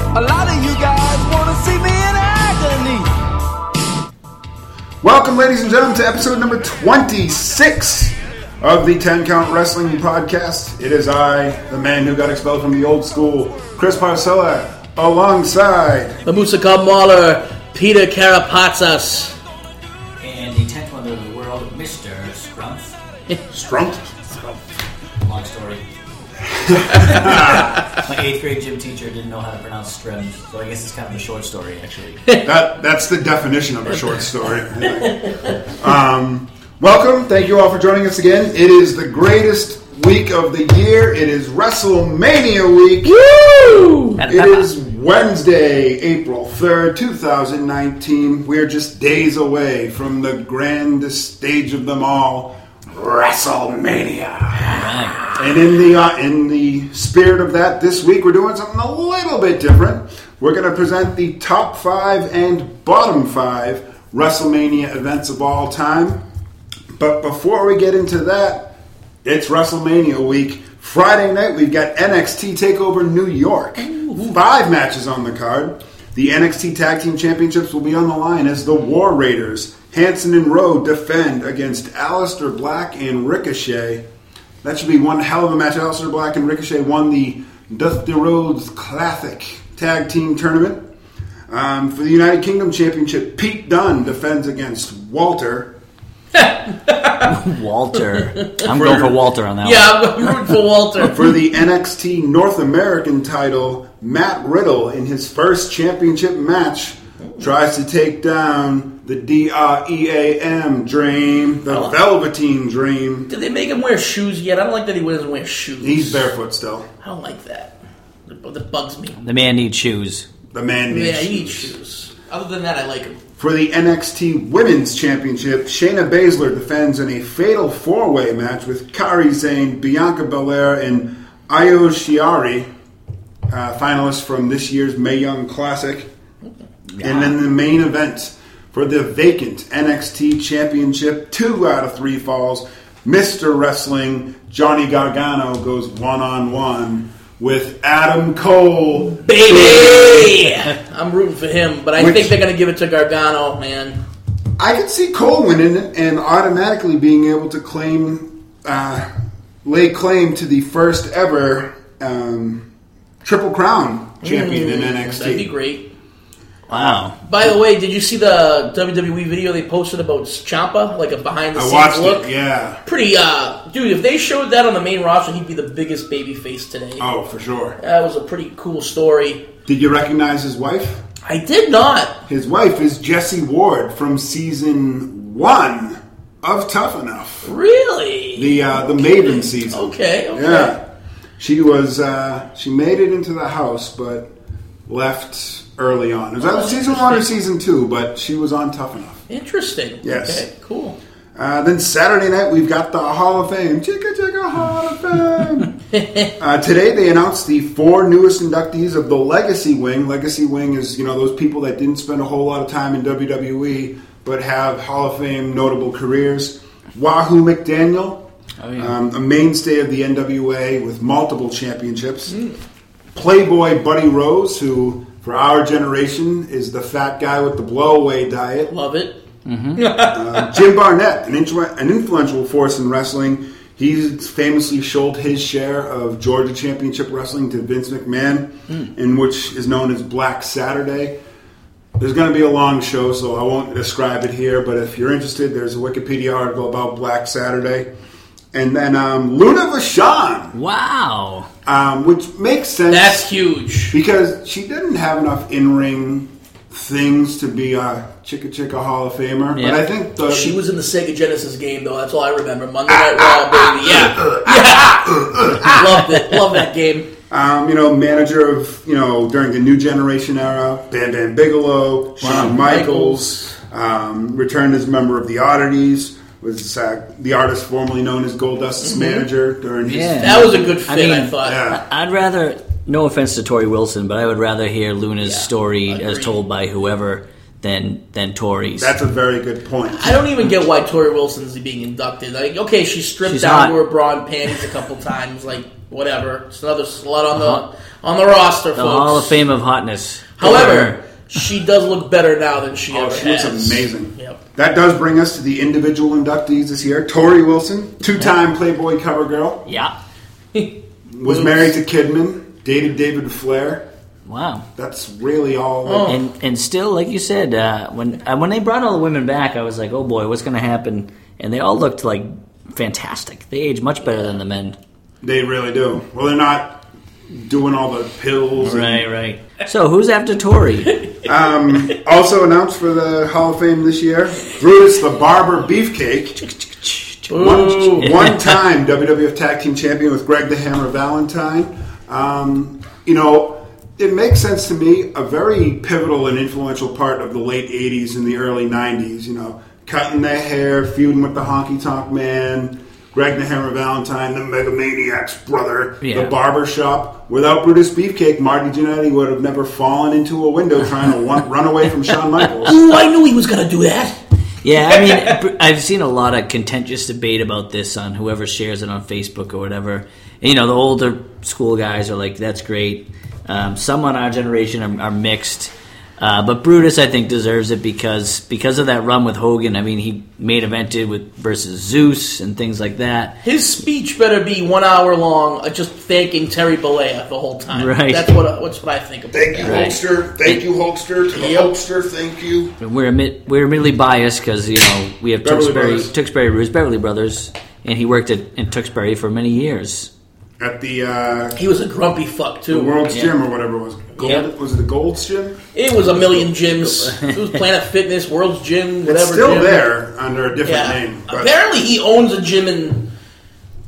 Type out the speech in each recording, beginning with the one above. you guys want to see me in agony. Welcome, ladies and gentlemen, to episode number 26 of the 10 Count Wrestling Podcast. It is I, the man who got expelled from the old school, Chris Parcella, alongside. The Musaka Mahler, Peter Carapatsas. And the tenth wonder of the world, Mr. Scrumpf. Strump. Long story. My eighth grade gym teacher didn't know how to pronounce Scrim, so I guess it's kind of a short story, actually. That, that's the definition of a short story. um, welcome. Thank you all for joining us again. It is the greatest week of the year. It is WrestleMania week. It is Wednesday, April 3rd, 2019. We are just days away from the grandest stage of them all, WrestleMania. Right. And in the uh, in the spirit of that, this week we're doing something a little bit different. We're going to present the top 5 and bottom 5 WrestleMania events of all time. But before we get into that, it's WrestleMania week. Friday night, we've got NXT TakeOver New York. Five matches on the card. The NXT Tag Team Championships will be on the line as the War Raiders, Hanson and Rowe, defend against Aleister Black and Ricochet. That should be one hell of a match. Aleister Black and Ricochet won the Dusty Rhodes Classic Tag Team Tournament. Um, for the United Kingdom Championship, Pete Dunne defends against Walter. Walter. I'm going for Walter on that Yeah, I'm rooting for Walter. For the NXT North American title, Matt Riddle, in his first championship match, tries to take down the D-R-E-A-M Dream, the Oh. Velveteen Dream. Did they make him wear shoes yet? I don't like that he doesn't wear shoes. He's barefoot still. I don't like that. That that bugs me. one. The man needs shoes. The man needs Yeah, he needs shoes. shoes. Other than that, I like him. For the NXT Women's Championship, Shayna Baszler defends in a fatal four-way match with Kari Zane, Bianca Belair, and Io Shiari, uh, finalists from this year's Mae Young Classic. And then the main event for the vacant NXT Championship, two out of three falls. Mr. Wrestling Johnny Gargano goes one-on-one with Adam Cole. Baby! I'm rooting for him, but I Which- think they're going to give it to Gargano, man. I could see Cole winning it and automatically being able to claim, uh, lay claim to the first ever um, Triple Crown champion in Mm. That'd be NXT. great. Wow. By the way, did you see the WWE video they posted about Ciampa? Like a behind the I scenes watched look? it, yeah. Pretty, uh, dude, if they showed that on the main roster, he'd be the biggest baby face today. Oh, for sure. That was a pretty cool story. Did you recognize his wife? I did not. His wife is Jessie Ward from season one of Tough Enough, Really? the uh, the Maven season. Okay, okay. Yeah, she was. Uh, she made it into the house, but left early on. It was either season one or season two, but she was on Tough Enough. Interesting. Yes. Okay, cool. Uh, then Saturday night we've got the Hall of Fame. Chicka chicka Hall of Fame. uh, today they announced the four newest inductees of the Legacy Wing. Legacy Wing is you know those people that didn't spend a whole lot of time in WWE but have Hall of Fame notable careers. Wahoo McDaniel, Oh, yeah. um, a mainstay of the NWA with multiple championships. Hmm. Playboy Buddy Rose, who for our generation is the fat guy with the blowaway diet. Love it. Jim Barnett, an, intru- an influential force in wrestling, he famously sold his share of Georgia Championship Wrestling to Vince McMahon, Hmm. in which is known as Black Saturday. There's going to be a long show, so I won't describe it here. But if you're interested, there's a Wikipedia article about Black Saturday, and then um, Luna Vachon, Wow. um, which makes sense That's huge. because she didn't have enough in-ring things to be a Chicka Chicka Hall of Famer. Yeah. But I think the, She was in the Sega Genesis game, though. That's all I remember. Monday Night Raw, baby. Yeah. Love it. Love that game. um, you know, manager of, you know, during the New Generation era, Bam Bam Bigelow, Shawn Michaels, um, returned as a member of the Oddities, was uh, the artist formerly known as Goldust's manager during his. Yeah. Mm-hmm. That was a good fit, I I, mean- thought. Yeah. I'd rather, no offense to Tori Wilson, but I would rather hear Luna's story as agreed. told by whoever than than Tori's. That's a very good point. I don't even get why Tori Wilson's being inducted. Like, okay, she stripped She's down hot. to her bra and panties a couple times. Like, whatever. It's another slut on the on the roster, Uh-huh. the folks. Hall of Fame of Hotness. However, she does look better now than she Oh, ever she looks has. amazing. Yep. That does bring us to the individual inductees this year. Tori Wilson, two-time Playboy cover girl, Yeah. was married to Kidman, dated David Flair. Wow. That's really all. Oh, And and still, like you said, uh, when uh, when they brought all the women back, I was like, oh boy, what's going to happen? And they all looked like fantastic. They age much better than the men. They really do. Well, they're not doing all the pills. and- right. So who's after Tori? Also announced for the Hall of Fame this year, Brutus the Barber Beefcake, Ooh. one-time WWF Tag Team Champion with Greg the Hammer Valentine. Um, you know, it makes sense to me. A very pivotal and influential part of the late '80s and the early '90s. You know, cutting their hair, feuding with the Honky Tonk Man. Greg the Hammer Valentine, the Megamaniac's brother, Yeah. the barber shop. Without Brutus Beefcake, Marty Jannetty would have never fallen into a window trying to run, run away from Shawn Michaels. Ooh, I knew he was gonna do that. yeah, I mean, br- I've seen a lot of contentious debate about this on whoever shares it on Facebook or whatever. And, you know, the older school guys are like, that's great. Um, some on our generation are, are mixed. Uh, but Brutus, I think, deserves it because because of that run with Hogan. I mean, he made evented with versus Zeus and things like that. His speech better be one hour long, uh, just thanking Terry Bollea the whole time. Right. That's what I, that's what I think about. Thank you, that. Right. Hulkster. Thank you, Hulkster. To the Yep. Hulkster, thank you. And We're admit, we're admittedly biased because you know we have Beverly Tewksbury Brothers. Tewksbury Ruse Beverly Brothers, and he worked at, in Tewksbury for many years. at the uh, He was a grumpy fuck too. World's Gym or whatever it was. Gold, Yep. Was it the Gold's Gym? It was a million gyms. it was Planet Fitness, World's Gym, whatever. it's still gym. there under a different Yeah. name. But Apparently, he owns a gym in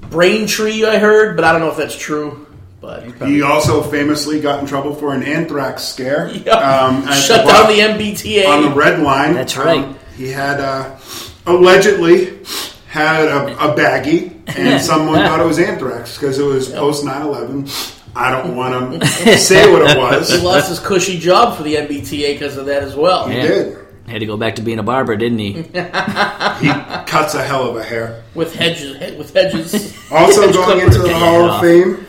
Braintree. I heard, but I don't know if that's true. But he also famously got in trouble for an anthrax scare. um, Yeah. at shut bar- down the MBTA. on the red line. That's right. Um, he had uh, allegedly had a, a baggie, and someone thought it was anthrax because it was post 9 11. I don't want to say what it was. he lost his cushy job for the MBTA because of that as well. He did. Had to go back to being a barber, didn't he? He cuts a hell of a hair. With hedges, he- with hedges. Also Hedge going clippers. into the Yeah. Hall of Fame,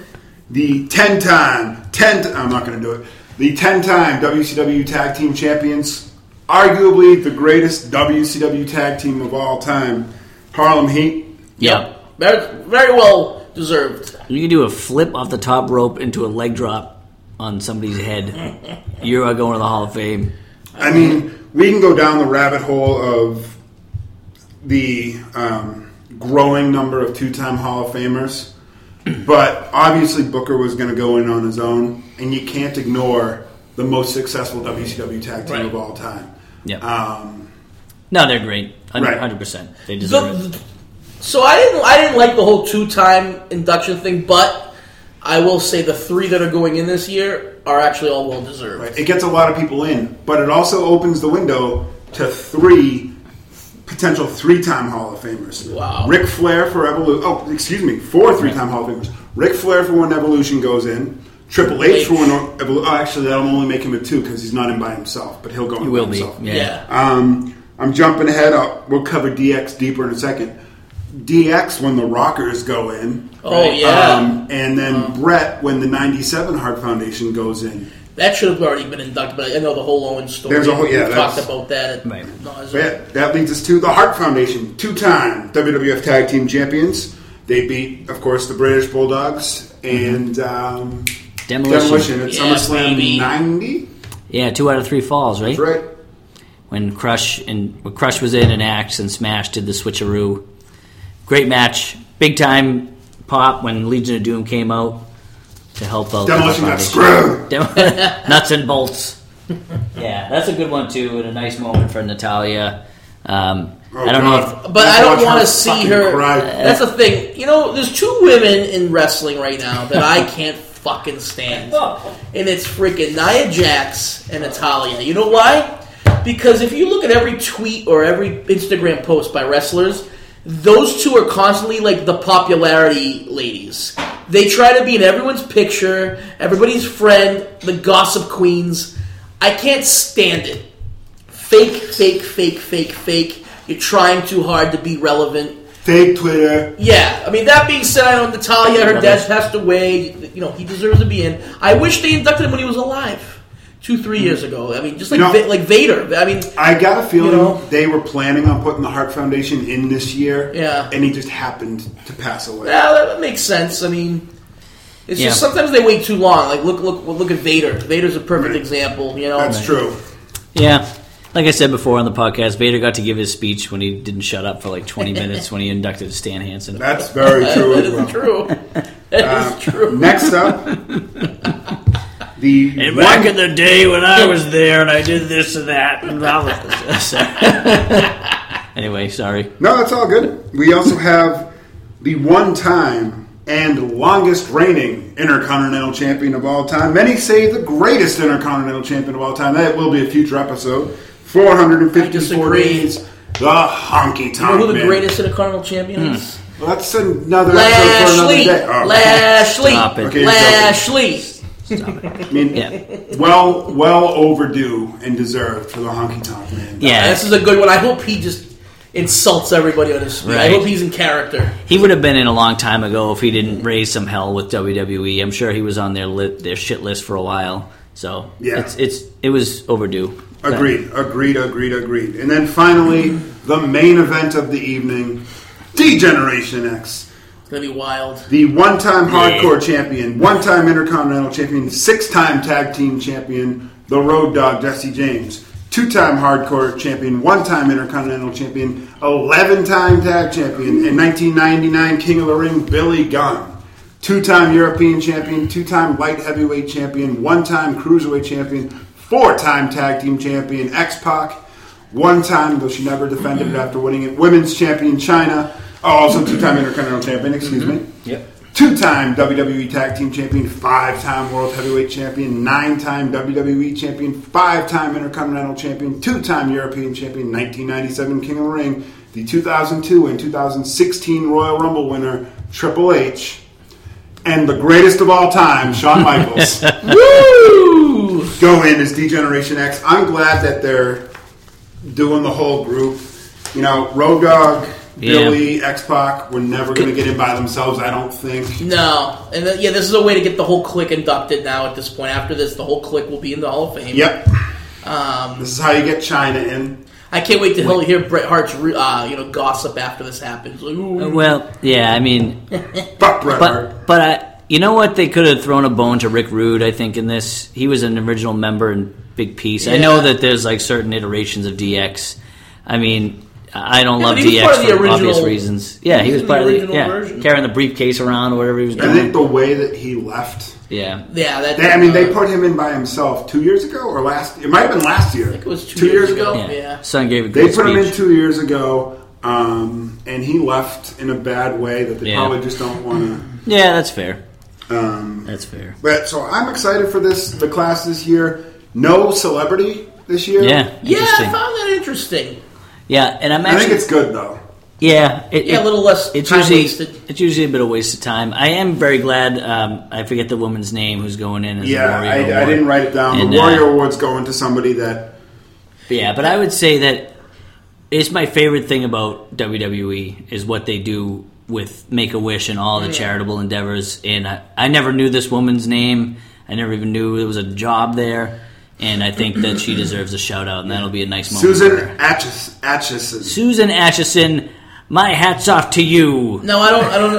the ten-time, ten. I'm not going to do it. The ten-time WCW Tag Team Champions, arguably the greatest WCW Tag Team of all time, Harlem Heat. yeah. very, very well deserved. You can do a flip off the top rope into a leg drop on somebody's head. you are going to the Hall of Fame. I mean, we can go down the rabbit hole of the um, growing number of two-time Hall of Famers, but obviously Booker was going to go in on his own, and you can't ignore the most successful WCW tag team of Right. all time. Yeah. Um, no, they're great. Right. Hundred percent. They The- deserve it. so I didn't, I didn't like the whole two-time induction thing, but I will say the three that are going in this year are actually all well deserved. it gets a lot of people in, but it also opens the window to three potential three-time Hall of Famers. Wow. Ric Flair for Evolution. Oh, excuse me, four three-time Hall of Famers. Ric Flair for when Evolution goes in. Triple H for when Evolution. Oh, actually, that'll only make him a two because he's not in by himself, but he'll go in You by will be. himself. Yeah. yeah. Um, I'm jumping ahead. I'll, we'll cover DX deeper in a second. DX when the Rockers go in. Oh yeah, Um, and then Brett when the 97 Heart Foundation goes in. that should have already been inducted. But I know the whole Owen story. There's a whole- yeah, we that's- talked about that. At, Right. nauseam. That, that leads us to the Hart Foundation, two time WWF Tag Team Champions. They beat, of course, the British Bulldogs and um, Demolition. Demolition at Yeah, SummerSlam baby. 90. Yeah. Two out of three falls, right? That's right. When Crush and when Crush was in and Axe and Smash did the switcheroo. Great match. Big time pop when Legion of Doom came out to help out. the Demolition got Foundation. screwed. Dem- nuts and bolts. Yeah, that's a good one too, and a nice moment for Natalia. Um, Oh, I don't God. know But I Watch don't want her to see fucking her. cry. That's the thing. You know, there's two women in wrestling right now that I can't fucking stand. Oh, And it's freaking Nia Jax and Natalia. You know why? Because if you look at every tweet or every Instagram post by wrestlers, those two are constantly like the popularity ladies. They try to be in everyone's picture, everybody's friend, the gossip queens. I can't stand it fake, fake, fake, fake, fake. You're trying too hard to be relevant. Fake Twitter. Yeah, I mean that being said, I know Natalia, her Another- dad passed away. You know he deserves to be in. I wish they inducted him when he was alive. two, three Hmm. years ago. I mean, just like No. Va- like Vader. I mean, I got a feeling You know? they were planning on putting the Hart Foundation in this year. Yeah. And he just happened to pass away. yeah, that, that makes sense. I mean, it's just Yeah. sometimes they wait too long. Like look, look, look at Vader. Vader's a perfect Right. example. You know, That's true. Yeah. Like I said before on the podcast, Vader got to give his speech when he didn't shut up for like 20 minutes when he inducted Stan Hansen. That's very true That as is well. Uh, true. That is true. Next up, the And back in one, the day when I was there and I did this and that. And blah, blah. Sorry. anyway, sorry. no, that's all good. We also have the one-time and longest reigning Intercontinental Champion of all time. Many say the greatest Intercontinental Champion of all time. That will be a future episode. Four hundred and I fifty-four disagree. days. The Honky You Tonk. know who the Man. greatest Intercontinental Champion is? Hmm. Well, that's another Lashley. episode for another day. Oh, Lashley. Stop it. Okay, you're Lashley. I mean, Yeah. well, well overdue and deserved for the Honky Tonk Man. Yeah. Uh, This is a good one. I hope he just insults everybody on his speech. Right. I hope he's in character. He would have been in a long time ago if he didn't raise some hell with WWE. I'm sure he was on their li- their shit list for a while. So Yeah. it's it's it was overdue. Agreed, agreed, agreed, agreed. And then finally, the main event of the evening Degeneration X. It's gonna be wild. The one time hardcore champion, one time intercontinental champion, six time tag team champion, the road dog Jesse James. Two time hardcore champion, one time intercontinental champion, 11 time tag champion, and 1999 King of the Ring Billy Gunn. Two time European champion, two time light heavyweight champion, one time cruiserweight champion, four time tag team champion, X Pac. One time, though she never defended it after winning it, women's champion China, oh, also two time Intercontinental Champion, excuse me. Yep. Two time WWE E Tag Team Champion, five time World Heavyweight Champion, nine time WWE E Champion, five time Intercontinental Champion, two time European Champion, 1997 King of the Ring, the 2002 and 2016 Royal Rumble winner, Triple H, and the greatest of all time, Shawn Michaels. Woo! go in as Degeneration X. I'm glad that they're doing the whole group. You know, Road Dogg, Yeah. Billy, X Pac were never going to get in by themselves, I don't think. No, and th- yeah, this is a way to get the whole clique inducted now. At this point, after this, the whole clique will be in the Hall of Fame. Yep. Um, this is how you get China in. I can't wait to hear Bret Hart's re- uh, you know gossip after this happens. Like, Uh, ooh. Well, yeah. I mean, Fuck Bret Hart. but but I, you know what? They could have thrown a bone to Rick Rude. I think in this, he was an original member and big piece. I know Yeah. that there's like certain iterations of DX. I mean. I don't Yeah, love but he was DX part of for the original- obvious reasons. Yeah, he he was was in part the of the original yeah, version. carrying the briefcase around or whatever he was I think doing. the way that he left. Yeah, yeah, that. They, I mean, they put him in by himself two years ago or last. It might have been last year. I think it was two years ago. yeah. Oh, Yeah. Son gave a They great put him in speech. two years ago, um, and he left in a bad way that they Yeah. probably just don't um, want to. yeah, that's fair. that's fair. But so I'm excited for this. The class this year, no celebrity this year. Yeah, yeah, I interesting. found that interesting. Yeah, and I'm I think actually it's good though. yeah, it, Yeah, a it- little less It's time usually wasted. it's usually a bit of waste of time. I am very glad. Um, I forget the woman's name who's going in as Yeah, the I, warrior. I Award. didn't write it down. And, the uh, Warrior Award's going to somebody that Yeah, but I would say that it's my favorite thing about WWE is what they do with Make a Wish and all the charitable endeavors. And I, I never knew this woman's name. I never even knew there was a job there. And I think that she deserves a shout out, and that'll be a nice moment. for Susan her. Atchis, Atchison. Susan Atchison, my hats off to you. No, I don't. I don't.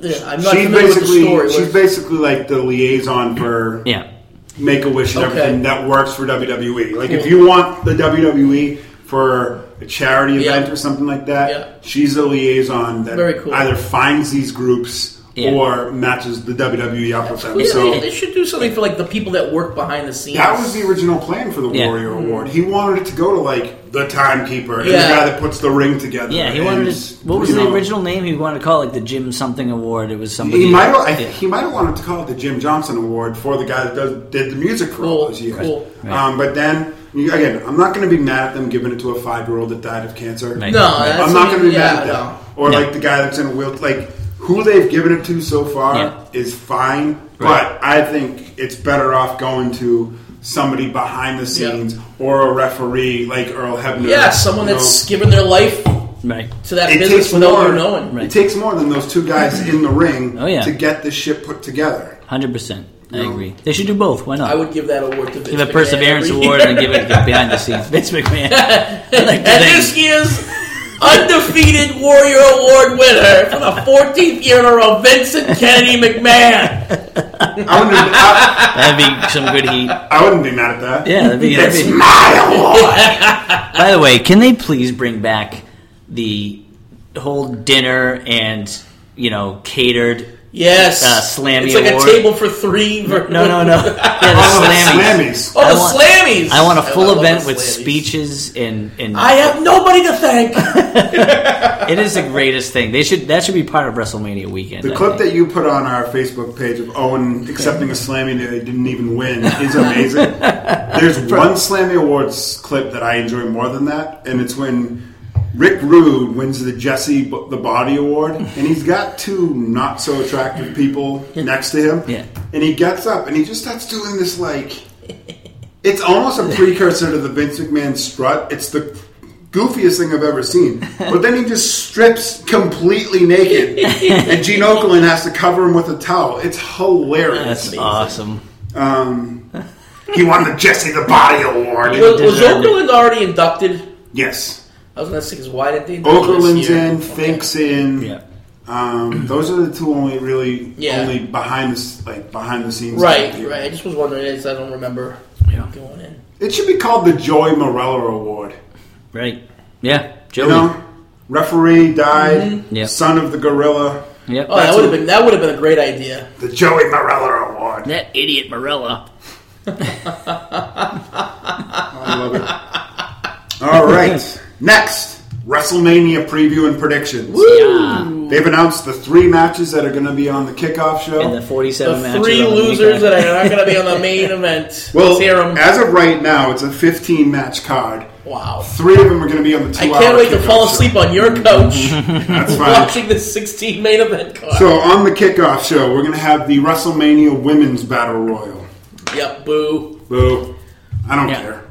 I, I, I, I'm not She's familiar with the story. basically she's basically like the liaison for Yeah, Make a Wish and Okay. everything that works for WWE. Like if you want the WWE for a charity Yeah. event or something like that, Yeah. she's the liaison that Very cool. either finds these groups Yeah. or matches the WWE up with them. Yeah, so they, they should do something for like the people that work behind the scenes. That was the original plan for the Yeah. Warrior Award. He wanted it to go to like the timekeeper, and the Yeah. guy that puts the ring together. yeah. He and, wanted to, what was you the know, original name he wanted to call it? Like the Jim something award. It was somebody. He might have, I think Yeah. he might have wanted to call it the Jim Johnson Award for the guy that does, did the music for all Cool, those years. cool. Right. Um, but then you- again, I'm not going to be mad at them giving it to a five year old that died of cancer. Right. no, that's, I'm not going to be yeah, mad at them. no. Or No. like the guy that's in a wheel. Like who they've given it to so far Yeah. is fine, Right. but I think it's better off going to somebody behind the Yeah. scenes or a referee like Earl Hebner. Yeah, someone you that's know. given their life to Right. that It business takes without more- you knowing. Right. It takes more than those two guys in the ring Oh, yeah. to get this shit put together. hundred percent. I No. agree. They should do both. Why not? I would give that award to Vince give a McMahon perseverance every award year. and give it to behind the scenes Vince McMahon. I like to And think- this year's undefeated Warrior Award winner for the 14th year in a row, Vincent Kennedy McMahon. I wouldn't, be- I, that'd be some good heat. I wouldn't be mad at that. Yeah, that'd be. That'd It's be my award. by the way, can they please bring back the whole dinner and you know catered? Yes. Uh, Slammy It's like Award. a table for three. ver- No, no, no. Yeah, the Oh, slammies. Slammies. Oh, I the want- Slammies. I want a full love the event with Slammies. speeches and and I have nobody to thank. It is the greatest thing. They should that should be part of WrestleMania weekend. The I clip think. that you put on our Facebook page of Owen accepting a Slammy that they didn't even win is amazing. There's one Slammy Awards clip that I enjoy more than that, and it's when Rick Rude wins the Jesse B- the Body Award, and he's got two not so attractive people next to him, Yeah. and he gets up and he just starts doing this like. It's almost a precursor to the Vince McMahon strut. It's the goofiest thing I've ever seen. But then he just strips completely naked, and Gene Okerlund has to cover him with a towel. It's hilarious. that's awesome. Um, he won the Jesse the Body Award. was was deserved it. Oakland already inducted? yes, I was going to say, 'cause why did they do Okerlund's this year? in, Fink's in. Yeah. Um, those are the two only really Yeah. only behind the s- like behind the scenes. Right, people. right. I just was wondering, is I don't remember Yeah. going in. It should be called the Joy Morella Award. Right. Yeah. Joey. You know, referee died, Yep. son of the gorilla. Yep. Oh, that would have been that would have been a great idea. The Joey Morella Award. that idiot Marilla. I love it. All right. Next, WrestleMania preview and predictions. Yeah. They've announced the three matches that are going to be on the kickoff show. And the The forty-seven matches three on the losers weekend. that are not going to be on the main event. well, Let's hear 'em. as of right now, it's a 15 match card. Wow. Three of them are going to be on the two I hour can't wait to kickoff fall show. asleep on your couch That's fine. watching this 16 main event card. So, on the kickoff show, we're going to have the WrestleMania Women's Battle Royal. yep, boo. Boo. I don't Yeah. care.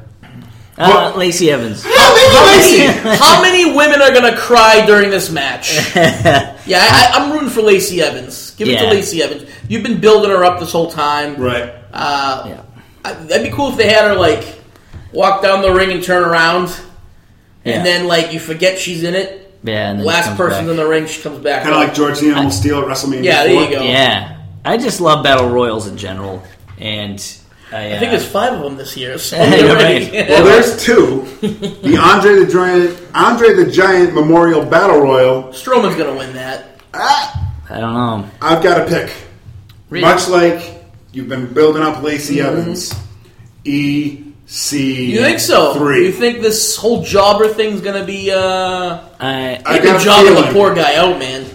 Uh, Lacey Evans. How many women are going to cry during this match? yeah, I, I, I'm rooting for Lacey Evans. Give it Yeah. to Lacey Evans. You've been building her up this whole time. Right. Uh, Yeah. I- that'd be cool if they had her like walk down the ring and turn around, Yeah. and then like you forget she's in it. yeah. And then Last comes person back. in the ring, she comes back. Kind of up. like George the Animal Steel at WrestleMania. yeah, there you 4. go. Yeah. I just love battle royals in general, and I, uh, I think there's five of them this year. So Yeah, you're already- right. Well, there's two. The Andre the Giant, Andre the Giant Memorial Battle Royal. Strowman's gonna win that. Ah, I don't know. I've got to pick. Really? Much like you've been building up Lacey Evans, E C. Mm-hmm. You think so? Three. You think this whole jobber thing's gonna be? uh I, I got They've been a jobbing the feeling. poor guy out, man.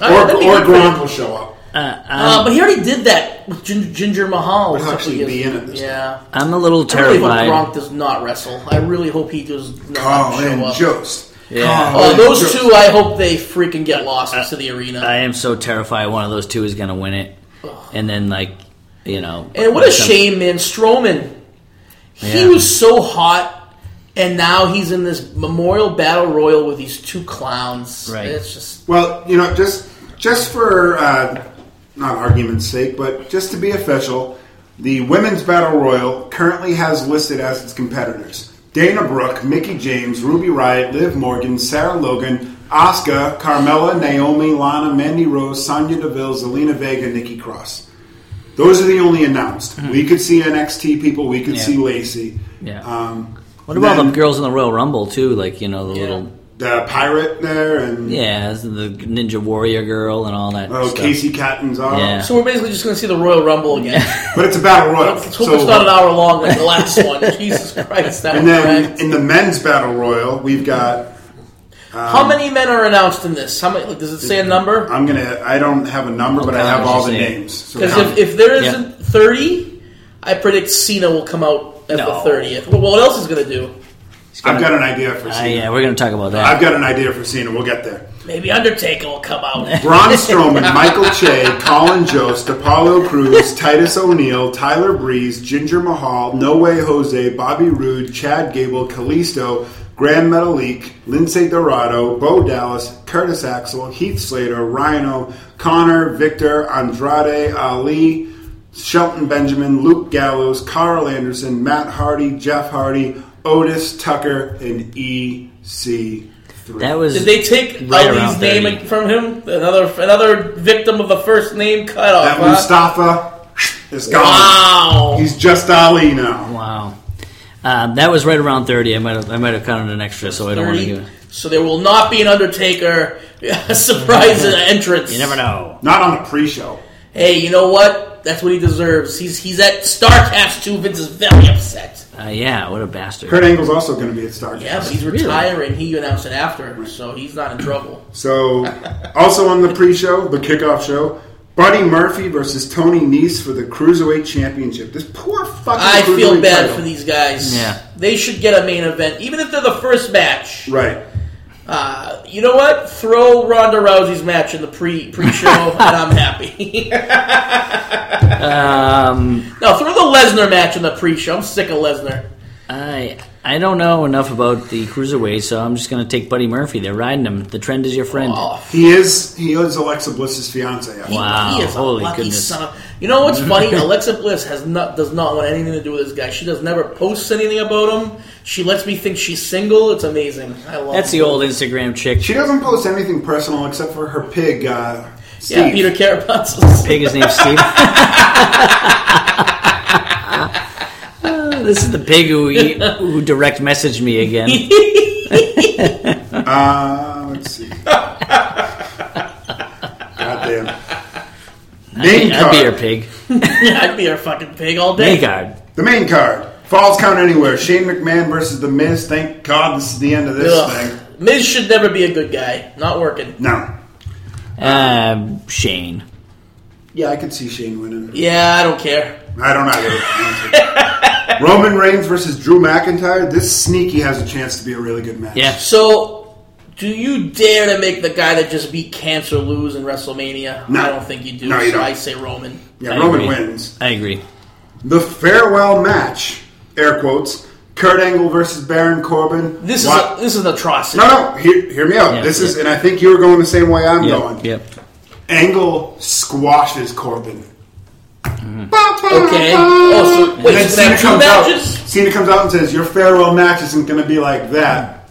I- or that'd be or good for him. Gronk will show up. uh, I'm, Uh, but he already did that with Gin- Ginger Mahal. a He'll couple actually years be in ago. it this Yeah. I'm a little I really hope terrified. Gronk does not wrestle. I really hope he does not Colin show up. Oh, Jost. Yeah. Oh, Colin those Jost. two, I hope they freaking get lost into the arena. I am so terrified one of those two is going to win it, and then like you know. and what a some- shame, man. Strowman, he Yeah. was so hot, and now he's in this Memorial Battle Royal with these two clowns. Right. It's just Well, you know, just just for uh, not argument's sake, but just to be official, the women's battle royal currently has listed as its competitors Dana Brooke, Mickey James, Ruby Riot, Liv Morgan, Sarah Logan, Asuka, Carmella, Naomi, Lana, Mandy Rose, Sonya Deville, Zelina Vega, Nikki Cross. Those are the only announced. We could see NXT people. We could Hmm. Yeah. see Lacey. Yeah. Um, What about then the girls in the Royal Rumble too? Like you know the little The pirate there and yeah the Ninja Warrior girl and all that. oh, stuff. Casey Catton's on. Yeah. so we're basically just going to see the Royal Rumble again. But it's a battle royal. Let's hope So- it's not an hour long like the last one. Jesus Christ, that and was then ragged. in the men's battle royal, we've got. How many men are announced in this? How many? like, Does it say a number? I'm gonna. I don't have a number, but I Okay, have I'll all just the say- names. So Because count. if, if there Yeah. isn't 30, I predict Cena will come out at No. the 30th. Well, what else is going to do? I've got an idea for Ah, Cena. yeah, we're going to talk about that. I've got an idea for Cena. We'll get there. Maybe Undertaker will come out. Braun Strowman, Michael Che, Colin Jost, Apollo Cruz, Titus O'Neil, Tyler Breeze, Ginger Mahal, No Way Jose, Bobby Roode, Chad Gable, Kalisto, Grand Metalik, Lindsay Dorado, Bo Dallas, Curtis Axel, Heath Slater, Rhino, Connor, Victor, Andrade, Ali, Shelton Benjamin, Luke Gallows, Carl Anderson, Matt Hardy, Jeff Hardy, Otis Tucker, and E EC3. That was Did they take right Ali's around name 30. from him? Another another victim of a first name cutoff. That huh? Mustafa is gone. Wow. He's just Ali now. wow. Um, that was right around thirty. I might have I might have counted an extra, so I don't want to 30. give. So there will not be an Undertaker surprise entrance. You never know. Not on the pre-show. Hey, you know what? That's what he deserves. He's he's at Starcast 2. Vince is very upset. Uh, yeah, what a bastard. Kurt Angle's also going to be at StarCast. Yeah, but he's Really? retiring. He announced it after, so he's not in trouble. So, also on the pre-show, the kickoff show, Buddy Murphy versus Tony Nese for the Cruiserweight Championship. This poor fucking. I feel cruiserweight bad title. for these guys. Yeah. They should get a main event, even if they're the first match. Right. Uh, you know what? Throw Ronda Rousey's match in the pre pre show, and I'm happy. Um, no, throw the Lesnar match in the pre show. I'm sick of Lesnar. I I don't know enough about the cruiserweight, so I'm just going to take Buddy Murphy. They're riding him. The trend is your friend. Oh, He is. He is Alexa Bliss's fiance. I think. Wow, He is holy a lucky goodness. son of. You know what's funny? Alexa Bliss has not does not want anything to do with this guy. She does never posts anything about him. She lets me think she's single. It's amazing. I love. That's it. the old Instagram chick. She doesn't post anything personal except for her pig. Uh, Steve. yeah, Peter Carapazos. Pig is named Steve. Uh, this is the pig who who direct messaged me again. Uh, let's see. Goddamn. Main I'd card. be your pig. yeah, I'd be her fucking pig all day. Hey, God. The main card. Falls count anywhere. Shane McMahon versus The Miz. Thank God this is the end of this Ugh. thing. Miz should never be a good guy. Not working. No. Um, Shane. Yeah, I could see Shane winning. Yeah, I don't care. I don't know. honestly. Roman Reigns versus Drew McIntyre. This sneaky has a chance to be a really good match. Yeah. So, do you dare to make the guy that just beat cancer lose in WrestleMania? No. I don't think you do. No, you so don't. I say Roman. Yeah, I Roman agree. wins. I agree. The farewell match, air quotes, Kurt Angle versus Baron Corbin. This Wa- is a, this is an atrocity. No, no, hear, hear me out. Yeah, this is, yeah. and I think you were going the same way I'm Yep. going. Yep. Angle squashes Corbin. Okay. Oh, so, wait, And so Cena they have two comes out. matches? Cena comes out and says, "Your farewell match isn't going to be like that.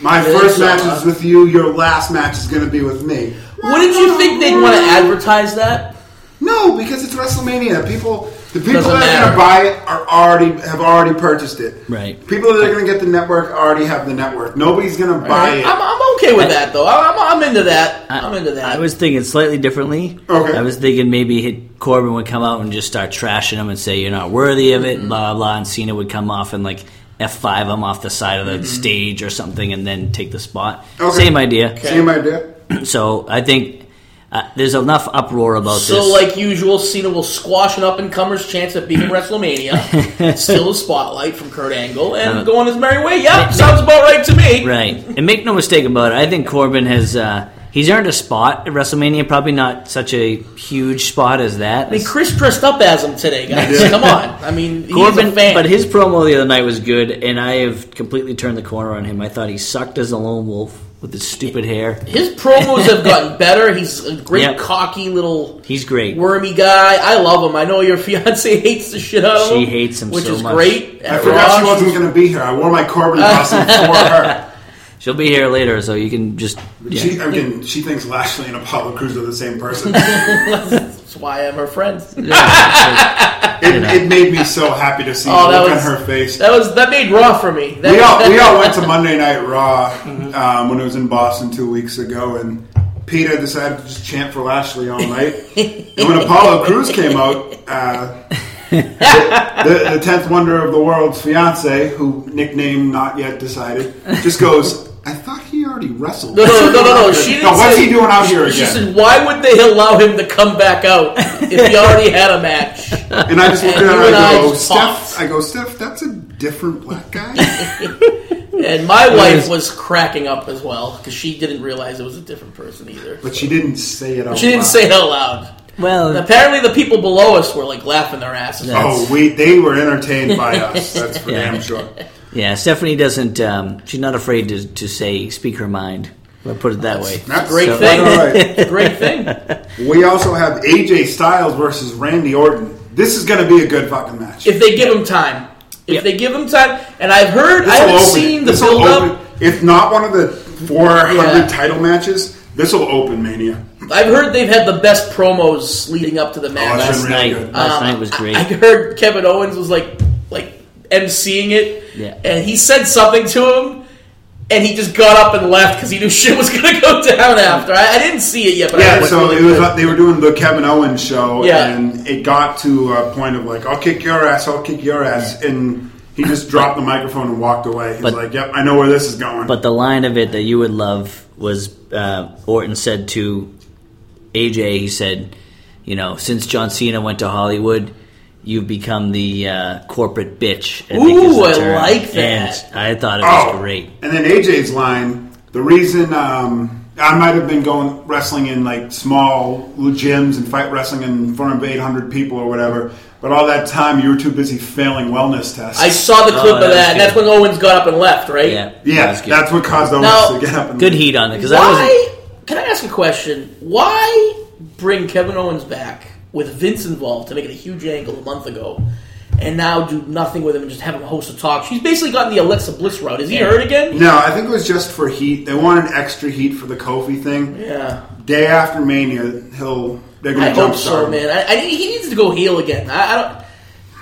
My It first is, match uh, is with you. Your last match is going to be with me." Wouldn't you think they'd want to advertise that? No, because it's WrestleMania. People, the people Doesn't that matter. are going to buy it are already have already purchased it. Right. People that are going to get the network already have the network. Nobody's going to buy I'm, it. I'm okay with that, though. I'm, I'm into that. I, am into that. I was thinking slightly differently. Okay. I was thinking maybe hit Corbin would come out and just start trashing him and say you're not worthy of Mm-hmm. it, blah blah, blah, and Cena would come off and like F five him off the side of the stage or something, and then take the spot. Mm-hmm. Okay. Same idea. Same idea. So I think uh, there's enough uproar about so, this. like usual, Cena will squash an up and comer's chance at beating WrestleMania, steal the spotlight from Kurt Angle, and Uh, go on his merry way. Yeah, sounds about Uh-huh. right to me. right, and make no mistake about it. I think Corbin has uh, he's earned a spot at WrestleMania. Probably not such a huge spot as that. I mean, Chris dressed up as him today, guys. Come on. I mean, he's Corbin, a fan. but his promo the other night was good, and I have completely turned the corner on him. I thought he sucked as a lone wolf with his stupid hair. his promos have gotten better. He's a great, Yep. cocky little He's great. wormy guy. I love him. I know your fiance hates the shit out of him. She hates him which so is much. great. I forgot she wasn't going to be here. I wore my Corbin costume for her. She'll be here later, so you can just. yeah. She, I mean, she thinks Lashley and Apollo Crews are the same person. It, That's why I'm her friend. it made me so happy to see Oh, the that look was- on her face. That was that made raw for me. That, we all that- we all went to Monday Night Raw Mm-hmm. um, when it was in Boston two weeks ago, and Peter decided to just chant for Lashley all night. and when Apollo Crews came out, uh, the, the tenth wonder of the world's fiance, who nickname not yet decided, just goes. I thought he already wrestled. no, no, no, no, no. She didn't what's say- he doing out here She again? said, "Why would they allow him to come back out if he already had a match?" And I just look at her You and and I I go, just Steph, talked. I go, Steph, that's a different black guy. And my was- wife was cracking up as well because she didn't realize it was a different person either. but she didn't say it out She didn't loud. say it out loud. And Well, apparently, the people below us were like laughing their asses off. Oh, we, they were entertained by us. That's for Yeah. damn sure. yeah, Stephanie doesn't. Um, she's not afraid to, to say, speak her mind. Let's put it that way. That's Great quite thing. all right. Great thing. We also have AJ Styles versus Randy Orton. This is going to be a good fucking match. If they give him time. If Yeah. they give him time. And I've heard, I This'll haven't open seen it. the This'll build open- up. If not one of the 400 Yeah. title matches, this will open Mania. I've heard they've had the best promos leading up to the match. that's Last been really night, good. last Um, night was I- great. I, heard Kevin Owens was like like emceeing it, Yeah. and he said something to him, and he just got up and left because he knew shit was gonna go down after. I, I didn't see it yet, but I heard Yeah, it's so really it was good. uh, they were doing the Kevin Owens show, Yeah. and it got to a point of like, "I'll kick your ass, I'll kick your ass," and he just dropped the microphone and walked away. He's But- like, "Yep, I know where this is going." But the line of it that you would love was uh, Orton said to AJ, he said, you know, since John Cena went to Hollywood, you've become the uh, corporate bitch. I think is Ooh, the I term. like that. And I thought it was Oh, great. And then AJ's line, the reason um, I might have been going wrestling in like small gyms and fight wrestling in front of 800 people or whatever, but all that time you were too busy failing wellness tests. I saw the clip Oh, of that that, was and that's good. when Owens got up and left, right? Yeah, that yeah, was good. that's what caused Owens Now- to get up. And good heat on it because I wasn't. Why? Can I ask a question? Why bring Kevin Owens back with Vince involved to make it a huge angle a month ago, and now do nothing with him and just have him host a talk? She's basically gotten the Alexa Bliss route. Is he hurt again? No, I think it was just for heat. They wanted extra heat for the Kofi thing. Yeah. Day after Mania, he'll they're gonna I jump hope so, start him. man. I, I, he needs to go heel again. I, I don't.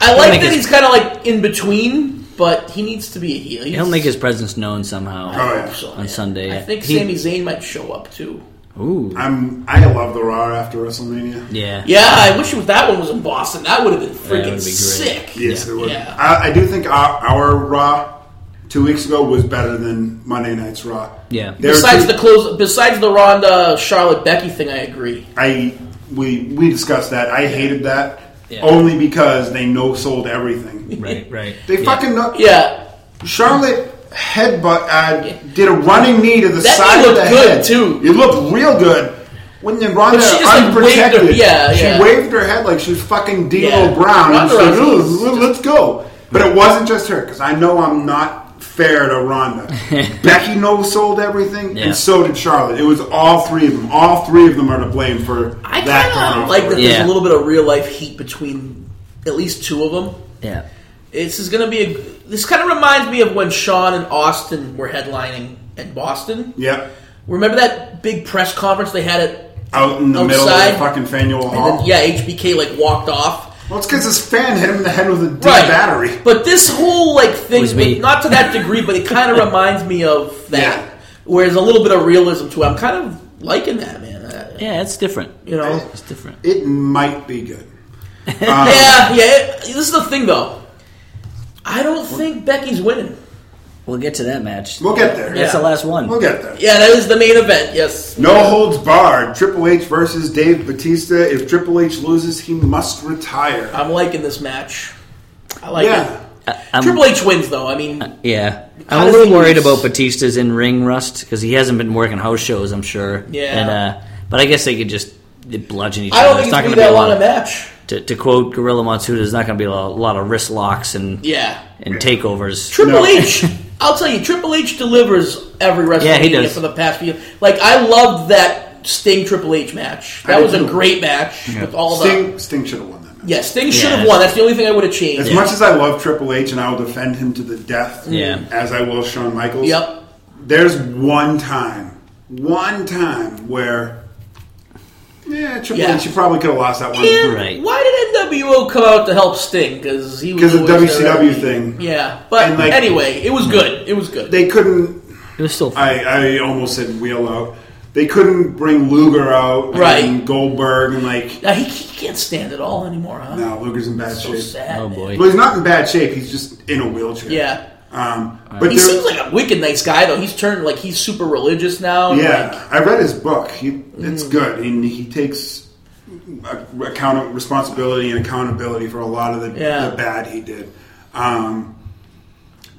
I like make that he's his- kind of like in between, but he needs to be a heel. He's- He'll make his presence known somehow. Oh, I yeah. hope so, On man. Sunday, I yeah. think He- Sami Zayn might show up too. Ooh, I'm I love the Raw after WrestleMania. yeah, Yeah, I wish it was- that one was in Boston. That would have been would freaking be great. sick. Yes, it would. Yeah. I, I do think our, our Raw two weeks ago was better than Monday night's Raw. Yeah. There are besides two- the close, besides the Ronda Charlotte Becky thing, I agree. I we we discussed that. I hated that Yeah. only because they no sold everything. Right, right. They Yeah. fucking no- Yeah, Charlotte headbutt uh, did a running knee to the That side knee of the looked good, head too. It looked real good. When the Ronda But she just, like, waved her- unprotected, yeah, she yeah. waved her head like she was fucking D'Lo Yeah. Brown. And Ronda she was like, Rousey "Ooh, is let's go. But it wasn't just her because I know I'm not fair to Ronda. Becky no sold everything, Yeah. and so did Charlotte. It was all three of them. All three of them are to blame for I that. kind turnover. of like that. There's Yeah. a little bit of real life heat between at least two of them. Yeah. This is gonna be a. This kind of reminds me of when Sean and Austin were headlining in Boston. Yep. Remember that big press conference they had at? Out in the middle of the Outside. fucking Faneuil And Hall. then, yeah, HBK like walked off. Well, it's because his fan hit him in the head with a D battery. But this whole like thing, Was me. not to that degree, but it kind of reminds me of that. Yeah. Whereas a little bit of realism to it. I'm kind of liking that, man. I- Yeah, it's different. You know, It's different. It might be good. yeah, Um, yeah. it- this is the thing, though. I don't think Becky's winning. We'll get to that match. We'll get there. That's Yeah. the last one. We'll get there. Yeah, that is the main event. Yes. No holds barred. Triple H versus Dave Batista. If Triple H loses, he must retire. I'm liking this match. I like Yeah. it. I'm- Triple H wins, though. I mean, uh, Yeah, How I'm a does little he worried use- about Batista's in ring rust because he hasn't been working house shows. I'm sure. Yeah. And, uh, but I guess they could just bludgeon each I other. don't uh, it's think not it's gonna be going to be a that long lot. a Of, match. to, to quote Gorilla Monsoon, there's not going to be a lot, a lot of wrist locks and Yeah. and takeovers. Triple No. H. I'll tell you, Triple H delivers every WrestleMania Yeah, he does. for the past few. Like I loved that Sting Triple H match. I That did was a too. great match with all the. Sting, Sting should have won that match. Yeah, Sting should Yeah. have won. That's the only thing I would have changed. As much as I love Triple H and I will defend him to the death, Yeah. as I will Shawn Michaels, Yep. there's one time, one time where, yeah, Triple Yeah. H, you probably could have lost that one. And Right. why did NWO come out to help Sting? Because he was 'Cause of doing WCW stuff. thing. Yeah, but And, like- anyway, it was good. It was good. They couldn't It was still fun. I, I almost said wheel out. They couldn't bring Luger out Right. and Goldberg and like Now, he, he can't stand it all anymore, huh? no, Luger's in bad so shape. sad. oh man. boy. Well, he's not in bad shape. He's just in a wheelchair. Yeah. Um, but He there- seems like a wicked nice guy though. He's turned like he's super religious now. and, yeah, like, Mm. I read his book. He, it's good, and he takes a- account responsibility and accountability for a lot of the, Yeah. the bad he did. Um,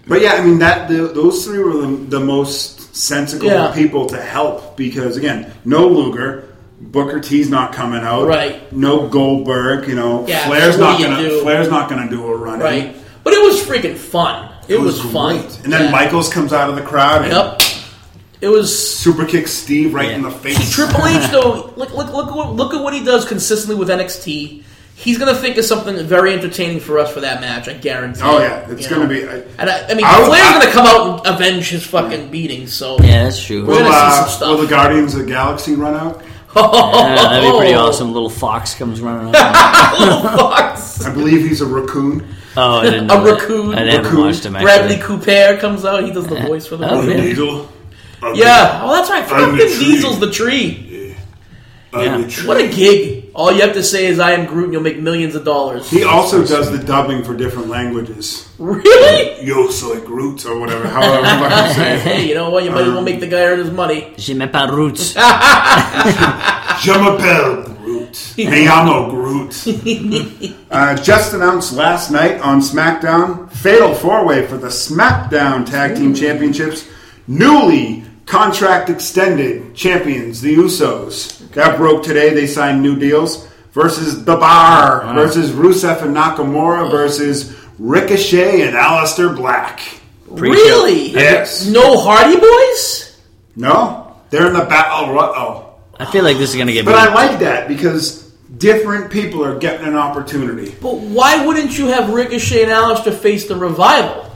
but yeah, I mean that the, those three were the, the most sensible Yeah. people to help because again, no Luger, Booker T's not coming out, Right. No Goldberg, you know, Yeah, Flair's so what not do you gonna do? Flair's not gonna do a run right. But it was freaking fun. It, was, fun. And then Yeah. Michaels comes out of the crowd and Yep. It was Super kick Steve right Yeah. in the See, face. Triple H though, look look look at what- look at what he does consistently with NXT. He's gonna think of something very entertaining for us for that match. I guarantee. Oh, it, yeah, it's you gonna know? be- I- and I, I mean, I would- Flair's I- gonna come out and avenge his fucking beating. So Yeah, that's true. We're will, gonna see uh, some stuff. will the Guardians of the Galaxy run out? Yeah, that'd be pretty Oh. awesome. Little fox comes running up. Fox. I believe he's a raccoon. oh, I didn't A know that. raccoon. I never Raccoon. watched him. Bradley Actually. Cooper comes out. He does the voice for the Oh, movie. really? Diesel. I'm- Yeah. Oh, that's right. I'm Fucking the tree. Diesel's the tree. I'm Yeah. the tree. What a gig! All you have to say is "I am Groot," and you'll make millions of dollars. He also does the dubbing for different languages. Really? Yo soy Groot or whatever. However, I say. Hey, you know what? You might as Um, well make the guy earn his money. Je m'appelle Roots. Ah. Je m'appelle Groot. Me llamo Groot. uh, just announced last night on SmackDown, Fatal 4-Way for the SmackDown Tag Team Championships. Newly contract extended champions, the Usos. That broke today. They signed new deals. Versus The Bar. Versus Rusev and Nakamura. Versus Ricochet and Aleister Black. Pre-show. Really? Yes. No Hardy Boys? No? They're in the battle. ro- Oh. I feel like this is gonna get. But I better. like that because different people are getting an opportunity But why wouldn't you have Ricochet and Alistair face the revival?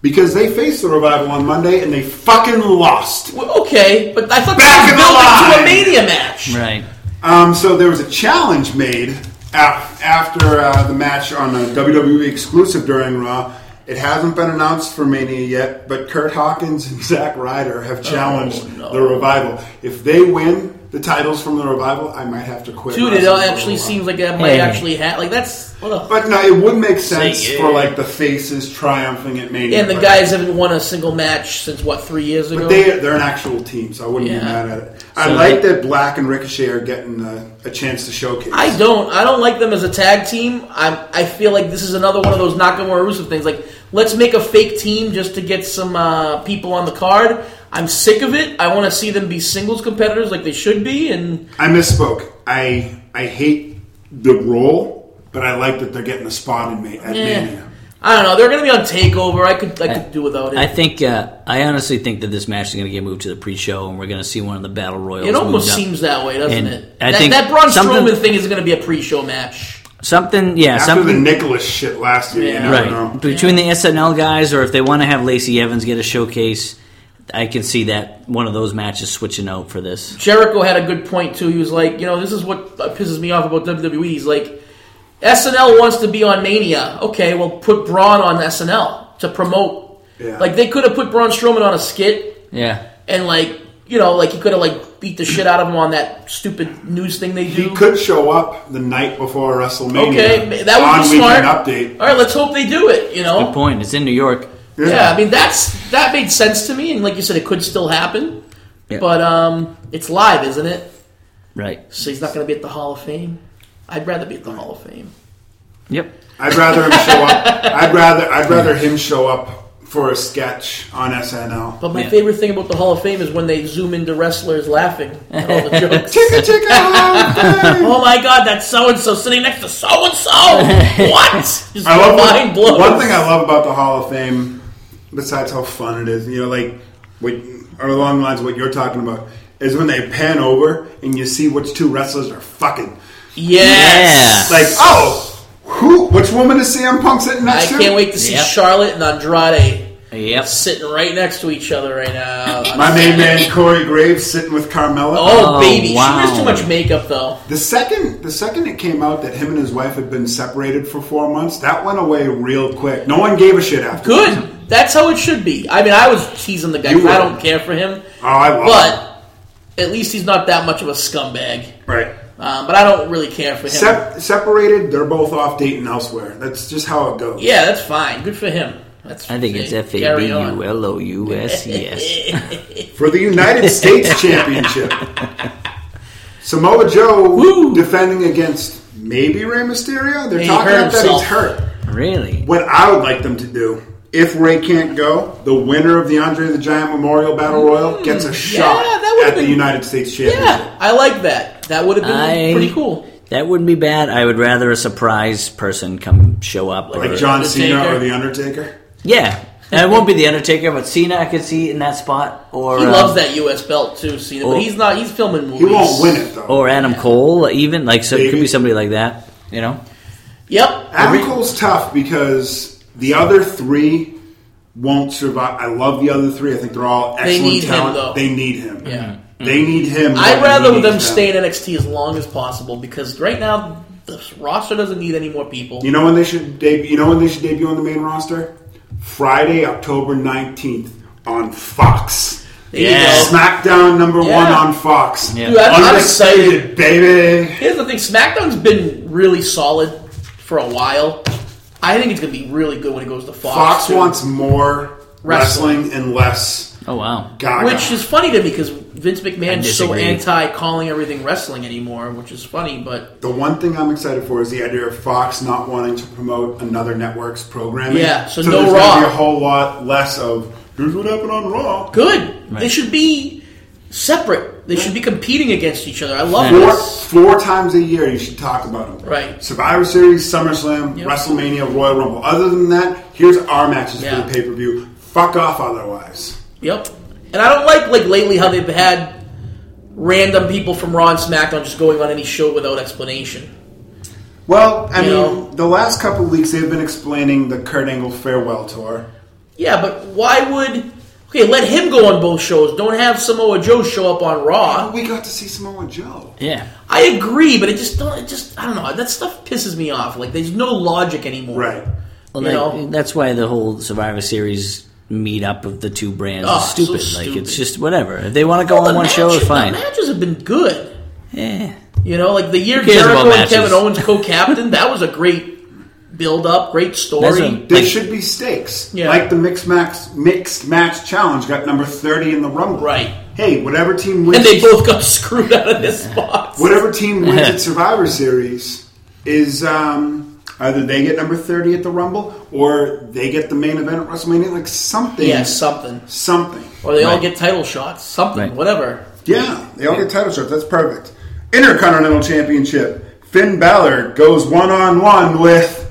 because they faced the revival on Monday and they fucking lost. Well, okay, but I thought Back that in the was built line. into a Mania match. right. Um, so there was a challenge made af- after uh, the match on a WWE exclusive during Raw. It hasn't been announced for Mania yet, but Kurt Hawkins and Zack Ryder have challenged Oh, no. the revival. If they win the titles from the revival, I might have to quit. Dude, it wrestling for a actually while. seems like that might Hey. actually happen. Like, that's. What a, But no, it would make sense Say, yeah. for like the faces triumphing at Mania. and the but- guys haven't won a single match since, what, three years ago? But they, they're an actual team, so I wouldn't Yeah. be mad at it. I So like they- that Black and Ricochet are getting a, a chance to showcase. I don't. I don't like them as a tag team. I I feel like this is another one of those Nakamura Rusev things. Like, let's make a fake team just to get some uh, people on the card. I'm sick of it. I want to see them be singles competitors like they should be. And I misspoke. I I hate the role, but I like that they're getting a spot in Ma- at eh, Mania. I don't know. They're going to be on Takeover. I could I could do without it. I think uh, I honestly think that this match is going to get moved to the pre-show, and we're going to see one of the battle royals. it almost moved up. seems that way, doesn't And it? I that, think that Braun something- Strowman thing is going to be a pre-show match. something. Yeah, After something. the Nicholas shit last year, Yeah. you never right know. between the SNL guys, or if they want to have Lacey Evans get a showcase, I can see that one of those matches switching out for this. Jericho had a good point too. He was like, you know, this is what uh, pisses me off about WWE. He's like, SNL wants to be on Mania. Okay, well, put Braun on SNL to promote. Yeah. Like they could have put Braun Strowman on a skit Yeah, and like, you know, like he could have like beat the shit out of him on that stupid news thing they do. He could show up the night before WrestleMania. okay, ma- that would on be smart. Weekend Update. All right, let's hope they do it. You know, good point. It's in New York. yeah. I mean that's that made sense to me, and like you said, it could still happen. Yeah. But um, it's live, isn't it? Right. So he's not going to be at the Hall of Fame. I'd rather be at the Hall of Fame. Yep. I'd rather him show up. I'd rather I'd rather him show up for a sketch on SNL. But my Yeah. favorite thing about the Hall of Fame is when they zoom into wrestlers laughing at all the jokes. Chicka chicka. holiday. oh my god, that's so and so sitting next to so and so. What? Just I love mind blown. One thing I love about the Hall of Fame, besides how fun it is, you know, like what or along the lines of what you're talking about, is when they pan over and you see which two wrestlers are fucking. Yes. Like, oh, who? Which woman is CM Punk sitting I next to? can't wait to see Yep. Charlotte and Andrade Yep. sitting right next to each other right now. My main man Corey Graves sitting with Carmella. Oh, Oh, baby, wow. she wears too much makeup though. The second, the second it came out that him and his wife had been separated for four months, that went away real quick. No one gave a shit after. Good. That's how it should be. I mean, I was teasing the guy. You 'cause I were. don't care for him, Oh, I love. but at least he's not that much of a scumbag. it. right. Um, but I don't really care for him. Sep- separated, they're both off dating elsewhere. That's just how it goes. Yeah, that's fine. Good for him. That's I think it's F A B carry on. U L O U S E S. for the United States Championship. Samoa Joe Woo. defending against maybe Rey Mysterio. They're He talking hurt about that himself. he's hurt. Really? What I would like them to do, if Ray can't go, the winner of the Andre the Giant Memorial Battle Royal gets a shot Mm. that would've at the been- United States Championship. Yeah, I like that. That would have been I- pretty cool. That wouldn't be bad. I would rather a surprise person come show up. Like or- John Undertaker. Cena or The Undertaker. yeah. And it won't be the Undertaker, but Cena I could see in that spot, or He um, loves that U.S. belt too, Cena. Oh. But he's not. He's filming movies. He won't win it though. or Adam Cole, even like so. It could Maybe. be somebody like that, you know. Yep. Adam Cole's tough because the other three won't survive. I love the other three. I think they're all excellent need him, talent. though. they need him. Yeah. Mm-hmm. They need him. more I'd than rather he needs them stay in NXT as long as possible because right now the roster doesn't need any more people. You know when they should debut? You know when they should debut on the main roster? Friday, October nineteenth on Fox. There you Yeah. go. SmackDown number Yeah. one on Fox. Yeah. Dude, I'm, I'm excited. Undisputed, baby. Here's the thing: SmackDown's been really solid for a while. I think it's going to be really good when it goes to Fox. Fox too. wants more Wrestling. wrestling, and less Oh wow, Gaga. Which is funny to me because Vince McMahon's so disagree. anti calling everything wrestling anymore, which is funny, but The one thing I'm excited for is the idea of Fox not wanting to promote another network's programming. Yeah, so no there's gonna be Raw. a whole lot less of here's what happened on Raw. good. They Right. should be separate. They should be competing against each other. I love Yeah. Four, this. four times a year, you should talk about them. Right. Survivor Series, SummerSlam, Yep. WrestleMania, Royal Rumble. Other than that, here's our matches Yeah. for the pay per view. Fuck off, otherwise. Yep. And I don't like like lately how they've had random people from Raw and SmackDown just going on any show without explanation. Well, I You mean, know. the last couple of weeks they've been explaining the Kurt Angle farewell tour. Yeah, but why would okay? Let him go on both shows. Don't have Samoa Joe show up on Raw. We got to see Samoa Joe. yeah. I agree, but it just don't. It just I don't know. That stuff pisses me off. Like there's no logic anymore. Right. Well, You that- know? that's why the whole Survivor Series meetup of the two brands Oh, is stupid. so like it's stupid. just whatever. If they want to go Well, the on one show, matches- it's fine. The matches have been good. Yeah. You know, like the year Who cares Jericho about and Kevin matches? Owens co-captain, that was a great build-up, great That's story. a- There Like- should be stakes, Yeah. like the mixed match mixed match challenge got number thirty in the rumble. Right. Hey, whatever team wins, and they both got screwed out of this box. whatever team wins at Survivor Series is um, either they get number thirty at the rumble or they get the main event at WrestleMania, like something. Yeah, something. something. Or they all Right. get title shots. Something, Right. whatever. Yeah, they all get title shots. That's perfect. Intercontinental Championship. Finn Balor goes one on one with.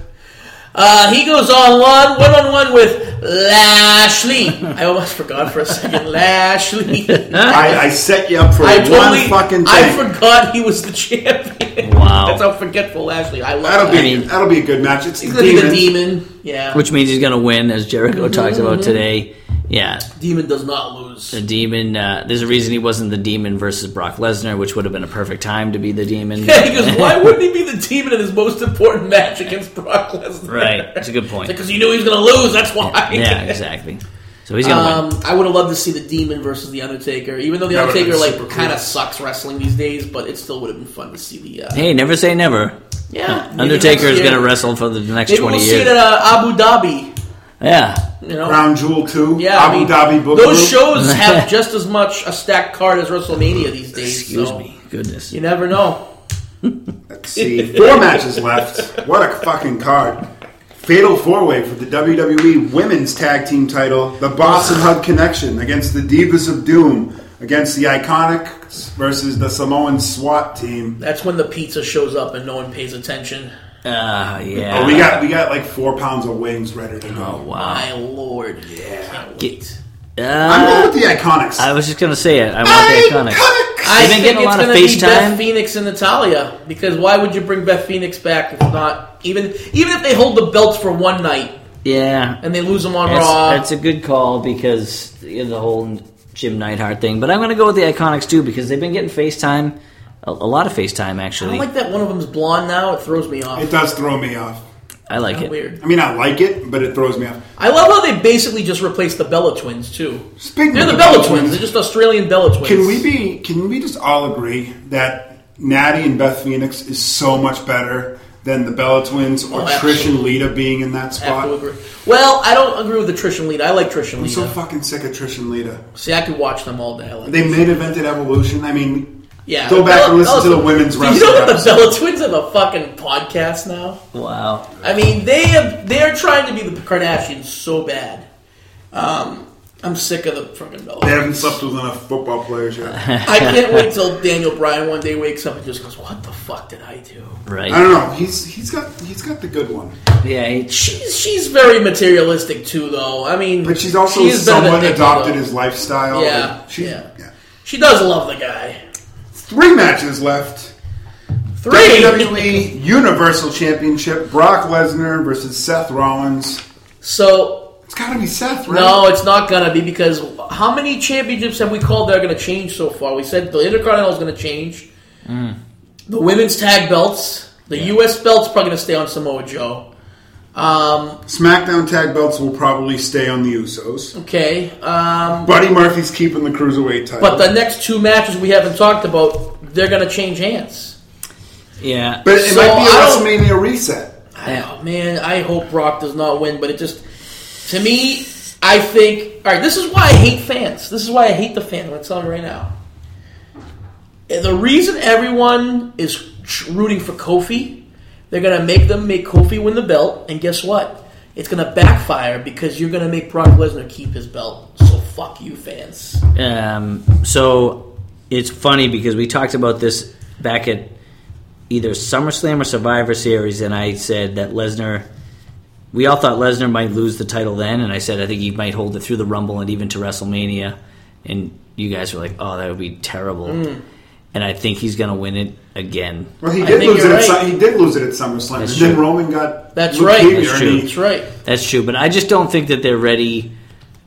Uh, he goes on one, one on one with Lashley. I almost forgot for a second. Lashley. I, I set you up for I one totally, fucking thing. I forgot he was the champion. Wow. That's how forgetful Lashley. I love that'll be that. mean- that'll be a good match. It's He's the gonna be the demon. demon. Yeah. Which means he's gonna win, as Jericho Mm-hmm. talks about today. Yeah, demon does not lose. the demon. Uh, there's a reason he wasn't the demon versus Brock Lesnar, which would have been a perfect time to be the demon. Yeah, he goes, why wouldn't he be the demon in his most important match against Brock Lesnar? right, that's a good point. Because he knew he was going to lose, that's why. yeah, exactly. So he's gonna win. Um, I would have loved to see the Demon versus the Undertaker, even though the That would've Undertaker been like super cool. kind of sucks wrestling these days, but it still would have been fun to see the. Uh, Hey, never say never. yeah, maybe Undertaker next is year. gonna wrestle for the next Maybe twenty we'll see it years. at uh, Abu Dhabi. yeah, You know, Crown Jewel too. yeah, Abu I mean, Dhabi Book. Those shows have just as much a stacked card as WrestleMania these days. excuse so me, goodness. You never know. See, four matches left. What a fucking card! Fatal four way for the WWE Women's Tag Team Title. The Boss and Hug Connection against the Divas of Doom against the Iconics versus the Samoan SWAT team. That's when the pizza shows up and no one pays attention. Ah, yeah. Oh, we got we got like four pounds of wings ready to Oh, go. wow. My lord, yeah, can't wait. I'm Uh, going with the Iconics. I was just gonna say it. I want the iconic. I They've been think getting a it's lot of gonna be FaceTime. Beth Phoenix and Natalia because why would you bring Beth Phoenix back if not even even if they hold the belts for one night Yeah, and they lose them on That's, Raw? that's a good call because you know, the whole Jim Neidhart thing. But I'm going to go with the Iconics too because they've been getting FaceTime, a, a lot of FaceTime I actually. don't like that one of them's blonde now. It throws me off. It does throw me off. I like Kinda it. Weird. I mean, I like it, but it throws me off. I love how they basically just replaced the Bella twins too. Speaking They're of the the Bella Bella twins. Twins, They're just Australian Bella twins. Can we be? Can we just all agree that Natty and Beth Phoenix is so much better than the Bella Twins or Oh, Trish and absolutely. Lita being in that I have to spot? agree. Well, I don't agree with the Trish and Lita. I like Trish and I'm Lita. so fucking sick of Trish and Lita. See, I could watch them all day. I like They made evented Evolution. I mean, yeah, go the back Bella- and listen to the Bella- women's Do You know wrestling. that the episode. Bella twins have a fucking podcast now. Wow. I mean, they have, they're trying to be the Kardashians so bad. Um, I'm sick of the freaking Dolphins. They haven't slept with enough football players yet. I I can't wait till Daniel Bryan one day wakes up and just goes, "What the fuck did I do?" right? don't know. He's he's got he's got the good one, Yeah, he- She's she's very materialistic too, though. I mean, but she's also she is better than somewhat Nikki, adopted though. his lifestyle. Yeah, She- yeah. yeah. She does love the guy. Three matches left. Three. WWE Universal Championship: Brock Lesnar versus Seth Rollins. So It's got to be Seth, right? no, it's not gonna be because how many championships have we called that are gonna change so far? We said the Intercontinental is gonna change. Mm. The women's tag belts, the U.S. belt's probably gonna stay on Samoa Joe. Um, SmackDown tag belts will probably stay on the Usos. okay. Um, Buddy Murphy's keeping the cruiserweight title. But the next two matches we haven't talked about, they're going to change hands. yeah. But it So, I don't- might be a WrestleMania reset. I know, man, I hope Brock does not win, but it just, to me, I think, all right, this is why I hate fans. This is why I hate the fans. I'm going to tell you right now. And the reason everyone is tr- rooting for Kofi, they're going to make them make Kofi win the belt, and guess what? It's going to backfire because you're going to make Brock Lesnar keep his belt. So fuck you, fans. Um, so it's funny because we talked about this back at either SummerSlam or Survivor Series, and I said that Lesnar. We all thought Lesnar might lose the title then, and I said I think he might hold it through the Rumble and even to WrestleMania. And you guys were like, "Oh, that would be terrible." And I think he's going to win it again. Well, he I did think lose it. you're At, right. Su- he did lose it at SummerSlam. That's and then true. Roman got That's leukemia right. That's and true. he- That's right. That's true, but I just don't think that they're ready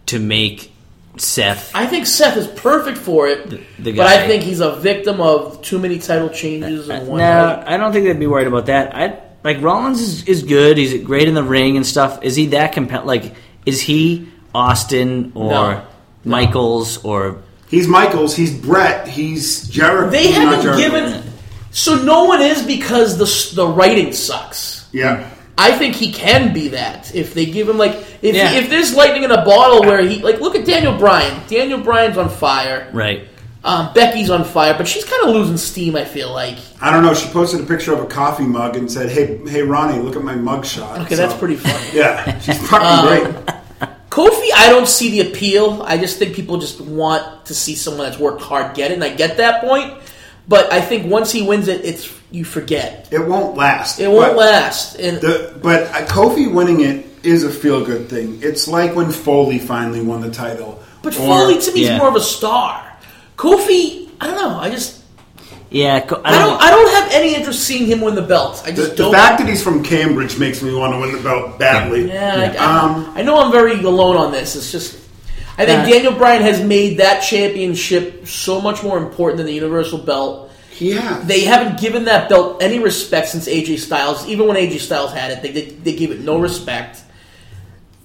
to make Seth. I think Seth is perfect for it, the but guy. I think he's a victim of too many title changes in No, one night. I don't think they'd be worried about that. I like Rollins is, is good. He's great in the ring and stuff. Is he that compelling? Like, is he Austin or No. No. Michaels or He's Michaels. He's Brett. He's Jericho. They not haven't Jericho. given, so no one is because the s- the writing sucks. Yeah. I think he can be that if they give him like if Yeah. if there's lightning in a bottle where he like look at Daniel Bryan. Daniel Bryan's on fire. right? Um, Becky's on fire, but she's kind of losing steam. I feel like I don't know. She posted a picture of a coffee mug and said, "Hey, hey, Ronnie, look at my mug shot." okay, So, that's pretty Um, funny. Yeah, she's fucking great. Kofi, I don't see the appeal. I just think people just want to see someone that's worked hard get it, and I get that point. But I think once he wins it, it's you forget. It won't last. It won't But last. And The, but uh, Kofi winning it is a feel good thing. It's like when Foley finally won the title. but Or- Foley to me yeah. is more of a star. Kofi, I don't know. I just Yeah, co- I don't I don't have any interest seeing him win the belt. I The, just the don't. fact that he's from Cambridge makes me want to win the belt badly. yeah, I- I, Um, I know I'm very alone on this. It's just I think Uh, Daniel Bryan has made that championship so much more important than the Universal Belt. he has. They haven't given that belt any respect since AJ Styles. Even when AJ Styles had it, they they, they gave it no respect.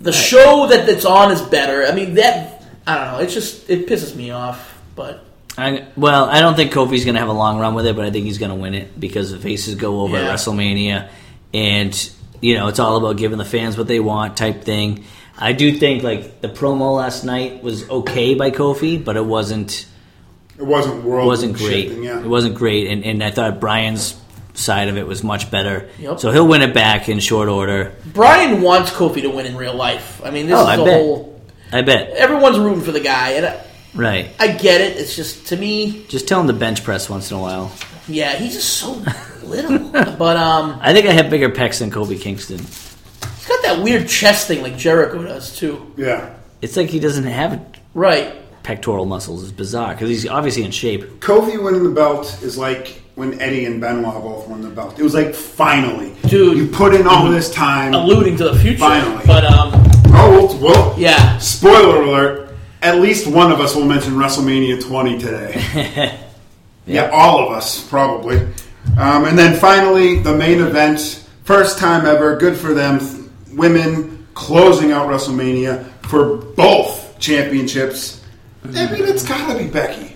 The show that it's on is better. I mean that I don't know. It's just it pisses me off. But I, well, I don't think Kofi's going to have a long run with it, but I think he's going to win it because the faces go over Yeah. at WrestleMania, and you know it's all about giving the fans what they want type thing. I do think like the promo last night was okay by Kofi, but it wasn't. it wasn't world. it wasn't great. shifting, yeah. It wasn't great, and, and I thought Brian's side of it was much better. Yep. So he'll win it back in short order, Brian wants Kofi to win in real life. I mean, this Oh, is I a bet. whole I bet. everyone's rooting for the guy, and I, Right. I get it. It's just to me, Just tell him to bench press once in a while. yeah, he's just so little. But um, I think I have bigger pecs than Kobe Kingston. he's got that weird chest thing like Jericho does too. Yeah. It's like he doesn't have Right. pectoral muscles. It's bizarre because he's obviously in shape. Kofi winning the belt is like when Eddie and Benoit both won the belt. It was like finally, Dude. You put in Mm-hmm. all this time. Alluding to the future, Finally. but um, Oh well. well, yeah. Spoiler alert. At least one of us will mention WrestleMania 20 today. yeah. all of us, probably. Um, and then finally, the main event. First time ever. Good for them. Women closing out WrestleMania for both championships. I mean, it's got to be Becky.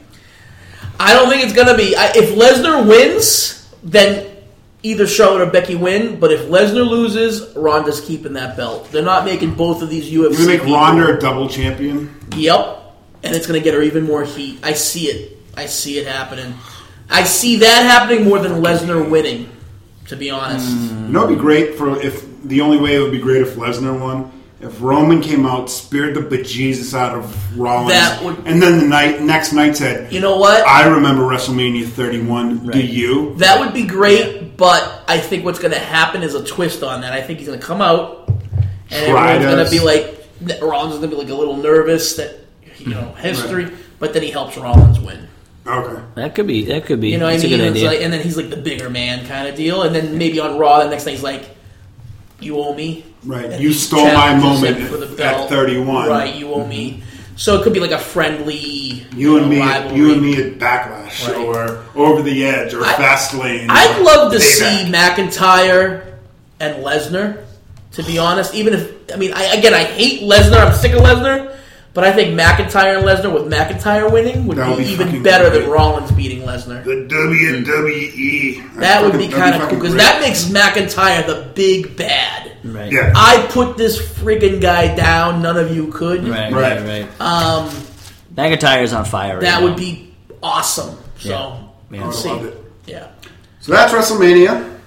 I don't think it's gonna be. I, if Lesnar wins, then either Charlotte or Becky win. But if Lesnar loses, Ronda's keeping that belt. They're not making both of these UFC. We make people- Ronda a double champion. Yep, and it's gonna get her even more heat. I see it. I see it happening. I see that happening more than Lesnar winning. To be honest, You know, it'd be great for if the only way it would be great if Lesnar won if Roman came out, speared the bejesus out of Rollins, That would- and then the night next night said, You know what? I remember WrestleMania 31. Do you? That would be great, but I think what's going to happen is a twist on that. I think he's going to come out, and Tried everyone's going us. to be like, Rollins is going to be like a little nervous that you know history, but then he helps Rollins win. Okay. That could be. That could be. You know, what I That's mean, a good It's idea. like- and then he's like the bigger man kind of deal, and then maybe on Raw the next thing he's like, "You owe me." Right, And you he stole my challenges moment him for the at belt. 31. Right, you owe me. So it could be like a friendly You and know, me, rivalry. you and me at Backlash Right. or Over the Edge or Fastlane. I'd or love to Payback. see McIntyre and Lesnar. To be honest, even if I mean, I, again, I hate Lesnar. I'm sick of Lesnar, but I think McIntyre and Lesnar with McIntyre winning would That would be, be fucking even better than great. Rollins beating Lesnar. the WWE. That would be That'd kind of cool fucking because great. that makes McIntyre the big bad. right. yeah, I put this friggin' guy down. None of you could. Right. Right. Right. Right. Um, McIntyre's on fire. Right That now. would be awesome. So Yeah. I Yeah. would've see. loved it. yeah. So that's WrestleMania.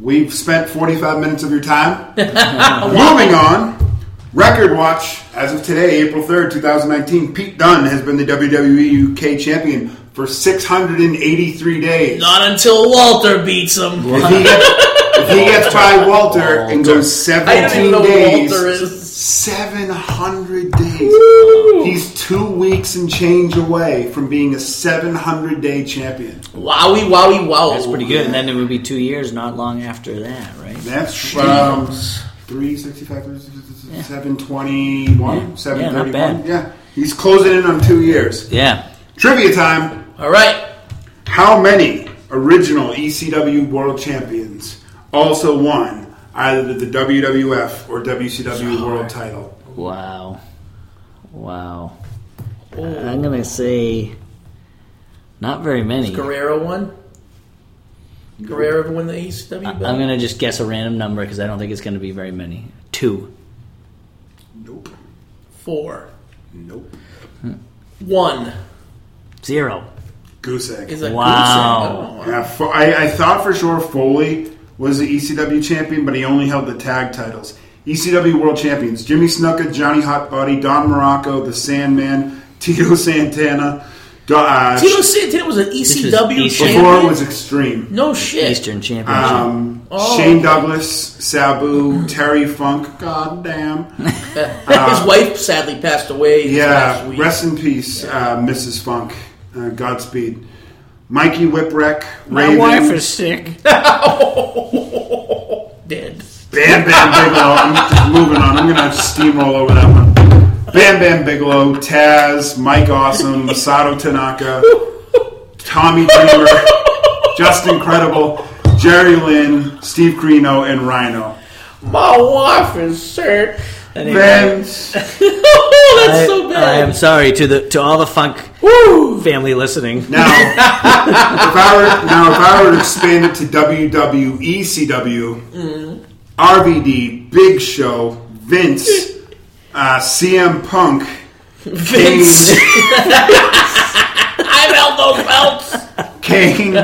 We've spent 45 minutes of your time. Moving on. Record watch. As of today, April 3rd, 2019, Pete Dunne has been the WWE UK champion for 683 days. Not until Walter beats him. If he gets, if he gets by Walter and goes I don't 17 even know who days, Walter is. 700 days. He's two weeks and change away from being a 700 day champion. Wowie, wowie, wow. That's pretty good. And then it would be two years, not long after that, right? That's from 365, 721, 731. bad. Yeah. He's closing in on two years. Yeah. Trivia time. All right. How many original ECW world champions also won either the WWF or WCW world title? Wow. Wow. I'm gonna say not very many. Guerrero won. Guerrero ever won the ECW I'm belt? gonna just guess a random number because I don't think it's gonna be very many. Two. Nope. Four. Nope. One. Zero. Goose egg. Is a Wow. goose egg. Yeah, Fo- I, I thought for sure Foley was the ECW champion, but he only held the tag titles. ECW World Champions: Jimmy Snuka, Johnny Hotbody, Don Morocco, The Sandman, Tito Santana. Do- uh, Tito Santana was an ECW before Eastern- it champion. was Extreme. no shit. Eastern Championship. Um, Oh. Shane Douglas, Sabu, Terry Funk. God damn. His wife sadly passed away this last Uh, Yeah, week. rest in peace, uh, Mrs. Funk. Uh, Godspeed. Mikey Whipwreck, My Raven, wife is Dead. sick. Bam Bam Bigelow. I'm just moving on. I'm gonna steamroll over that one. Bam Bam Bigelow, Taz, Mike Awesome, Masato Tanaka, Tommy Dreamer, Just Incredible, Jerry Lynn, Steve Carino, and Rhino. My wife is sick. Anyway, Then oh, that's I, so bad. I am sorry to the to all the funk family listening. now, if I were now if I were to expand it to E WWE CW, RVD, Big Show, Vince, uh, CM Punk, Vince. Kane, I've held those belts. Kane,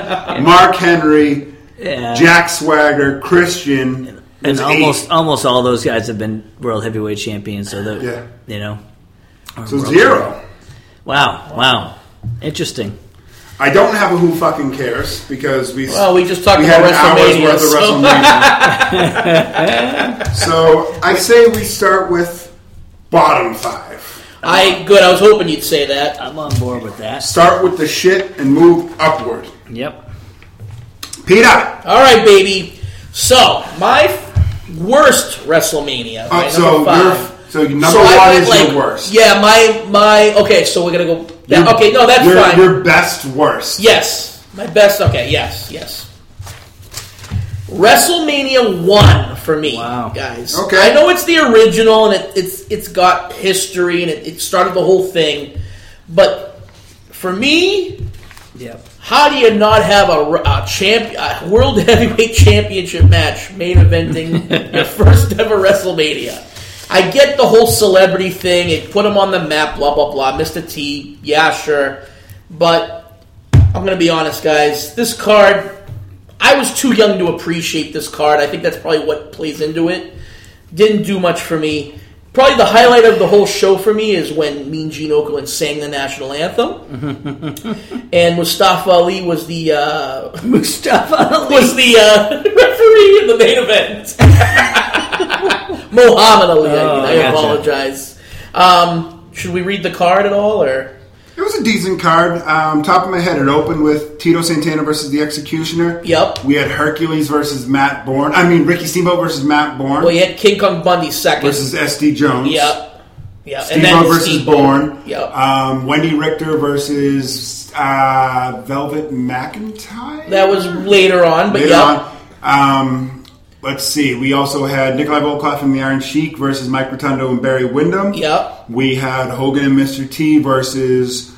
Mark Henry, Yeah. Jack Swagger, Christian, and there's almost eight. almost all those guys have been world heavyweight champions. So that Yeah. you know. are so world- zero. Wow! Wow! Interesting. I don't have a who fucking cares because we Well, we just talked we about had an hour's WrestleMania. worth of so- WrestleMania. so I say we start with bottom five. I good. I was hoping you'd say that. I'm on board with that. Start with the shit and move upward. Yep. Peter. uh, All right, baby. So my f- worst WrestleMania. Uh, my so number five. your so your number So I one went, is like, your worst. Yeah, my my. Okay, so we're gonna go. yeah, Your- okay, no, that's your, fine. Your best worst. Yes, my best. Okay, yes, yes. WrestleMania one for me, Wow. guys. Okay. I know it's the original, and it, it's it's got history, and it, it started the whole thing. But for me, Yep. How do you not have a, a champ, a world heavyweight championship match main eventing your first ever WrestleMania? I get the whole celebrity thing. It put him on the map. Blah blah blah. Mr. T. Yeah, sure. But I'm gonna be honest, guys. This card, I was too young to appreciate this card. I think that's probably what plays into it. Didn't do much for me. Probably the highlight of the whole show for me is when Mean Gene Okerlund sang the national anthem, and Mustafa Ali was the uh, Mustafa Ali. was the uh, referee in the main event. Muhammad Ali. I, mean, Oh, I gotcha. apologize. Um, should we read the card at all, or It was a decent card. Um, top of my head, it opened with Tito Santana versus the Executioner. yep? We had Hercules versus Matt Bourne. I mean, Ricky Steamboat versus Matt Bourne Well, you had King Kong Bundy second. versus SD Jones. yep. Yep. Steve versus Bourne. Yep. Um, Wendy Richter versus uh, Velvet McIntyre. That was later on, but Later yeah. on. Um, let's see. We also had Nikolai Volkoff from the Iron Sheik versus Mike Rotundo and Barry Windham. Yep. We had Hogan and Mr. T versus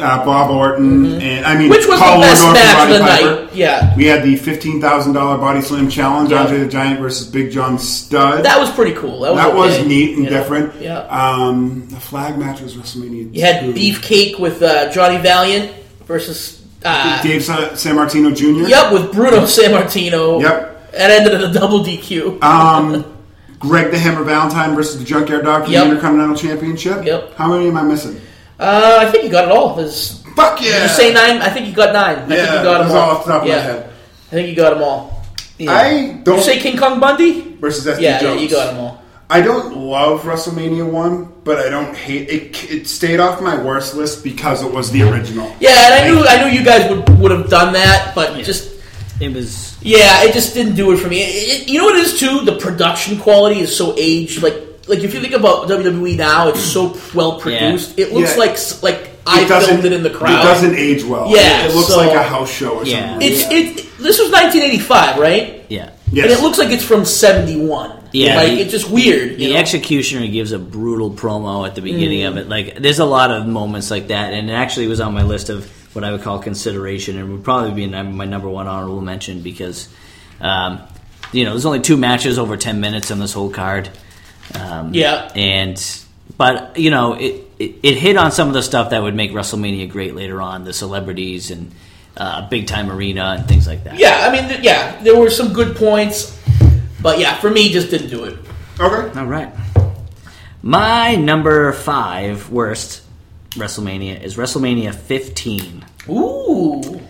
uh, Bob Orton, and I mean, Mm-hmm. Which was Paul the best Orndorff and match of Roddy the Piper. night. Yeah. We had the fifteen thousand dollar body slam challenge, Yeah. Andre the Giant versus Big John Stud. That was pretty cool. That was, That was okay. neat and Yeah. different. Yeah. Um, the flag match was WrestleMania. you had two. Beefcake with uh, Johnny Valiant versus. Uh, Dave Sa- San Martino Jr. yep, with Bruno Sammartino. Yep. That ended in a double DQ. Um, Greg the Hammer Valentine versus the Junkyard Dog for Yep. the Intercontinental Championship. Yep. How many am I missing? Uh, I think you got it all. There's, Fuck yeah! Did you say nine? I think you got nine. I think Yeah, you got that's them all. all off the top of my yeah. head. I think you got them all. Yeah. I you don't say King Kong Bundy? versus SD Yeah, yeah, Jones. you got them all. I don't love WrestleMania one, but I don't hate it. It stayed off my worst list because it was the original. Yeah, and I knew I knew you guys would would have done that, but just It was Yeah, it just didn't do it for me. It, it- you know what it is too? The production quality is so aged. Like, like if you think about WWE now, it's so well produced. It looks Yeah. like s- like I doesn't- filmed it in the crowd. It doesn't age well. Yeah, it looks so- like a house show or Yeah. something. It's yeah. it. This was 1985, right? yeah. Yes. And it looks like it's from 71. Yeah, like the- it's just weird. you The know? Mm. executioner gives a brutal promo at the beginning of it. Like, there's a lot of moments like that, and it actually was on my list of what I would call consideration, and would probably be num- my number one honorable mention because, um, you know, there's only two matches over ten minutes on this whole card. Um, Yeah. and but you know, it, it it hit on some of the stuff that would make WrestleMania great later on, the celebrities and uh, big time arena and things like that. yeah, I mean, th- yeah, there were some good points, but yeah, for me, just didn't do it. okay. All right. My number five worst WrestleMania is WrestleMania 15. Ooh,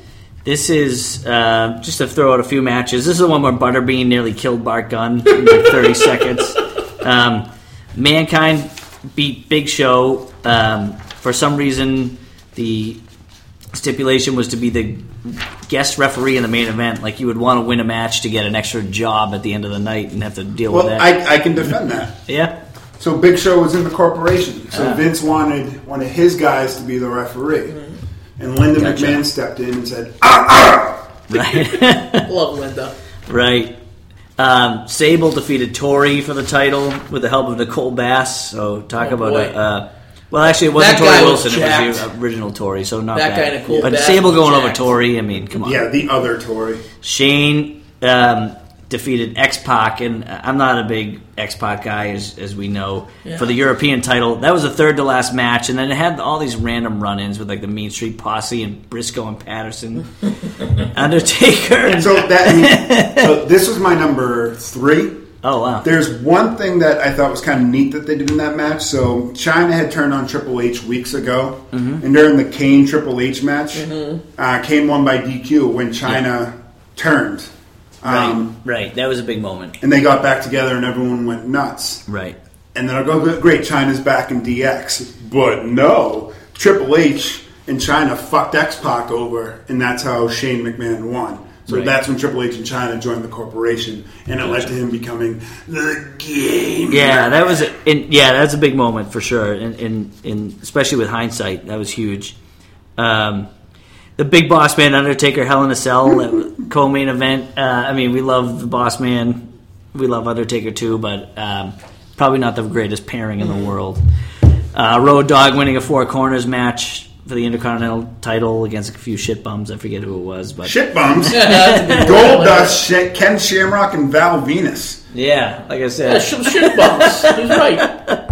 This is uh, just to throw out a few matches. This is the one where Butterbean nearly killed Bart Gunn in like 30 seconds. Um, Mankind beat Big Show. Um, for some reason, the stipulation was to be the guest referee in the main event. Like you would want to win a match to get an extra job at the end of the night and have to deal Well, with that. I, I can defend that. yeah. So Big Show was in the corporation. So Vince wanted one of his guys to be the referee, Mm-hmm. and Linda Gotcha. McMahon stepped in and said, "Ah, Right. love Linda. Right. Um, Sable defeated Tori for the title with the help of Nicole Bass. So talk Oh, about boy. a. Uh, well, actually, it wasn't That Tori guy was Wilson. it was jacked. the original Tori, so not That bad. guy Nicole but Bass Sable was going over jacked. Tori. I mean, come on. yeah, the other Tory." Shane um, defeated X Pac, and uh, I'm not a big X Pac guy, as, as we know, Yeah. for the European title. That was the third to last match, and then it had all these random run ins with like the Mean Street Posse and Briscoe and Patterson, Undertaker. And, So that so this was my number three. oh, wow. There's one thing that I thought was kind of neat that they did in that match. So China had turned on Triple H weeks ago, and during the Kane Triple H match, uh, Kane won by DQ when China turned, um, right, right. That was a big moment. and they got back together, and everyone went nuts. Right. And then I go, great, China's back in DX, but no, Triple H and China fucked X Pac over, and that's how Shane McMahon won. So Right. that's when Triple H and China joined the corporation, and it led to him becoming the game. Yeah, that was a, and yeah, that's a big moment for sure, and and, and especially with hindsight, that was huge. Um, the Big Boss Man, Undertaker, Hell in a Cell, that co-main event. Uh, I mean, we love the Boss Man, we love Undertaker too, but um, probably not the greatest pairing in the world. Uh, Road Dog winning a four corners match for the Intercontinental title against a few shit bums. I forget who it was, but Shit bums. That's a good one. Gold Dust, Sha- Ken Shamrock, and Val Venus. yeah, like I Yeah, said, some shit bumps. He's right.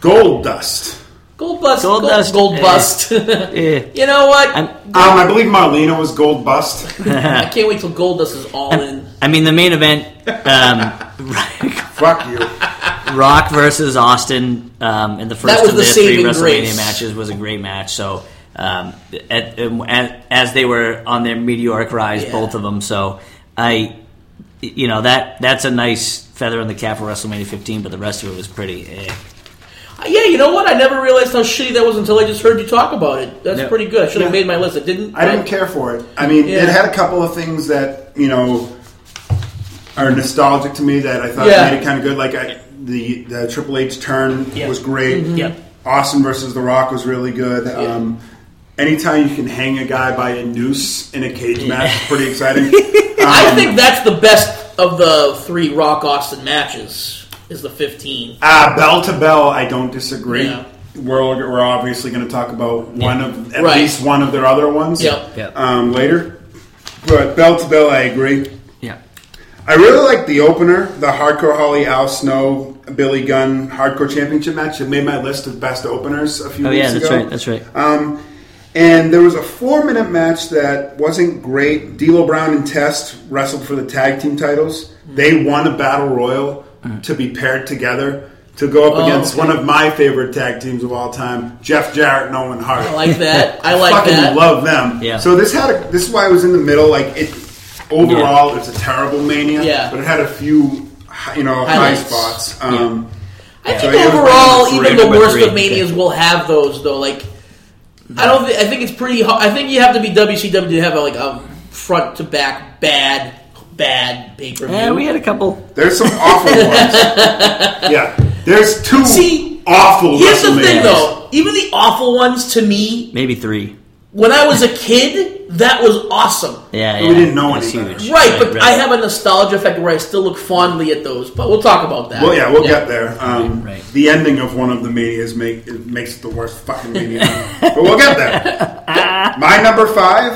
Gold Dust. Gold bust. Gold Gold, dust. Gold Eh. bust. eh. you know what? I'm- Um, I believe Marlena was Gold Bust. I can't wait till Gold Dust is all in. I mean, the main event, um, Fuck you. Rock versus Austin um, in the first That was of the the three saving WrestleMania grace. matches was a great match. So, um, at, at, as they were on their meteoric rise, Yeah. both of them. So, I, you know that that's a nice feather in the cap for WrestleMania 15. But the rest of it was pretty. Eh. Uh, Yeah, you know what? I never realized how shitty that was until I just heard you talk about it. That's Yeah. pretty good. I should have Yeah. made my list. I didn't. I didn't but- care for it. I mean, Yeah. it had a couple of things that you know are nostalgic to me that I thought Yeah. made it kind of good. Like I, the the Triple H turn Yeah. Mm-hmm. was great. Yeah. Austin versus The Rock was really good. Um, anytime you can hang a guy by a noose in a cage match, is pretty exciting. I Um, think that's the best of the three Rock Austin matches. Is the fifteen? Ah, bell to bell, I don't disagree. Yeah. We're, we're obviously going to talk about one of at Right. least one of their other ones Yeah. Yeah. Um, later. But bell to bell, I agree. Yeah. I really like the opener, the Hardcore Holly, Al Snow, Billy Gunn Hardcore Championship match. It made my list of best openers a few Oh weeks yeah, that's ago. right. That's right. Um, and there was a four minute match that wasn't great. D'Lo Brown and Test wrestled for the tag team titles. They won a battle royal to be paired together to go up Oh, against okay. one of my favorite tag teams of all time, Jeff Jarrett and Owen Hart. I like that. I like Fucking that. love them. Yeah. So this had a, this is why I was in the middle. Like it overall, it's a terrible mania. Yeah. But it had a few, you know, high Highlights. spots. Um, I So think it was overall, number even three. the worst Number of three. manias will have those though. Like, I don't. Th- I think it's pretty. Hard. I think you have to be WCW to have like a front to back bad, bad pay per view. Yeah, we had a couple. There's some awful ones. Yeah. There's two See, awful. Here's the thing WrestleManias. though. Even the awful ones to me, Maybe three. when I was a kid, that was awesome. Yeah, But yeah. we didn't know That's any better. huge. Right, but right. I have a nostalgia effect where I still look fondly at those. But we'll talk about that. Well, yeah, we'll get there. Um, Right, right. The ending of one of the manias make it makes it the worst fucking mania, ever. but we'll get there. My number five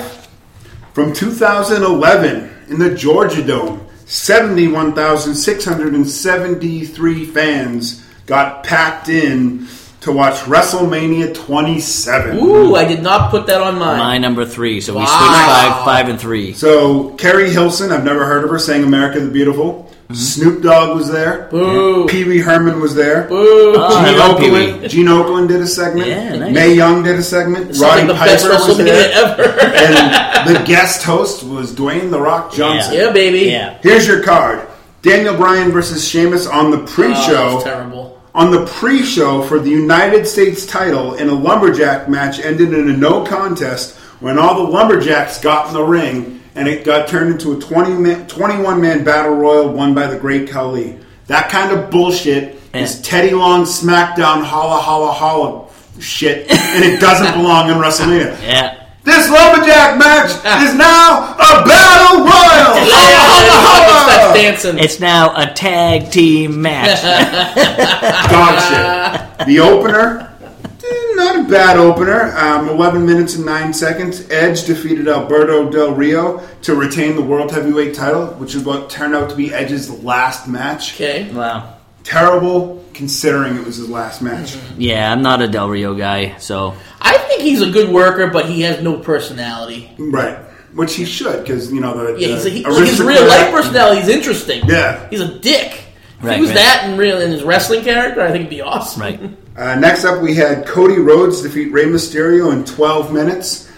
from 2011 in the Georgia Dome, 71,673 fans got packed in to watch WrestleMania 27. Ooh, I did not put that on mine. My number three. So we switched Wow. five, five, and three. So Carrie Hilson, I've never heard of her, sang "America the Beautiful." Snoop Dogg was there. Boo. Pee Wee Herman was there. Oh, I Gene Ah, love Pee Wee. Oakland, Gene Oakland did a segment. Yeah, nice. May Young did a segment. It's Roddy like the best Piper was WrestleMania there. ever. and the guest host was Dwayne The Rock Johnson. yeah, baby. Yeah. Here's your card. Daniel Bryan versus Sheamus on the Oh, that pre-show. was terrible. on the pre-show for the United States title in a lumberjack match ended in a no contest when all the lumberjacks got in the ring and it got turned into a 20 man, 21 man battle royal won by the Great Khali. That kind of bullshit is Yeah. Teddy Long SmackDown holla holla holla shit and it doesn't belong in WrestleMania. Yeah. This lumberjack match is now a battle royal. Yeah, Holla holla I holla. didn't like that dancing. It's now a tag team match. dog shit. Uh, The opener, eh, not a bad opener. Um, 11 minutes and 9 seconds. Edge defeated Alberto Del Rio to retain the World Heavyweight title, which is what turned out to be Edge's last match. okay. wow. Terrible considering it was his last match. Mm-hmm. Yeah, I'm not a Del Rio guy, so I think he's a good worker, but he has no personality. Right. Which he should, because, you know, the. Yeah, the he's a, he, like his aristocrat- real life personality is interesting. Yeah. he's a dick. If Right, he was right. that in real in his wrestling character, I think it'd be awesome. right. Uh, next up, we had Cody Rhodes defeat Rey Mysterio in 12 minutes.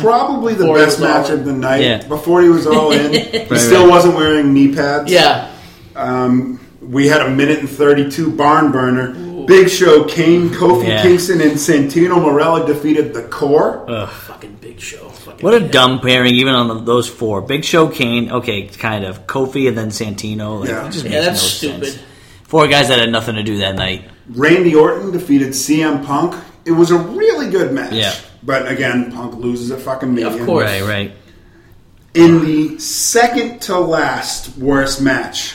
Probably the Before he best was match all in. of the night. Yeah. Before he was all in, he Right, still right. wasn't wearing knee pads. Yeah. Um, we had a minute and 32 barn burner. Big Show, Kane, Kofi Yeah. Uh. Kingston, and Santino Morella defeated the core. Fucking Big Show. Fucking What a yeah. dumb pairing, even on the, those four. Big Show, Kane, okay, kind of. Kofi and then Santino. Like, Yeah. it just Yeah, makes that's no stupid. Sense. Four guys that had nothing to do that night. Randy Orton defeated CM Punk. It was a really good match. Yeah. But again, Punk loses a fucking Yeah, million. of course. Right, right. In the second to last worst match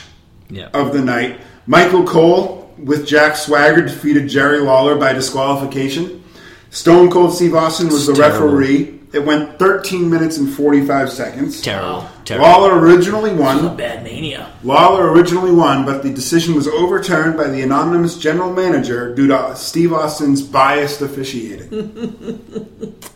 Yeah. of the night, Michael Cole with Jack Swagger defeated Jerry Lawler by disqualification. Stone Cold Steve Austin was It's the terrible. referee. It went 13 minutes and 45 seconds. Terrible. Terrible. Lawler originally A won. bad mania. Lawler originally won, but the decision was overturned by the anonymous general manager due to Steve Austin's biased Hmm. officiating.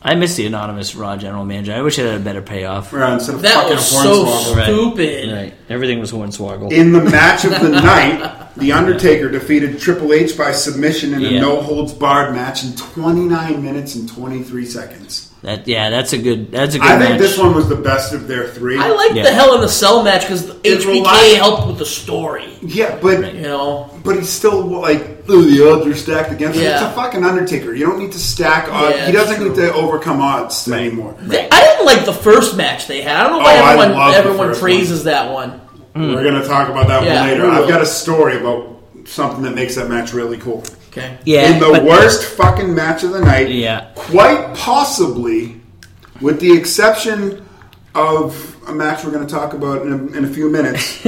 I miss the anonymous Raw general manager. I wish it had a better payoff. Where uh, instead of That fucking was a so hornswoggle- Right. stupid. Right. Everything was hornswoggle. In the match of the night, The Undertaker defeated Triple H by submission in Yeah. a no holds barred match in 29 minutes and 23 seconds. that yeah, that's a good. That's a good I match. think this one was the best of their three. I like Yeah. the Hell in a Cell match because HBK relied- helped with the story. yeah, but You know, but he's still like "Ooh, the odds are stacked against him. Yeah. It's a fucking Undertaker. You don't need to stack odds. Yeah, he doesn't true. need to overcome odds anymore. They- I didn't like the first match they had. I don't know Oh, why I everyone love the everyone first praises that one. We're gonna talk about that Yeah, one we later. will. I've got a story about something that makes that match really cool. Okay. yeah, in the but- worst fucking match of the night. Yeah. Quite possibly, with the exception of a match we're going to talk about in a, in a few minutes,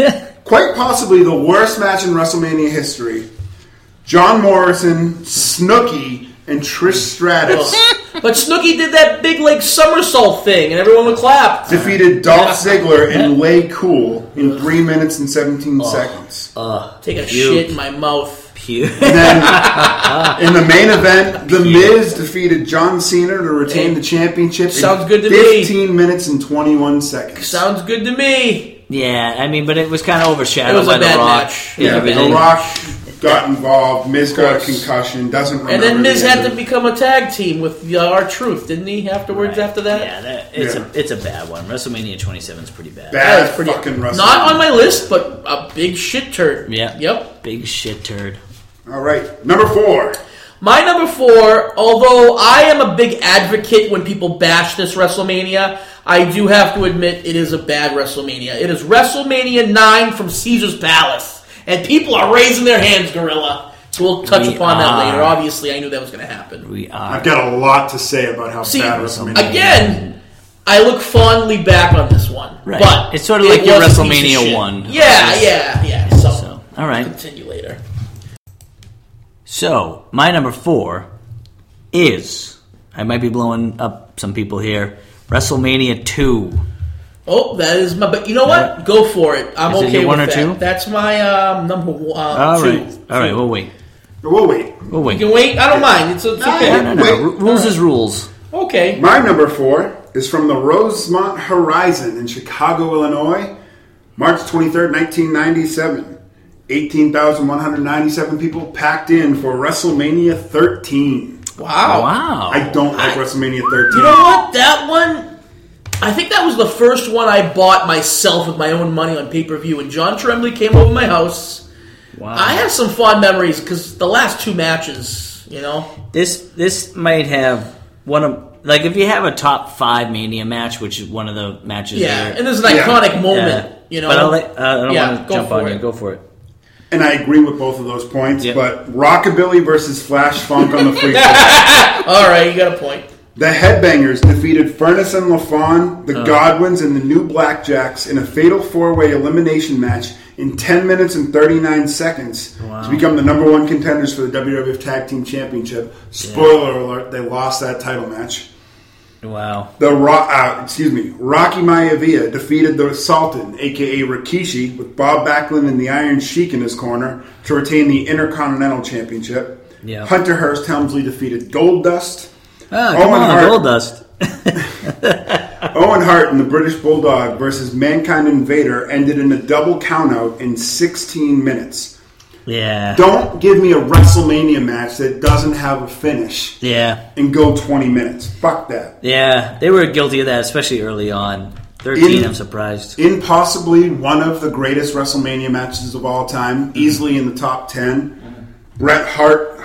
quite possibly the worst match in WrestleMania history. John Morrison, Snooki, and Trish Stratus But Snooki did that big like somersault thing, and everyone would clap. defeated Dolph Ziggler and Lay Cool in 3 minutes and 17 seconds. Take a Puke. shit in my mouth. Pew. then in the main event, The Miz defeated John Cena to retain the championship. in Sounds good to me. 15 minutes and 21 seconds. Sounds good to me. yeah, I mean, but it was kind of It overshadowed was a by the bad Rock. match. and yeah, The everything. Rock got involved. Miz got a concussion. Doesn't remember. And then Miz the had end. to become a tag team with our truth, didn't he? Afterwards, after that, Yeah, that, it's Yeah. a it's a bad one. WrestleMania 27 is pretty bad. That bad was pretty- fucking wrestling. Not on my list, but a big shit turd. Yeah. Yep. Big shit turd. All right, number four. My number four, although I am a big advocate when people bash this WrestleMania, I do have to admit it is a bad WrestleMania. It is WrestleMania 9 from Caesar's Palace. And people are raising their hands, Gorilla. So we'll touch We upon that are. later. Obviously, I knew that was going to happen. We are. I've got a lot to say about how See, bad WrestleMania. again, I look fondly back on this one. Right. But It's sort of it like your was a piece of WrestleMania shit. 1. Yeah, yeah, yeah. So, So, all right. continue later. So, my number four is I might be blowing up some people here. WrestleMania two. Oh, that is my. But you know what? Go for it. I'm Is it okay your one with or that. two? That's my um, number one. All two. right, all right. We'll wait. Well, wait. We'll wait. You can wait. I don't mind. It's, it's No, okay. no, no. Wait. Ru- Rules is rules. Okay. My number four is from the Rosemont Horizon in Chicago, Illinois, March 23rd, 1997. 18,197 people packed in for WrestleMania 13. Wow. Wow. Oh, I don't like WrestleMania 13. You know what? That one. I think that was the first one I bought myself with my own money on pay per view. And John Tremblay came over my house. wow. I have some fond memories because the last two matches, you know. this this might have one of like if you have a top five Mania match, which is one of the matches. Yeah, there, and there's an Yeah. iconic moment, Yeah. you know. But I'll let, uh, I don't Yeah, want to go jump for on it. you. Go for it. And I agree with both of those points, Yep. but Rockabilly versus Flash Funk on the free throw. All right, you got a point. The Headbangers defeated Furnace and LaFon, Oh. the Godwins, and the New Blackjacks in a fatal four way elimination match in 10 minutes and 39 seconds to become the number one contenders for the WWF Tag Team Championship. Spoiler alert, they lost that title match. Wow. The Ro- uh, excuse me, Rocky Maivia defeated the Sultan, aka Rikishi, with Bob Backlund and the Iron Sheik in his corner to retain the Intercontinental Championship. Yeah. Hunter Hearst Helmsley defeated Goldust. Ah, Owen come on, Hart. gold dust. Owen Hart and the British Bulldog versus Mankind Invader ended in a double countout in 16 minutes. Yeah. Don't give me a WrestleMania match that doesn't have a finish Yeah. and go 20 minutes. Fuck that. Yeah. They were guilty of that, especially early on. Thirteen. In- I'm surprised. In possibly one of the greatest WrestleMania matches of all time, easily in the top 10, Bret Hart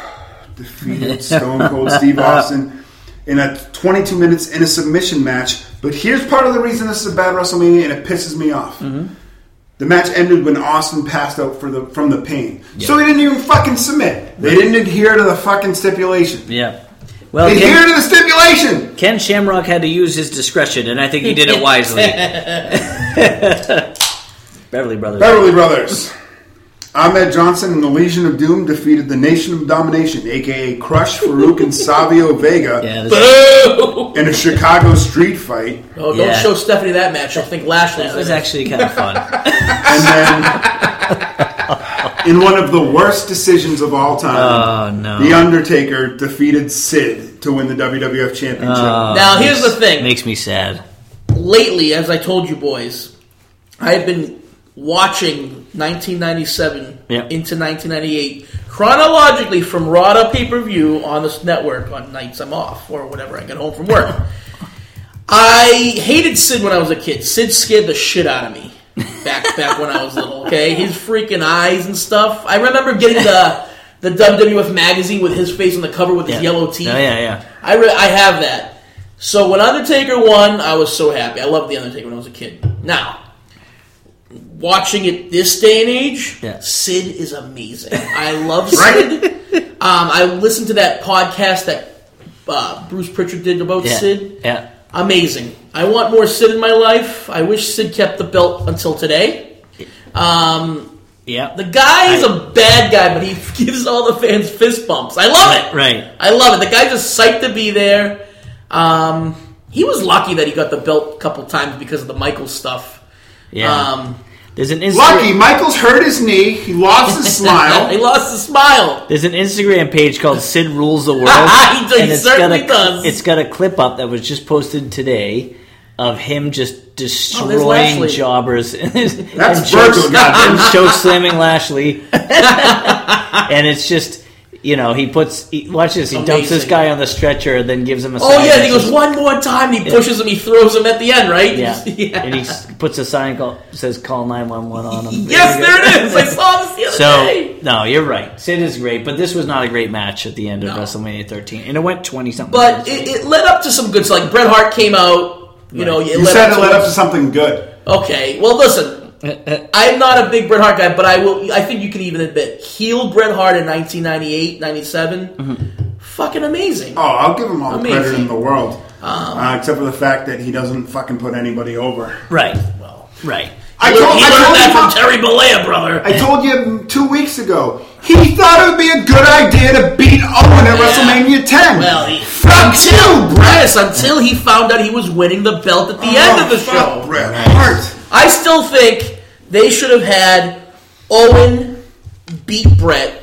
defeated Stone Cold Steve Austin in a 22 minutes in a submission match. But here's part of the reason this is a bad WrestleMania and it pisses me off. The match ended when Austin passed out for the from the pain. So he didn't even fucking submit. They didn't adhere to the fucking stipulation. Yeah. Well, They Ken, adhere to the stipulation. Ken Shamrock had to use his discretion, and I think he did it wisely. Beverly Brothers. Beverly Brothers. Ahmed Johnson and the Legion of Doom defeated the Nation of Domination, aka Crush, Farouk, and Savio Vega, Yeah, this, Boo! in a Chicago street fight. Oh, don't Yeah. show Stephanie that match. She'll think Lashley's that was in it. actually kind of fun. And then, in one of the worst decisions of all time, Oh no! The Undertaker defeated Sid to win the WWF Championship. Oh, Now, here's makes- the thing. Makes me sad. lately, as I told you boys, I have been watching 1997 Yep. into 1998 chronologically from Raw to pay per view on this network on nights I'm off or whenever I get home from work. I hated Sid when I was a kid. Sid scared the shit out of me back back when I was little. Okay, his freaking eyes and stuff. I remember getting the the WWF magazine with his face on the cover with his yellow teeth. Oh yeah, yeah. I, re- I have that. So when Undertaker won, I was so happy. I loved The Undertaker when I was a kid. Now, watching it this day and age, Yeah. Sid is amazing. I love Sid. Um, I listened to that podcast that uh, Bruce Pritchard did about yeah. Sid. Yeah. Amazing. I want more Sid in my life. I wish Sid kept the belt until today. Yeah. The guy is a bad guy, but he gives all the fans fist bumps. I love it. right. I love it. The guy just psyched to be there. Um, he was lucky that he got the belt a couple times because of the Michael stuff. Yeah. Um, there's an Insta- Lucky, Michael's hurt his knee. He lost his he smile. lost his smile. There's an Instagram page called Sid Rules the World. He does- he it's certainly got a, does. It's got a clip up that was just posted today of him just destroying Oh, Lashley. jobbers and, That's show, Virgil, goddamn. and show slamming Lashley. and it's just, you know, he puts, he, watch this, he dumps this Amazing. guy on the stretcher and then gives him a Oh sign yeah, and he that goes says- one more time. And he pushes him. He throws him at the end, right? Yeah. Yeah. And he s- puts a sign called, says call 911 on him. yes, you go. there it is. I saw this the other So day. no, you're right. Sid is great, but this was not a great match at the end of No. WrestleMania 13, and it went 20 something. But it, it led up to some good. So like Bret Hart came out. You know, it You said it led to- up to something good. Okay, well, listen. I'm not a big Bret Hart guy, but I will. I think you can even admit heel Bret Hart in 1998, 97, fucking amazing. Oh, I'll give him all the credit Amazing. Um. in the world. uh, except for the fact that he doesn't fucking put anybody over. right, Well, right. I he told, I learned told that you from my- Terry Bollea, brother. I told you two weeks ago. He thought it would be a good idea to beat Owen at Yeah. WrestleMania 10. well, he, fuck you, Brett. yes, until he found out he was winning the belt at the Oh, end of the show. Bret Hart. I still think they should have had Owen beat Brett.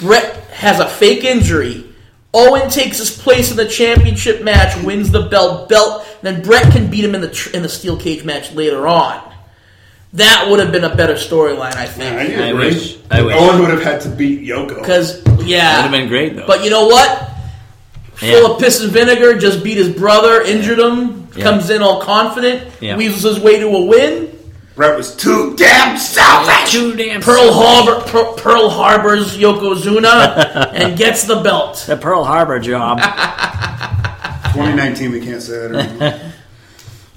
Brett has a fake injury. Owen takes his place in the championship match, wins the belt, belt. Then Brett can beat him in the tr- in the steel cage match later on. That would have been a better storyline, I think. I wish. I wish. Owen would have had to beat Yoko. Because yeah, Would have been great though. Ah. But you know what? Yeah. Full of piss and vinegar, just beat his brother, injured him, Yeah. comes in all confident, Yeah. weasels his way to a win. Brett was too damn selfish. too damn Pearl Harbor, Pearl, Pearl Harbor's Yokozuna, and gets the belt. the Pearl Harbor job. 2019, we can't say that anymore.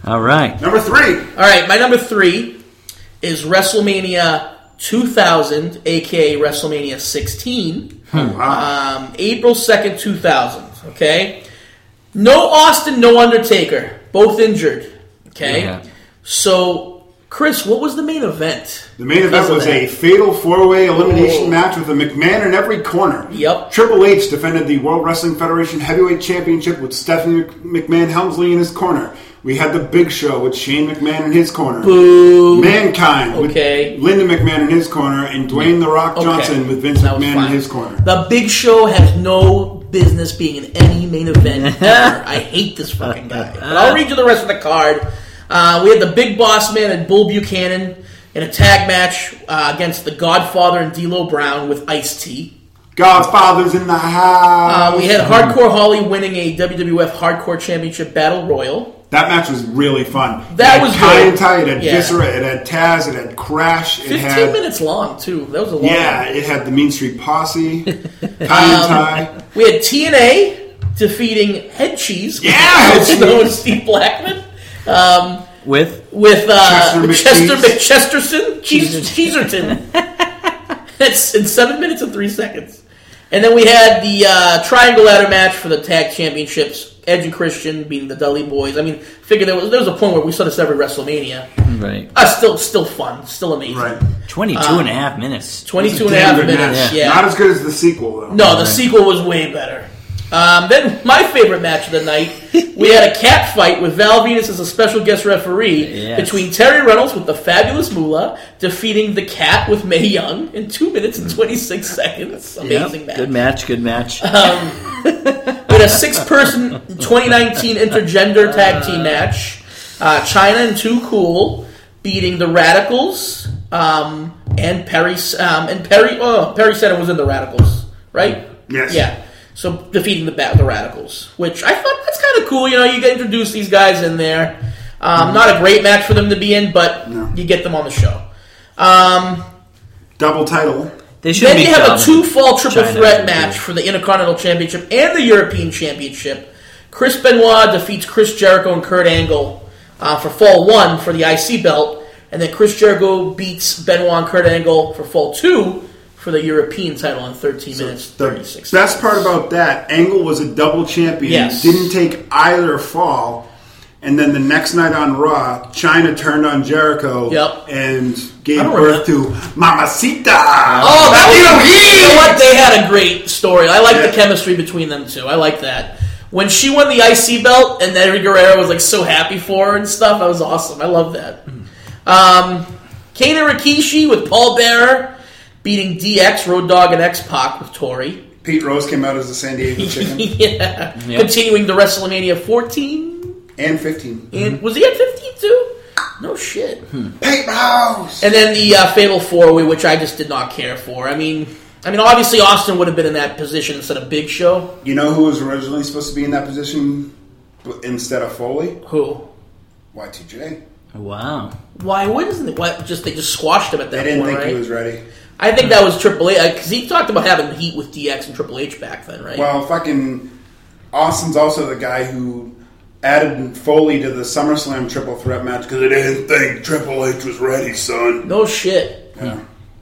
All right. Number three. All right, my number three is WrestleMania 2000, aka WrestleMania 16, Oh, Wow. um, April 2nd, 2000. Okay, no Austin, no Undertaker, both injured. Okay, Yeah. so Chris, what was the main event? The main event Because of was that. a fatal four-way elimination Whoa. match with a McMahon in every corner. Yep. Triple H defended the World Wrestling Federation Heavyweight Championship with Stephanie McMahon Helmsley in his corner. We had the Big Show with Shane McMahon in his corner. Boo. Mankind Okay. with Linda McMahon in his corner and Dwayne The Rock Okay. Johnson with Vince That was McMahon in fine. his corner. The Big Show has no business being in any main event ever. I hate this fucking guy. But I'll read you the rest of the card. Uh, we had the Big Boss Man and Bull Buchanan in a tag match uh, against the Godfather and D'Lo Brown with Ice T. Godfather's in the house. Uh, we had Hardcore Holly winning a WWF Hardcore Championship Battle Royal. that match was really fun. That it had was Kai good. and Tai, it had Yeah. Viscera, it had Taz, it had Crash, it 15 had minutes long, too. That was a long yeah, it had the Mean Street Posse, Kai and Um, Tai. We had TNA defeating Head Cheese. Yeah, Head Head Stone and Steve Blackman. Um, With with uh, Chester Chester McChesterson, Chees- Cheeserton. That's in seven minutes and three seconds. And then we had the uh, triangle ladder match for the tag championships. Edge and Christian beating the Dudley Boys. I mean, figure there was there was a point where we saw this every WrestleMania. Right. Uh, still, still fun, still amazing. Right. 22 and a half minutes. 22 Uh, and a Damn half good minutes. match. Yeah. Not as good as the sequel though. No, the sequel was way better. Um, then my favorite match of the night, we had a cat fight with Val Venus as a special guest referee Yes. between Terry Reynolds with the fabulous Moolah defeating the cat with Mae Young in two minutes and twenty six seconds. Yeah, Amazing Uh, match. Good match. Good match. We had a six person 2019 intergender tag team match. Uh, China and Too Cool beating the Radicals um, and Perry um, and Perry. Oh, Perry said it was in the Radicals, right? Yes. Yeah. So defeating the bat the Radicals, which I thought that's kind of cool. You know, you get introduce these guys in there. Um, Not a great match for them to be in, but Mm-hmm. No. you get them on the show. Double title. They should Then be you have a dominant. two-fall triple China threat would be. match for the Intercontinental Championship and the European Championship. Chris Benoit defeats Chris Jericho and Kurt Angle uh, for Fall One for the IC belt, and then Chris Jericho beats Benoit and Kurt Angle for Fall Two for the European title in 13 minutes The 36. best part about that, Angle was a double champion. Yes. Didn't take either fall. And then the next night on Raw, China turned on Jericho Yep. and gave I don't birth to Mamacita. Oh, that Latino was, Heat! you know what? They had a great story. I like Yeah. the chemistry between them two. I like that. When she won the IC belt and Eddie Guerrero was like so happy for her and stuff, that was awesome. I love that. Um, Kane and Rikishi with Paul Bearer beating DX, Road Dog, and X Pac with Tori. Pete Rose came out as the San Diego Chicken. yeah. Yeah. Continuing the WrestleMania 14. and 15. And was he at 15 too? No shit. Pete Rose! And then the uh, Fatal Four Way, which I just did not care for. I mean, I mean, obviously Austin would have been in that position instead of Big Show. You know who was originally supposed to be in that position but instead of Foley? Who? Y2J. Wow. Why? What isn't it? What? Just they just squashed him at They that didn't point, think right? he was ready. I think that was Triple H because he talked about having heat with DX and Triple H back then, right? Well, fucking Austin's also the guy who added Foley to the SummerSlam triple threat match because they didn't think Triple H was ready, son. no shit. Yeah.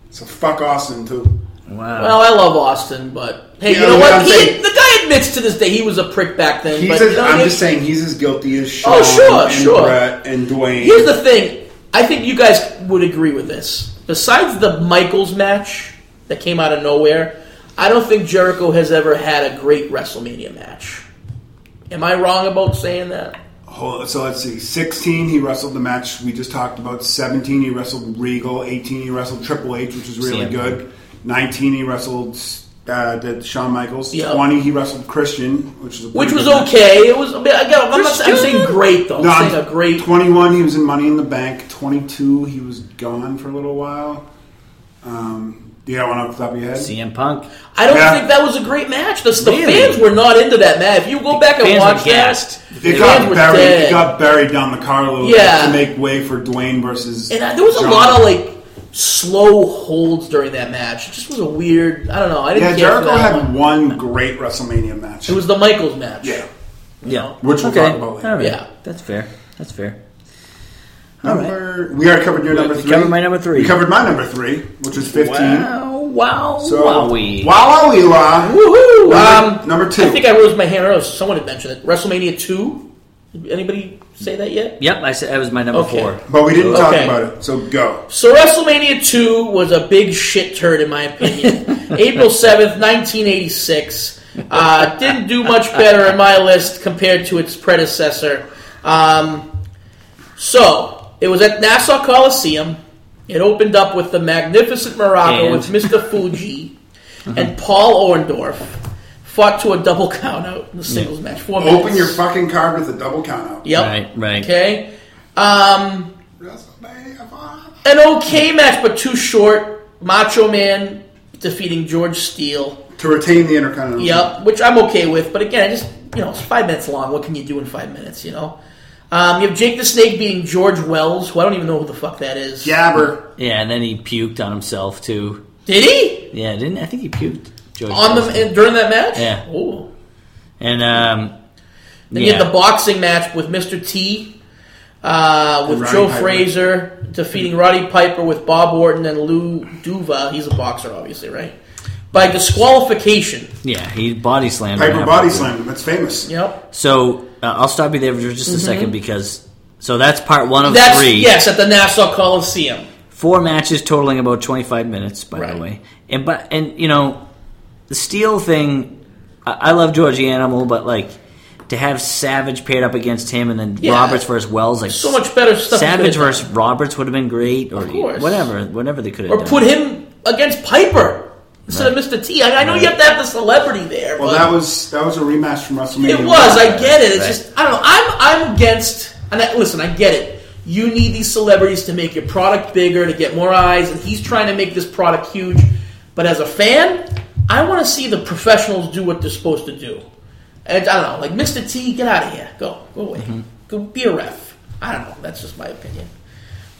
So fuck Austin too. Wow. Well, I love Austin, but hey, Yeah, you know yeah, what? I'm He, saying- the guy admits to this day he was a prick back then. He's but, as, you know, I'm he- just saying he's as guilty as Sean Oh, sure, and sure. Brett and Dwayne. Here's the thing. I think you guys would agree with this. Besides the Michaels match that came out of nowhere, I don't think Jericho has ever had a great WrestleMania match. Am I wrong about saying that? Hold- so let's see. 16, he wrestled the match we just talked about. 17, he wrestled Regal. 18, he wrestled Triple H, which was really CM. good. 19, he wrestled uh, the Shawn Michaels. Yeah. 20, he wrestled Christian, which was a Which pretty was good match. okay. It was. I mean, again, I'm not I'm saying great though. No, I'm I'm- saying a great. 21, he was in Money in the Bank. 22, he was gone for a little while. Um, do you got one off the top of your head? CM Punk. I don't Yeah. think that was a great match. The, the Really? fans were not into that match. If you go back and Fans were watch that, gassed. They the fans got were buried. dead. Got buried down the car a little bit Yeah. to make way for Dwayne versus. And I, there was a John. lot of like slow holds during that match. It just was a weird. I don't know. I didn't. Yeah, care for Jericho that had one. one great WrestLMania match. It was the Michaels match. yeah, Yeah. which we'll Okay. talk about later. All right. Yeah. That's fair. That's fair. Number, we already covered your number we three. covered my number three. We covered my number three, which was fifteen. Wow. Wow. So, Wowie. Wow, we la. Woohoo! Number- um, number two. I think I rose my hand earlier. Someone had mentioned it. WrestleMania two. Did anybody say that yet? Yep. I said that was my number Okay. four. But we didn't talk Okay. about it, so go. So WrestleMania 2 was a big shit turd in my opinion. April 7th, 1986. Uh, didn't do much better in my list compared to its predecessor. Um, so, it was at Nassau Coliseum. It opened up with the magnificent Morocco And? Uh-huh. with Mr. Fuji and Paul Orndorff fought to a double countout in the singles match. Four Open minutes. your fucking card with a double count out. Yep. Right. Right. Okay. Um, WrestleMania five. an okay match, but too short. Macho Man defeating George Steele. To retain the Intercontinental. Yep, which I'm okay with. But again, I just you know, it's five minutes long. What can you do in five minutes? You know. Um, you have Jake the Snake beating George Wells, who I don't even know who the fuck that is. Jabber. Yeah. And then he puked on himself too. Did he Yeah. Didn't I think he puked? George on Foreman. the eh, during that match? Yeah. Oh. And um. Then yeah. you had the boxing match with Mr. T, uh, with Roddy Joe Piper. Fraser defeating Roddy Piper with Bob Orton and Lou Duva. He's a boxer, obviously, right? by disqualification. Yeah, he body slammed. Piper him. body slammed him. That's famous. Yep. So uh, I'll stop you there for just a second because so that's part one of Mm-hmm. That's three. yes at the Nassau Coliseum. Four matches totaling about twenty five minutes, by Right. the way. And but and you know, the steel thing. I, I love Georgie Animal, but like to have Savage paired up against him, and then Yeah. Roberts versus Wells, like So much better stuff. you Savage could've done. versus Roberts would have been great, or Of course. whatever, whatever they could have or done. put him against Piper instead of Mr. T. I, I know you have to have the celebrity there. Well, but that was that was a rematch from WrestleMania. it was. I get it. It's Right. just I don't know. I'm I'm against. And I, listen, I get it. You need these celebrities to make your product bigger to get more eyes, and he's trying to make this product huge. But as a fan, I want to see the professionals do what they're supposed to do. And I don't know, like Mr. T, get out of here. Go, go away. Mm-hmm. Go be a ref. I don't know. That's just my opinion.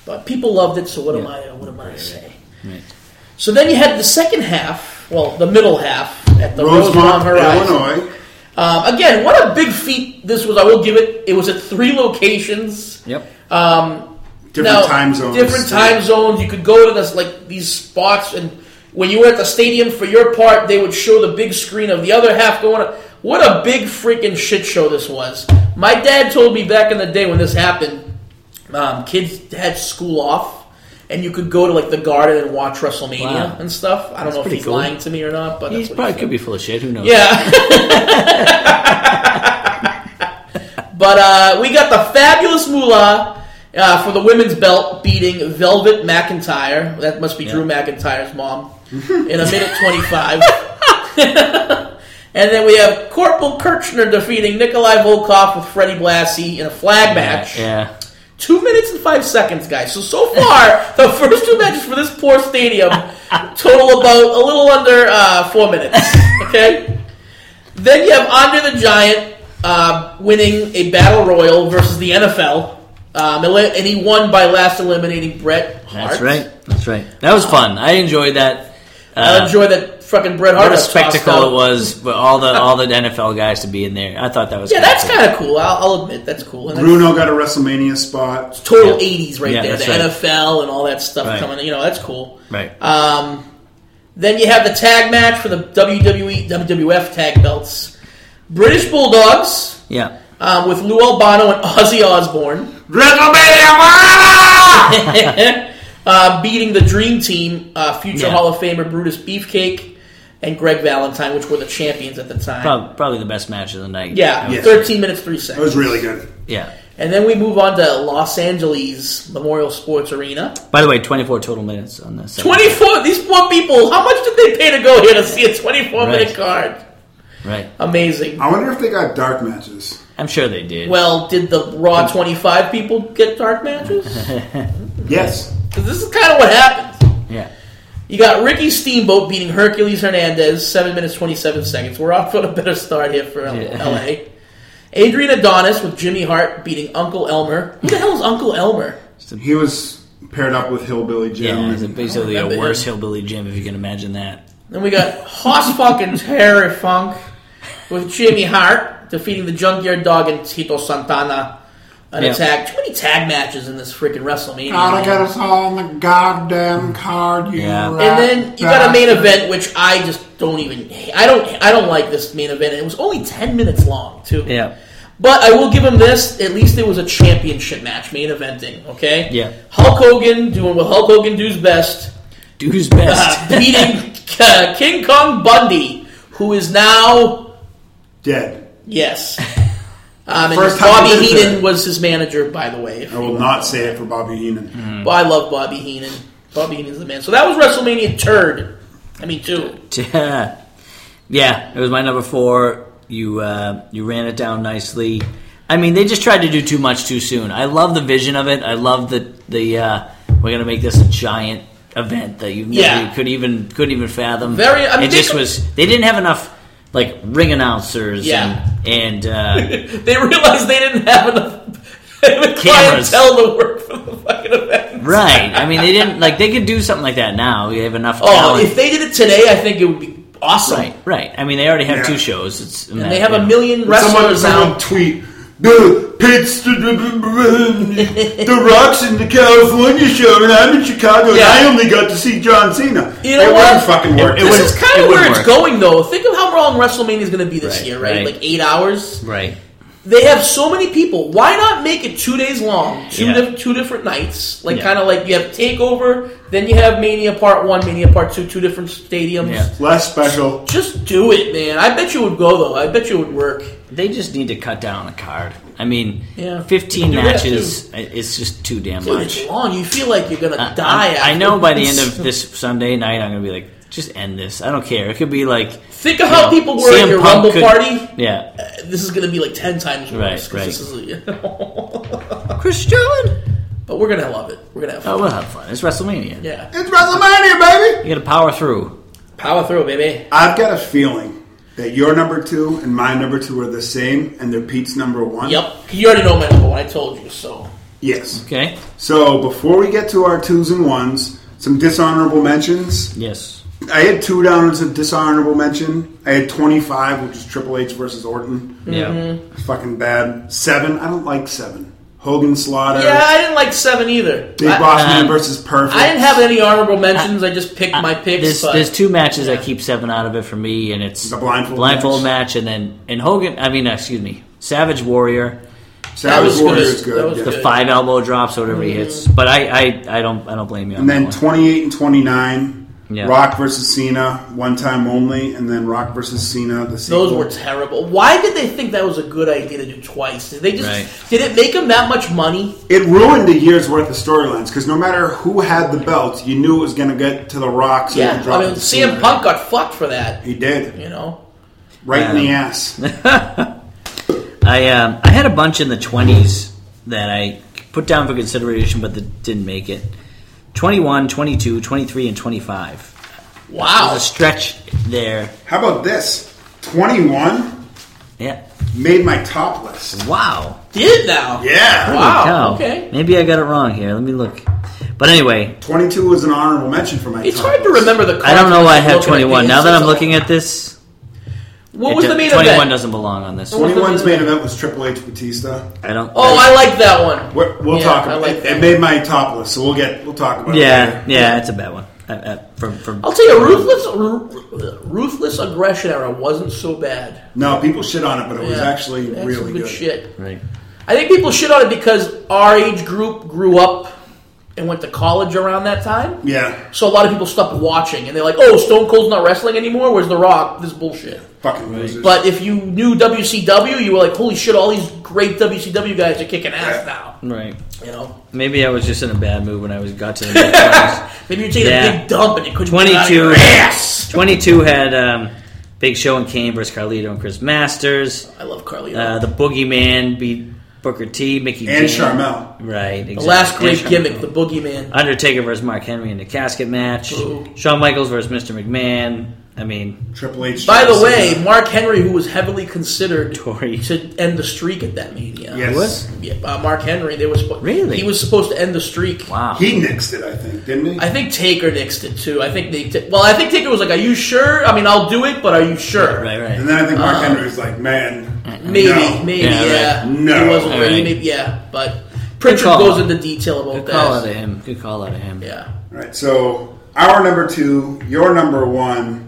But people loved it, so what am I? uh, What am I to say? Right. So then you had the second half, well, the middle half at the Rosemont, Rosemont, Horizon. Illinois. Um, again, what a big feat this was. I will give it. It was at three locations. Yep. Uh, Different Now, time zones. Different time zones. You could go to this like these spots, and when you were at the stadium for your part, they would show the big screen of the other half going. on. What a big freaking shit show this was. My dad told me back in the day when this happened, um, kids had school off, and you could go to like the garden and watch WrestleMania Wow. and stuff. I don't know if pretty he's cool. lying to me or not, but He that's what he probably said. could be full of shit. Who knows? Yeah. but uh, we got the fabulous Moolah uh, for the women's belt beating Velvet McIntyre. That must be Drew McIntyre's mom. in a minute 25. and then we have Corporal Kirchner defeating Nikolai Volkov with Freddie Blassie in a flag match. Yeah. Two minutes and five seconds, guys. So so far, the first two matches for this poor stadium total about a little under uh, four minutes. Okay. Then you have Andre the Giant uh, winning a battle royal versus the NFL, um, eli- and he won by last eliminating Bret Hart. That's right. That's right. That was fun. I enjoyed that. I Uh, enjoy that fucking Bret Hart. what a got tossed spectacle out. it was! But all the all the NFL guys to be in there, I thought that was Yeah, kinda that's cool. kind of cool. I'll, I'll admit that's cool. And that's Bruno got a WrestleMania spot. total Yeah. '80s right Yeah, there. The that's right. NFL and all that stuff Right. coming. You know, that's cool. right. Um, then you have the tag match for the E, WWE WWF tag belts. British Bulldogs yeah, um, with Lou Albano and Ozzy Osbourne WrestleMania! uh, beating the Dream Team, uh, future Yeah. Hall of Famer Brutus Beefcake and Greg Valentine, which were the champions at the time. probably, probably the best match of the night. Yeah, Yes. 13 minutes, 3 That was seconds. really good. yeah. And then we move on to Los Angeles Memorial Sports Arena. By the way, twenty four total minutes on this. 24, these poor people, how much did they pay to go here to see a 24 minute Right. card? Right. Amazing. I wonder if they got dark matches. I'm sure they did. Well, did the Raw 25 people get dark matches? Because Yes. this is kind of what happened. yeah. You got Ricky Steamboat beating Hercules Hernandez, 7 minutes 27 seconds. We're off to a better start here for L- Yeah. LA. Adrian Adonis with Jimmy Hart beating Uncle Elmer. Who the hell is Uncle Elmer? He was paired up with Hillbilly Jim. Yeah, and- it's basically a remember worse him. hillbilly Jim if you can imagine that. Then we got Hoss fucking Terror Funk with Jimmy Hart defeating the Junkyard Dog and Tito Santana. An Yeah. attack. Too many tag matches in this freaking WrestleMania. Gotta man. get us all on the goddamn card, you Yeah. And rat And then you got a main bastard. event, which I just don't even. I don't. I don't like this main event. It was only ten minutes long, too. Yeah. But I will give him this. At least it was a championship match, main eventing. Okay. Yeah. Hulk Hogan doing what Hulk Hogan does best, Dude's best. uh, beating uh, King Kong Bundy, who is now Dead. yes. Um, and First time Bobby he did Heenan it. was his manager, by the way. if I you will want not to say it for Bobby Heenan. Well, I love Bobby Heenan. Bobby Heenan's the man. So that was WrestleMania turd. I mean, two. yeah. it was my number four. You uh, you ran it down nicely. I mean, they just tried to do too much too soon. I love the vision of it. I love the the uh, we're gonna make this a giant event that you never Yeah. you could even couldn't even fathom. Very- I mean, it they just could- was. They didn't have enough like ring announcers. Yeah. and, and uh, they realized they didn't have enough Cameras. clientele to work for the fucking event. right. I mean, they didn't like they could do something like that now. We have enough. Oh, talent. if they did it today, I think it would be awesome. right, right. I mean, they already have Yeah. two shows. It's And they have a million Someone, wrestlers someone now. tweet, No, Pete's the, the Rock's in the California show, and I'm in Chicago, and I Yeah. only got to see John Cena. You know it what? wouldn't fucking work. It This would- is- This is kind it of would where work. it's going, though. Think of how long WrestleMania is going to be this Right, year, right? right. Like eight hours. Right. They have so many people. Why not make it two days long, two Yeah. diff- two different nights? Like Yeah. kind of like you have Takeover, then you have Mania Part One, Mania Part Two, two different stadiums. Yeah. less special. Just do it, man. I bet you would go though. I bet you would work. They just need to cut down on the card. I mean, Yeah. 15 You can do that, matches, i- it's just too damn Dude, much. it's long. You feel like you're gonna I- die. I, I know by the end afterwards. of this Sunday night, I'm going to be like, just end this. I don't care. It could be like. Think of you how know, people were CM at your Punk Rumble could- party. Yeah. Uh, This is gonna be like ten times worse. Right, 'cause right. This is, Christian! but we're gonna love it. We're gonna have fun. Oh, we'll have fun. It's WrestleMania. Yeah. It's WrestleMania, baby! You got to power through. Power through, baby. I've got a feeling that your number two and my number two are the same, and they're Pete's number one. Yep. You already know my number one. I told you so. Yes. Okay? So before we get to our twos and ones, some dishonorable mentions. Yes. I had two down as a dishonorable mention. I had 25, which is Triple H versus Orton. Mm-hmm. Yeah. Fucking bad. Seven. I don't like seven. Hogan Uh, Slaughter. Yeah, I didn't like seven either. Big I, Boss um, Man versus Perfect. I didn't have any honorable mentions. I, just picked my picks. There's, but there's two matches Yeah. that keep seven out of it for me, and it's The blindfold match. and then and Hogan. I mean, excuse me, Savage Warrior, that Savage was Warrior good. is good. That was yeah. the Good. five elbow drops, whatever he hits. But I, I, I don't, I don't blame you. On And then that one. 28 and 29. Yeah. Rock versus Cena, one time only, and then Rock versus Cena. The sequel. those were terrible. Why did they think that was a good idea to do twice? Did they just Right. did it make them that much money? it ruined a year's worth of storylines because no matter who had the belt, you knew it was going to get to the Rock. So Yeah, you dropped I mean, it to CM Cena. Punk got fucked for that. He did You know, right in the Um, ass. I, um, I had a bunch in the twenties that I put down for consideration, but that didn't make it. 21, 22, 23, and 25. wow. There's a stretch there. How about this? Twenty-one Yeah. made my top list. Wow. Did now? Yeah, Wow. Cow. Okay. Maybe I got it wrong here. Let me look. But anyway, twenty-two was an honorable mention for my. It's top hard to list. remember the. I don't know why I have have 21. Now that I'm looking at this, what it was do- the main 21 event? doesn't belong on this. one. was the Twenty-one's main main event was Triple H Batista. I don't. Oh, I like that one. We're, we'll Yeah, talk I about like it. that. It made my top list, so we'll get we'll talk about it. yeah, later. yeah, it's a bad one. Uh, uh, from from I'll tell you, ruthless, Ru- ruthless aggression era wasn't so bad. No, people shit on it, but it was Yeah. actually That's really some good, good. shit. right. I think people shit on it because our age group grew up and went to college around that time. Yeah, So a lot of people stopped watching and they're like, "Oh, Stone Cold's not wrestling anymore. Where's The Rock? This is bullshit." fucking losers. But if you knew WCW, you were like, "Holy shit! All these great WCW guys are kicking ass now." Right. You know, Maybe I was just in a bad mood when I was got to the mid-twenties. maybe you're taking Yeah. a big dump and you couldn't get it out of 22. your ass. 22 had um, Big Show and Kane versus Carlito and Chris Masters. I love Carlito. Uh, the Boogeyman beat Booker T, Mickey and James. Charmel. Right. Exactly. the last And great Charmel. gimmick, the Boogeyman. Undertaker versus Mark Henry in the casket match. Ooh. Shawn Michaels versus Mr. McMahon. I mean, Triple H. By the John way, Cena. Mark Henry, who was heavily considered Tory. to end the streak at that mania, Yes. What? Yeah, uh, Mark Henry, they were supposed Really? he was supposed to end the streak. wow. He nixed it, I think, didn't he? I think Taker nixed it too. I think they t- well, I think Taker was like, "Are you sure? I mean, I'll do it, but are you sure?" right, right. and then I think Mark Henry was like, man, Maybe, no. maybe, Yeah, right. yeah. No. he wasn't ready. Right. Maybe, yeah, but Pritchard call. goes into detail about Good that. call out of him. Good call out of him. Yeah, All right, so our number two, your number one.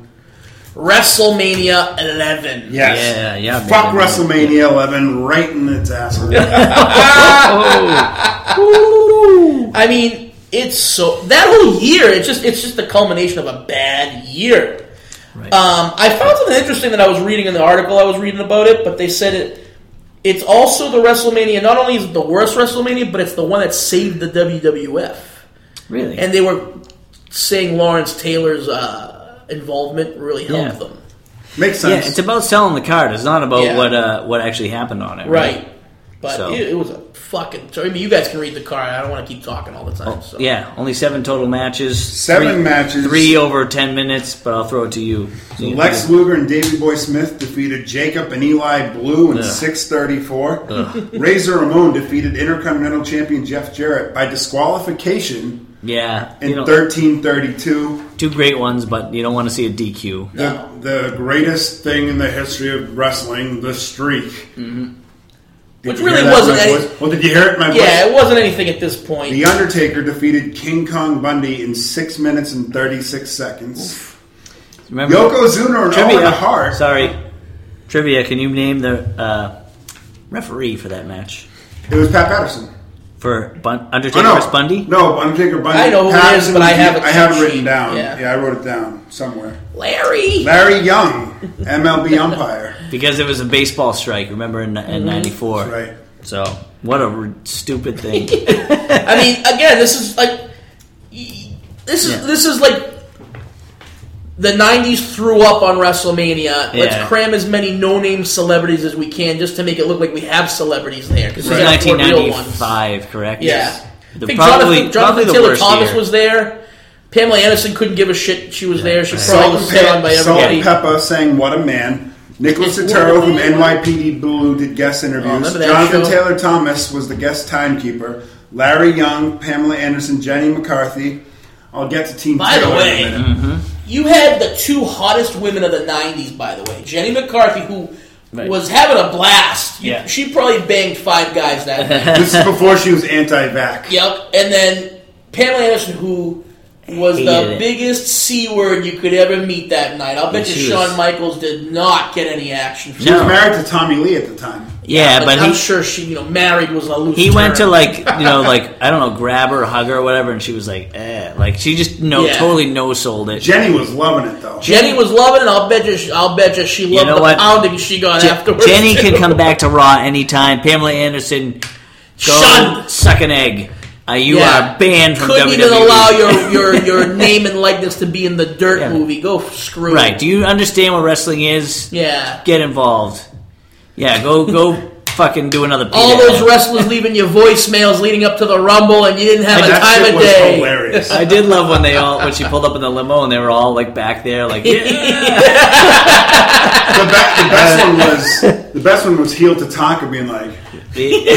WrestleMania 11. Yes. Yeah, yeah, Fuck baby. WrestleMania 11 right in its asshole. Oh. I mean, it's so that whole year. It's just it's just the culmination of a bad year. Right. Um, I found something interesting that I was reading in the article I was reading about it, but they said it. It's also the WrestleMania. Not only is it the worst WrestleMania, but it's the one that saved the WWF. really. And they were saying Lawrence Taylor's uh, involvement really helped Yeah. them. Makes yeah, sense. it's about selling the card. It's not about Yeah. what uh, what actually happened on it. Right. But So- it, it was a fucking. I mean, you guys can read the card. I don't want to keep talking all the time. so. Oh, Um, Yeah, only seven total matches. Seven Three- matches. Three over ten minutes, but I'll throw it to you. So you Lex Luger and Davey Boy Smith defeated Jacob and Eli Blue in Ugh. 634. Razor Ramon defeated Intercontinental Champion Jeff Jarrett by disqualification Yeah. in you know, 1332. two great ones, but you don't want to see a DQ. The, the greatest thing in the history of wrestling, the streak. Did Mm-hmm. Which you really hear that in wasn't my any- voice? Well, did you hear it in my Yeah, voice? it wasn't anything at this point. The Undertaker defeated King Kong Bundy in six minutes and thirty-six seconds. Remember Yokozuna and Owen uh, Hart. Sorry, trivia. Can you name the uh, referee for that match It was Pat Patterson. for Bun- Oh, Undertaker no, versus Bundy? No, Undertaker Bundy. I know who it is, Patterson but I was- have it I have it cheat written sheet, down. yeah. I wrote it down somewhere. Larry. Larry Young, MLB umpire. Because it was a baseball strike. Remember in, Mm-hmm. in '94, Right. So what a r- stupid thing. I mean, again, this is like y- this is Yeah. this is like the '90s threw up on WrestleMania. Yeah. Let's cram as many no-name celebrities as we can just to make it look like we have celebrities there. Because This was 1995, correct? Yeah, I The, think probably, Jonathan, probably Jonathan the Taylor worst Thomas year. was there. Pamela Anderson couldn't give a shit. She was there. She probably Salt was and, hit on by Pe- Salt everybody. and Pepper saying "What a Man." Nicholas What Sotero a from man. NYPD Blue did guest interviews. Oh, remember that Jonathan show. Taylor Thomas was the guest timekeeper. Larry Young, Pamela Anderson, Jenny McCarthy. I'll get to Team By the Taylor way, in a minute. You had the two hottest women of the '90s, by the way, Jenny McCarthy, who Right. was having a blast. You- Yeah. she probably banged five guys that night. this is before she was anti-vac. Yep, and then Pamela Anderson, who was Hated the it. biggest c word you could ever meet that night. I'll bet Yeah, you she Shawn was- Michaels did not get any action. From She was No. married to Tommy Lee at the time. Yeah, but I'm he, sure she, you know, married was a loose. he went to term. like you know like I don't know grab her, hug her, or whatever, and she was like eh, like she just no Yeah. totally no sold it. Jenny was loving it though. Jenny was loving it. I'll bet you. she- I'll bet you she loved know the what? pounding she got Je- afterwards. Jenny too. can come back to Raw anytime. Pamela Anderson, go Shunned. suck an egg. Uh, you Yeah. are banned from E. Couldn't WWE. even allow your, your, your name and likeness to be in the dirt Yeah. movie. Go screw right. it. Do you understand what wrestling is? Yeah. Get involved. Yeah, go go fucking do another. All Peter those Pan. wrestlers leaving you voicemails leading up to the Rumble, and you didn't have a that time shit of was day. hilarious. I did love when they all when she pulled up in the limo and they were all like back there like yeah. the, be- the best one was the best one was heel Tatanka being like,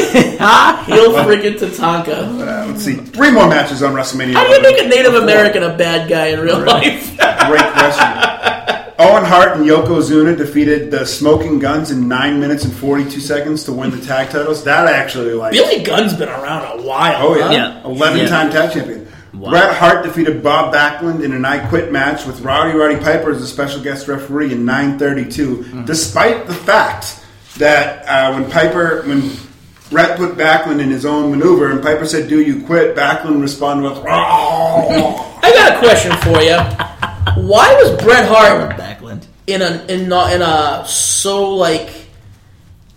Heel freaking Tatanka. uh, let's see, three more matches on WrestleMania. How do you 11. make a Native American a bad guy in real life? Great question. Owen Hart and Yokozuna defeated the Smoking Guns in nine minutes and forty-two seconds to win the tag titles. That I actually like. Billy Gunn's been around a while. Oh yeah, huh? Yeah. eleven-time tag champion. Bret Hart defeated Bob Backlund in an I Quit match with Rowdy Roddy Piper as a special guest referee in 9:32, Hmm. despite the fact that uh, when Piper when Bret put Backlund in his own maneuver and Piper said, "Do you quit?" Backlund responded with, "Rawr." I got a question for you. Why was Bret Hart Backlund. in a in not in a so like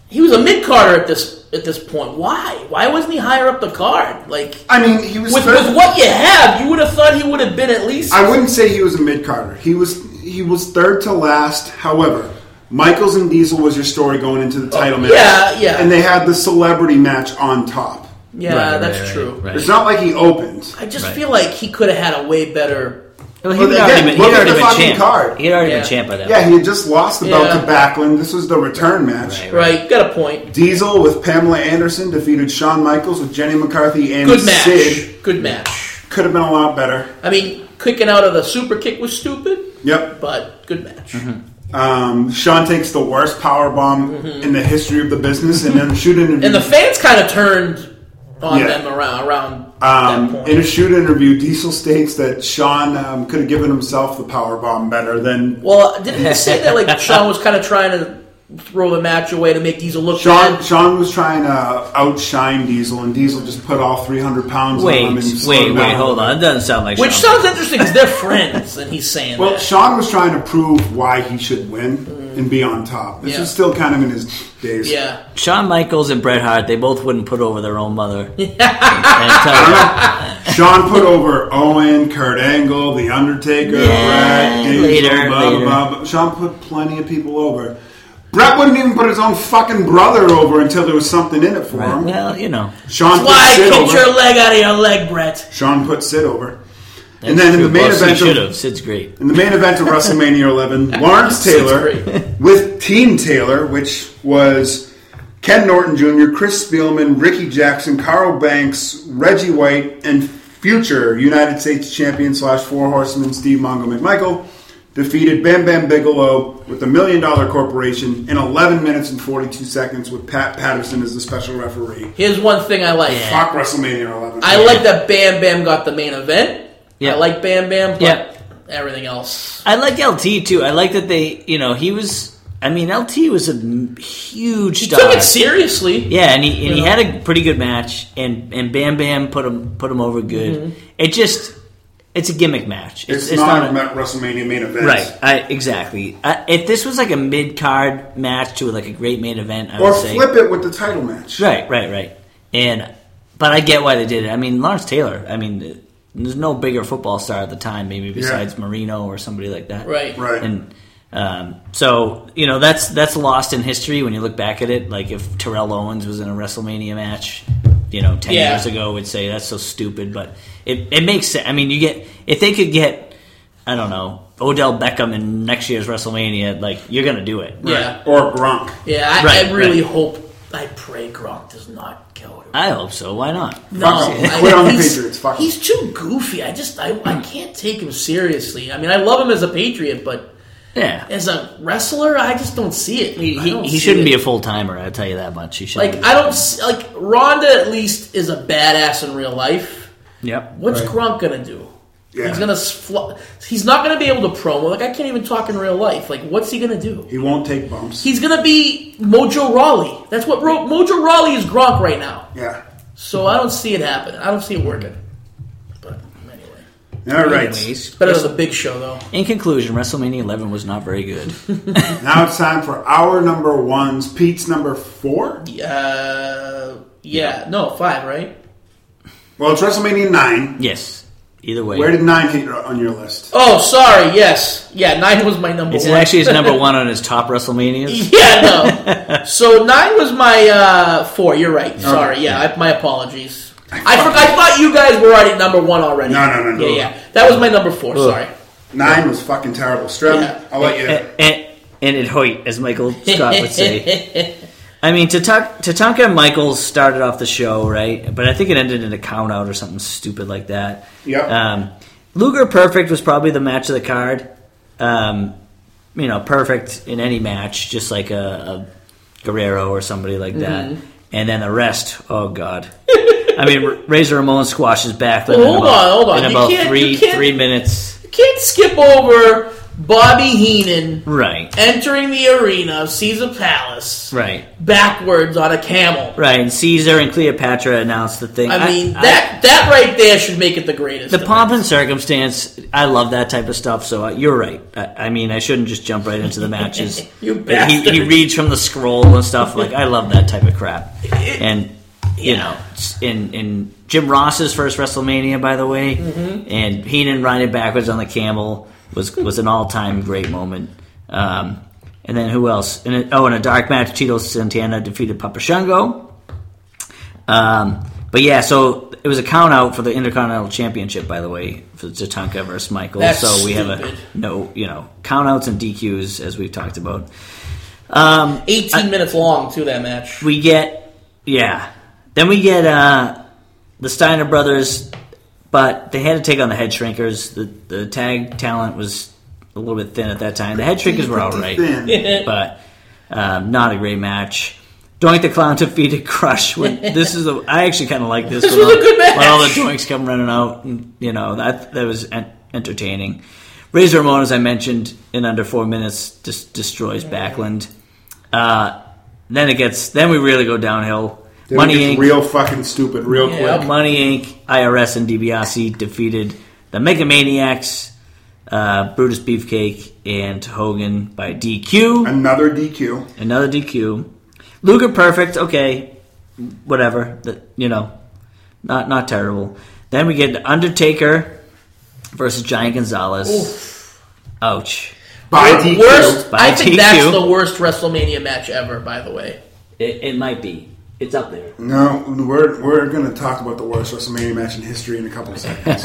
he was a mid carder at this at this point. Why? Why wasn't he higher up the card? Like I mean, he was with, third- with what you have, you would have thought he would have been at least. I wouldn't say he was a mid Carter. He was he was third to last. However, Michaels and Diesel was your story going into the title match. yeah, yeah. And they had the celebrity match on top. yeah, Right, right, that's right, true. right. It's not like he opened. I just Right. feel like he could have had a way better. Well, Well, he'd again, already been, look he'd at already the been fucking champ. card. He'd already Yeah. been champ by that. Yeah, he had just lost the belt Yeah. to Backlund. This was the return match. Right. Right, you got a point. Diesel with Pamela Anderson defeated Shawn Michaels with Jenny McCarthy and Good match. Sid. Good match. Could have been a lot better. I mean, kicking out of the super kick was stupid, Yep. but good match. Mm-hmm. Um, Shawn takes the worst power bomb in the history of the business, and then shoot interview. And Mm-hmm. the fans kind of turned on Yeah. them around around that Um, point. in a shoot interview, Diesel states that Sean um, could have given himself the power bomb better than Well, didn't they say that like Sean was kind of trying to throw the match away to make Diesel look Sean. bad? Sean was trying to outshine Diesel, and Diesel just put all three hundred pounds on him. Wait, And slowed wait, him wait, down. hold on. It doesn't sound like Which Shawn. sounds interesting because they're friends, and he's saying Well, that. Sean was trying to prove why he should win and be on top. This Yeah. is still kind of in his days. yeah, Shawn Michaels and Bret Hart, they both wouldn't put over their own mother. And tell you- Sean put over Owen, Kurt Angle, The Undertaker, Brett, Diesel, blah, later, blah, later. blah, blah. Sean put plenty of people over. Brett wouldn't even put his own fucking brother over until there was something in it for him. well, you know. Sean put why Sid kick over. your leg out of your leg, Brett? Sean put Sid over. and then in the main Well, Sid event should of, have. Sid's great. in the main event of WrestleMania 11, Lawrence Taylor with Team Taylor, which was Ken Norton Jr., Chris Spielman, Ricky Jackson, Carl Banks, Reggie White, and future United States champion slash four horseman Steve Mongo McMichael defeated Bam Bam Bigelow with the Million Dollar Corporation in 11 minutes and 42 seconds with Pat Patterson as the special referee. Here's one thing I like. Fuck WrestleMania 11. I like that Bam Bam got the main event. Yeah. I like Bam Bam, but Yeah. everything else. I like LT too. I like that they, you know, he was. I mean, LT was a m- huge He star. took it seriously. Yeah, and he and he know? had a pretty good match, and and Bam Bam put him put him over good. It just it's a gimmick match. It's, not, a WrestleMania main event. right. I, exactly. I, if this was like a mid card match to like a great main event, I Or would say flip it with the title match. right, right, right. And but I get why they did it. I mean, Lawrence Taylor. I mean, th- there's no bigger football star at the time, maybe besides Marino or somebody like that. Right. Right. And um, so you know that's that's lost in history when you look back at it. Like if Terrell Owens was in a WrestleMania match, you know, ten Yeah. years ago, would say that's so stupid. But it it makes sense. I mean, you get if they could get I don't know Odell Beckham in next year's WrestleMania, like you're gonna do it. Yeah. Or Gronk. Yeah. I, Right, I really right. hope. I pray Gronk does not kill him. I hope so. Why not? No, Fuck him. I- Quit on the he's- Patriots. Fuck him. He's too goofy. I just I, I can't take him seriously. I mean, I love him as a Patriot, but Yeah. as a wrestler, I just don't see it. He, he, he shouldn't be a full timer. I'll tell you that much. He should like I don't s- like Ronda. At least is a badass in real life. Yep. What's Gronk gonna do? Yeah. He's gonna fl- he's not gonna be able to promo. Like I can't even talk in real life. Like what's he gonna do? He won't take bumps. He's gonna be Mojo Rawley. That's what Ro- Mojo Rawley is Gronk right now. yeah. So I don't see it happening. I don't see it working. But anyway, All right. Anyways, better than the Big Show though. in conclusion, WrestleMania 11 was not very good. Now it's time for our number ones. Pete's number four. Uh, yeah, no five, right? Well, it's WrestleMania nine. yes. Either way, Where did nine hit on your list? Oh, sorry. Yes, yeah. Nine was my number. It's one. actually his number one on his top WrestleManias. Yeah, no. So nine was my uh, four. You're right. Sorry. Yeah, I, my apologies. I, forgot. I thought you guys were already number one already. No, no, no, no. Yeah, yeah. That was my number four. Sorry. Nine was fucking terrible. Strip. Yeah. I'll let you. And, and, and it hoit, as Michael Scott would say. I mean, Tatanka, Tatanka Michaels started off the show, right? But I think it ended in a count out or something stupid like that. Yep. Um, Luger Perfect was probably the match of the card. Um, you know, perfect in any match, just like a, a Guerrero or somebody like that. Mm-hmm. And then the rest, oh god. I mean, Razor Ramon squashes back. in hold about- on, hold on. In You about can't- you 3 can't- three minutes, You can't skip over Bobby Heenan right? entering the arena of Caesar Palace Right. backwards on a camel. Right, and Caesar and Cleopatra announced the thing. I mean I- that that right there should make it the greatest. the of pomp and circumstance. I love that type of stuff. So uh, you're right. I, I mean, I shouldn't just jump right into the matches. You But he, bastard. he reads from the scroll and stuff. Like I love that type of crap. And you know, it's in in Jim Ross's first WrestleMania, by the way, Mm-hmm. and Heenan riding backwards on the camel was was an all time great moment. Um, and then who else? In a, oh, in a dark match, Tito Santana defeated Papa Shango. Um, but yeah, so it was a count out for the Intercontinental Championship, by the way, for Tatanka versus Michael. That's so we have stupid. a no, you know, count outs and DQs as we've talked about. 18 minutes long too that match. We get yeah, then we get uh, the Steiner brothers, but they had to take on the Head Shrinkers. The the tag talent was a little bit thin at that time. The Head Shrinkers were all right, Thin. but um, not a great match. Doink the Clown defeated Crush. When, this is a, I actually kind of like this. This when was a all- good match. When all the Doinks come running out, and, you know that that was en- entertaining. Razor Ramon, as I mentioned, in under four minutes, just destroys Backlund. Uh, then it gets. Then we really go downhill. Then Money it gets Inc. real fucking stupid real Yeah. quick. Money Inc. IRS and DiBiase defeated the Mega Maniacs, uh, Brutus Beefcake, and Hogan by DQ. Another DQ. Another DQ. Luger perfect. Okay, whatever. That you know, not not terrible. Then we get Undertaker versus Giant Gonzalez. Ouch. By Wor- DQ. Worst. By I think DQ. that's the worst WrestleMania match ever. By the way, It, it might be. It's up there. No, we're we're gonna talk about the worst WrestleMania match in history in a couple of seconds.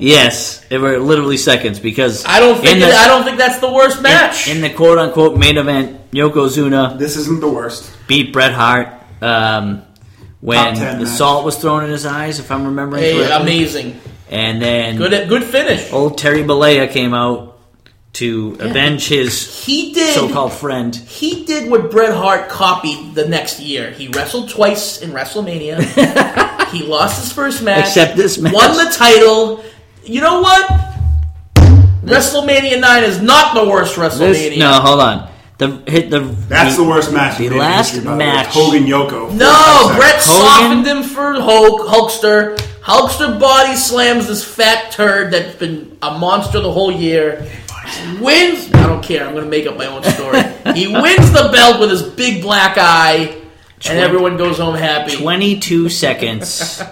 Yes, it were literally seconds because I don't in think the, I don't think that's the worst match. in the quote unquote main event. Yokozuna this isn't the worst. beat Bret Hart um, when Top ten the match. salt was thrown in his eyes, if I'm remembering Hey, correctly. amazing. and then Oh, Good good finish. old Terry Bollea came out to avenge his He did. so-called friend. He did what Bret Hart copied the next year. He wrestled twice in WrestleMania. he lost his first match. Except this match. Won the title. You know what? WrestleMania 9 is not the worst WrestleMania. This, no, hold on. The hit the That's the, worst match. The in WWE last history, by the way. match. Hogan Yoko. No, 45 Bret seconds. softened him for Hulk, Hulkster. Hulkster body slams this fat turd that's been a monster the whole year. Wins. I don't care. I'm going to make up my own story. he wins the belt with his big black eye, and everyone goes home happy. 22 seconds.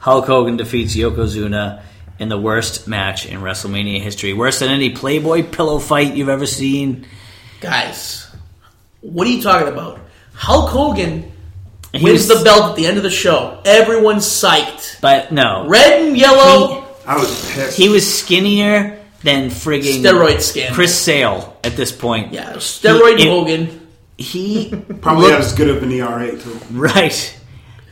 Hulk Hogan defeats Yokozuna in the worst match in WrestleMania history. Worse than any Playboy pillow fight you've ever seen. Guys, what are you talking about? Hulk Hogan He wins was- the belt at the end of the show. Everyone's psyched. But no. Red and yellow. I was pissed. He was skinnier than frigging Steroid scandal. Chris Sale at this point. yeah, steroid He- Hogan. He Probably had as good of an ERA too. right.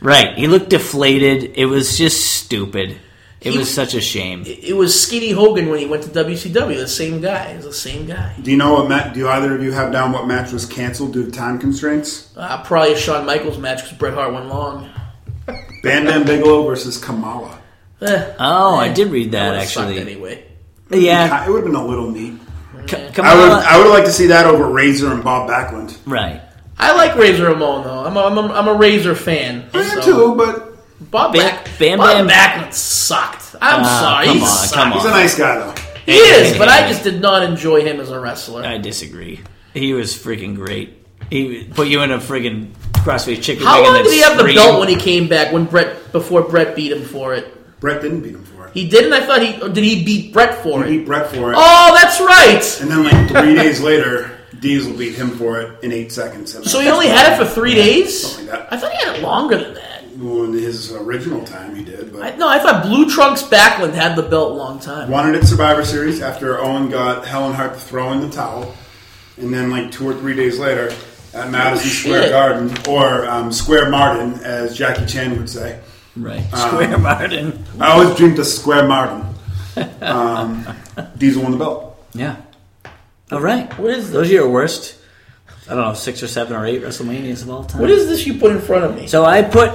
Right. He looked deflated. It was just stupid. It He- was such a shame. It was Skinny Hogan when he went to WCW. The same guy. It was the same guy. Do you know what match? Do either of you have down what match was canceled due to time constraints? Uh, probably a Shawn Michaels match because Bret Hart went long. Bam Bam Bigelow versus Kamala. Eh, Oh, I did read that would've actually. sucked anyway. Yeah, It would have been a little neat. Ka- I would. Kamala. I would have liked to see that over Razor and Bob Backlund. right. I like Razor Ramon though. I'm a, I'm a, I'm a Razor fan. I am so- too, but Bob Bam- Back Bam Bob Bam- Backlund sucked. I'm Ah, sorry. come he on, sucked. come he's a nice guy though. He is, Hey, but I hey. just did not enjoy him as a wrestler. I disagree. He was freaking great. He put you in a friggin' crossface chicken How wing and long then did he have the scream. belt when he came back? When Brett before Brett beat him for it, Brett didn't beat him for it. He he didn't. I thought he or did. He beat Brett for it. beat Brett for it, Oh, that's right. and then like three days later, Diesel beat him for it in eight seconds. So he only had it for three days. Something like that. I thought he had it longer than that. in his original time he did, but I, no, I thought Blue Trunks Backlund had the belt a long time. wanted it Survivor Series after Owen got Helen Hart to throw in the towel, and then like two or three days later at Madison Square Oh, shit. Garden or um, Square Martin, as Jackie Chan would say. Right. Square Martin. I always dreamed of Square Martin. Um, Diesel won the belt. Yeah. All right. What is those? Are your worst? I don't know, six or seven or eight WrestleManias of all time. What is this you put in front of me? So I put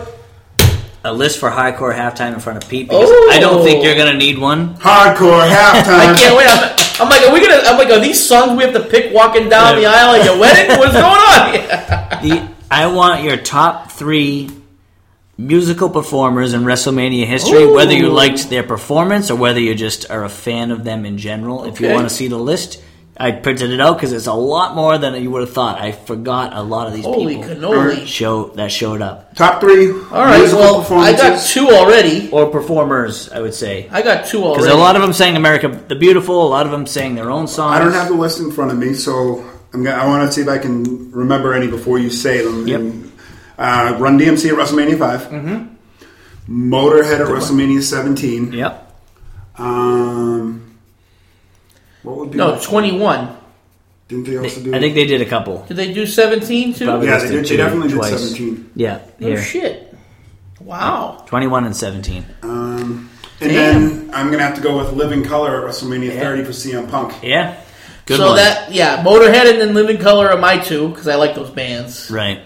a list for hardcore halftime in front of Pete because Oh. I don't think you're gonna need one. Hardcore halftime. I can't wait. I'm, I'm like, are we gonna? I'm like, are these songs we have to pick walking down the Yeah. aisle at your wedding? What's going on? Here? The, I want your top three musical performers in WrestleMania history, Ooh. whether you liked their performance or whether you just are a fan of them in general. If you Okay. want to see the list, I printed it out because it's a lot more than you would have thought. I forgot a lot of these Holy people cannoli! show that showed up Top three. All right, musical well, I performances. got two already. or performers. I would say I got two because already. a lot of them sang "America the Beautiful," a lot of them sang their own songs. I don't have the list in front of me, so I'm gonna, I want to see if I can remember any before you say them. Yep. And, uh, Run DMC at WrestleMania 5. Motorhead at WrestleMania 17. Yep. Um, what would be. no, twenty-one. Didn't they also do. I think they did a couple. Did they do seventeen too? Probably Yeah, they listed did. They two, definitely did twice. 17. Yeah. Oh Here. shit! Wow. 21 and 17. Um, and Damn. then I'm going to have to go with Living Color at WrestleMania 30 for CM Punk. Yeah. Good so one. that yeah, Motorhead and then Living Color are my two because I like those bands. right.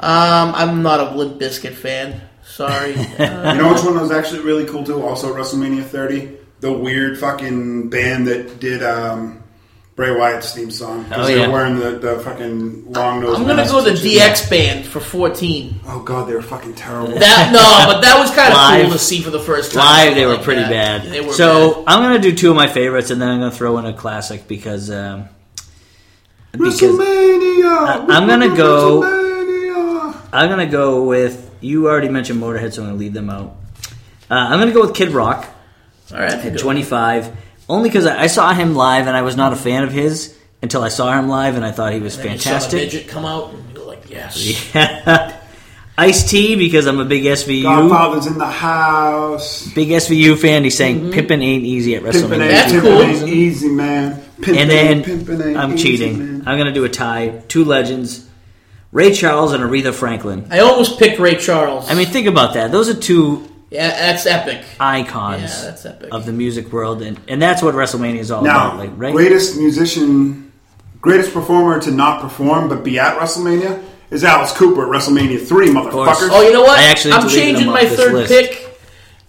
Um, I'm not a Limp Bizkit fan. Sorry. Uh, You know which one was actually really cool too? Also at WrestleMania 30, the weird fucking band that did um, Bray Wyatt's theme song because Oh, they yeah. were wearing the, the fucking long nose. I'm gonna masks go the and shit. DX band for fourteen. Oh god, they were fucking terrible. That no, but that was kind of Live. cool to see for the first time. Live, they were Like pretty that. bad. They were so bad. I'm gonna do two of my favorites, and then I'm gonna throw in a classic because um, because WrestleMania. I'm gonna go- WrestleMania! I'm gonna go with you already mentioned Motorhead, so I'm gonna leave them out. Uh, I'm gonna go with Kid Rock all right, at good. 25, only because I, I saw him live and I was not a fan of his until I saw him live and I thought he was Then you saw the fantastic. midget come out and you're like, yes. Ice T because I'm a big SVU Godfather's in the house. big SVU fan. He sang Mm-hmm. "Pimpin' Ain't Easy" at Pimpin' WrestleMania. ain't, That's pimpin' cool. ain't easy, man. Pimpin' and ain't- pimpin' then ain't I'm easy, cheating. man. I'm gonna do a tie. Two legends, Ray Charles and Aretha Franklin. I almost picked Ray Charles. I mean, think about that. Those are two Yeah, that's epic. Yeah, icons that's epic. of the music world, and, and that's what WrestleMania is all Now, about. Like, right? greatest musician, greatest performer to not perform but be at WrestleMania is Alice Cooper at WrestleMania 3, motherfuckers. Oh, you know what? I actually I'm deleted changing them my off this third list. pick.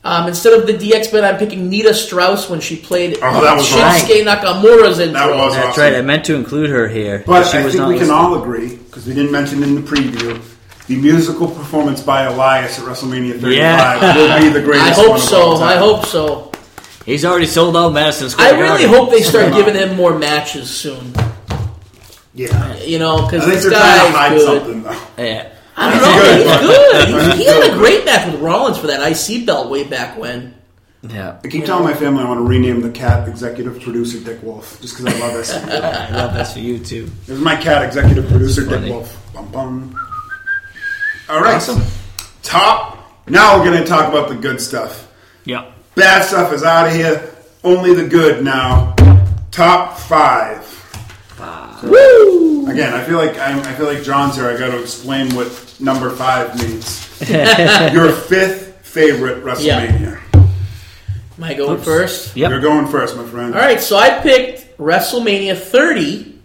Um, instead of the DX band, I'm picking Nita Strauss when she played Oh, that was Shinsuke Nakamura's intro. That was That's awesome. right. I meant to include her here. But she I was think not we can listed. all agree, because we didn't mention in the preview, the musical performance by Elias at WrestleMania 35 Yeah. will be the greatest I one hope of so. all time. I hope so. He's already sold out Madison Square I really Garden. hope they start giving him more matches soon. Yeah. You know, I because think this they're trying to guy's hide good. something, though. Yeah. I That's good. don't know. He's good. He, he had good. a great match with Rollins for that IC belt way back when. Yeah. I keep telling my family I want to rename the cat executive producer Dick Wolf, just because I love SCU. I love this for you too. This is my cat executive producer, Dick funny. Wolf. Bum bum. All right. Top. Now we're going to talk about the good stuff. Yeah. Bad stuff is out of here. Only the good now. Top five. Woo! Again, I feel like I'm, I feel like John's here. I got to explain what number five means. Your fifth favorite WrestleMania. Am I going first? You're Yep. going first, my friend. All right, so I picked WrestleMania 30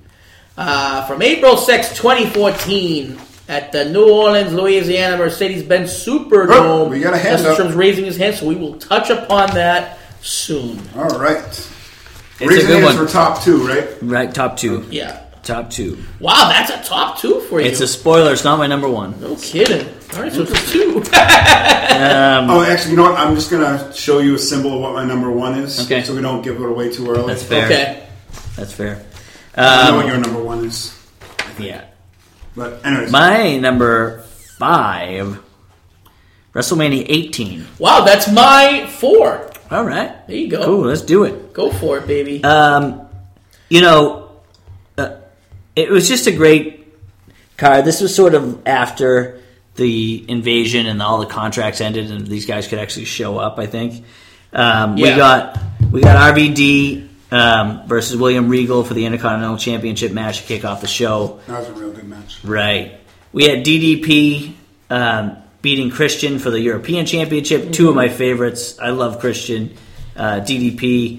uh, from April 6, 2014, at the New Orleans, Louisiana Mercedes-Benz Superdome. Oh, we got a hand Dustin up. Trump's raising his hand, so we will touch upon that soon. All right. It's a Reason good is one. for top two, right? Right. Top two. Yeah. Top two. Wow, that's a top two for you. It's a spoiler. It's not my number one. no kidding. All right, so it's two. Oh, actually, you know what? I'm just gonna show you a symbol of what my number one is, Okay. so we don't give it away too early. That's fair. okay. That's fair. I know Um, what your number one is, yeah. but anyways, My number five. WrestleMania 18. Wow, that's my four. All right. There you go. Cool. Let's do it. Go for it, baby. Um, you know, uh, it was just a great card. This was sort of after the invasion and all the contracts ended, and these guys could actually show up. I think um, Yeah. we got we got RVD um, versus William Regal for the Intercontinental Championship match to kick off the show. that was a real good match. Right. We had DDP um, beating Christian for the European Championship. Two of my favorites. I love Christian. Uh, DDP.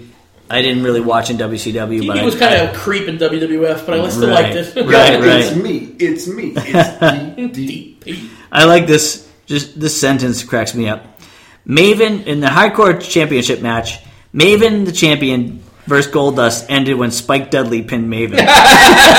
I didn't really watch in WCW, but he I- was kind of a creep in WWF, but I still Right. liked it. Right. It's me. It's me. It's D. DP. I, I like this. Just this sentence cracks me up. Maven in the Hardcore Championship match. Maven the champion versus Goldust ended when Spike Dudley pinned Maven.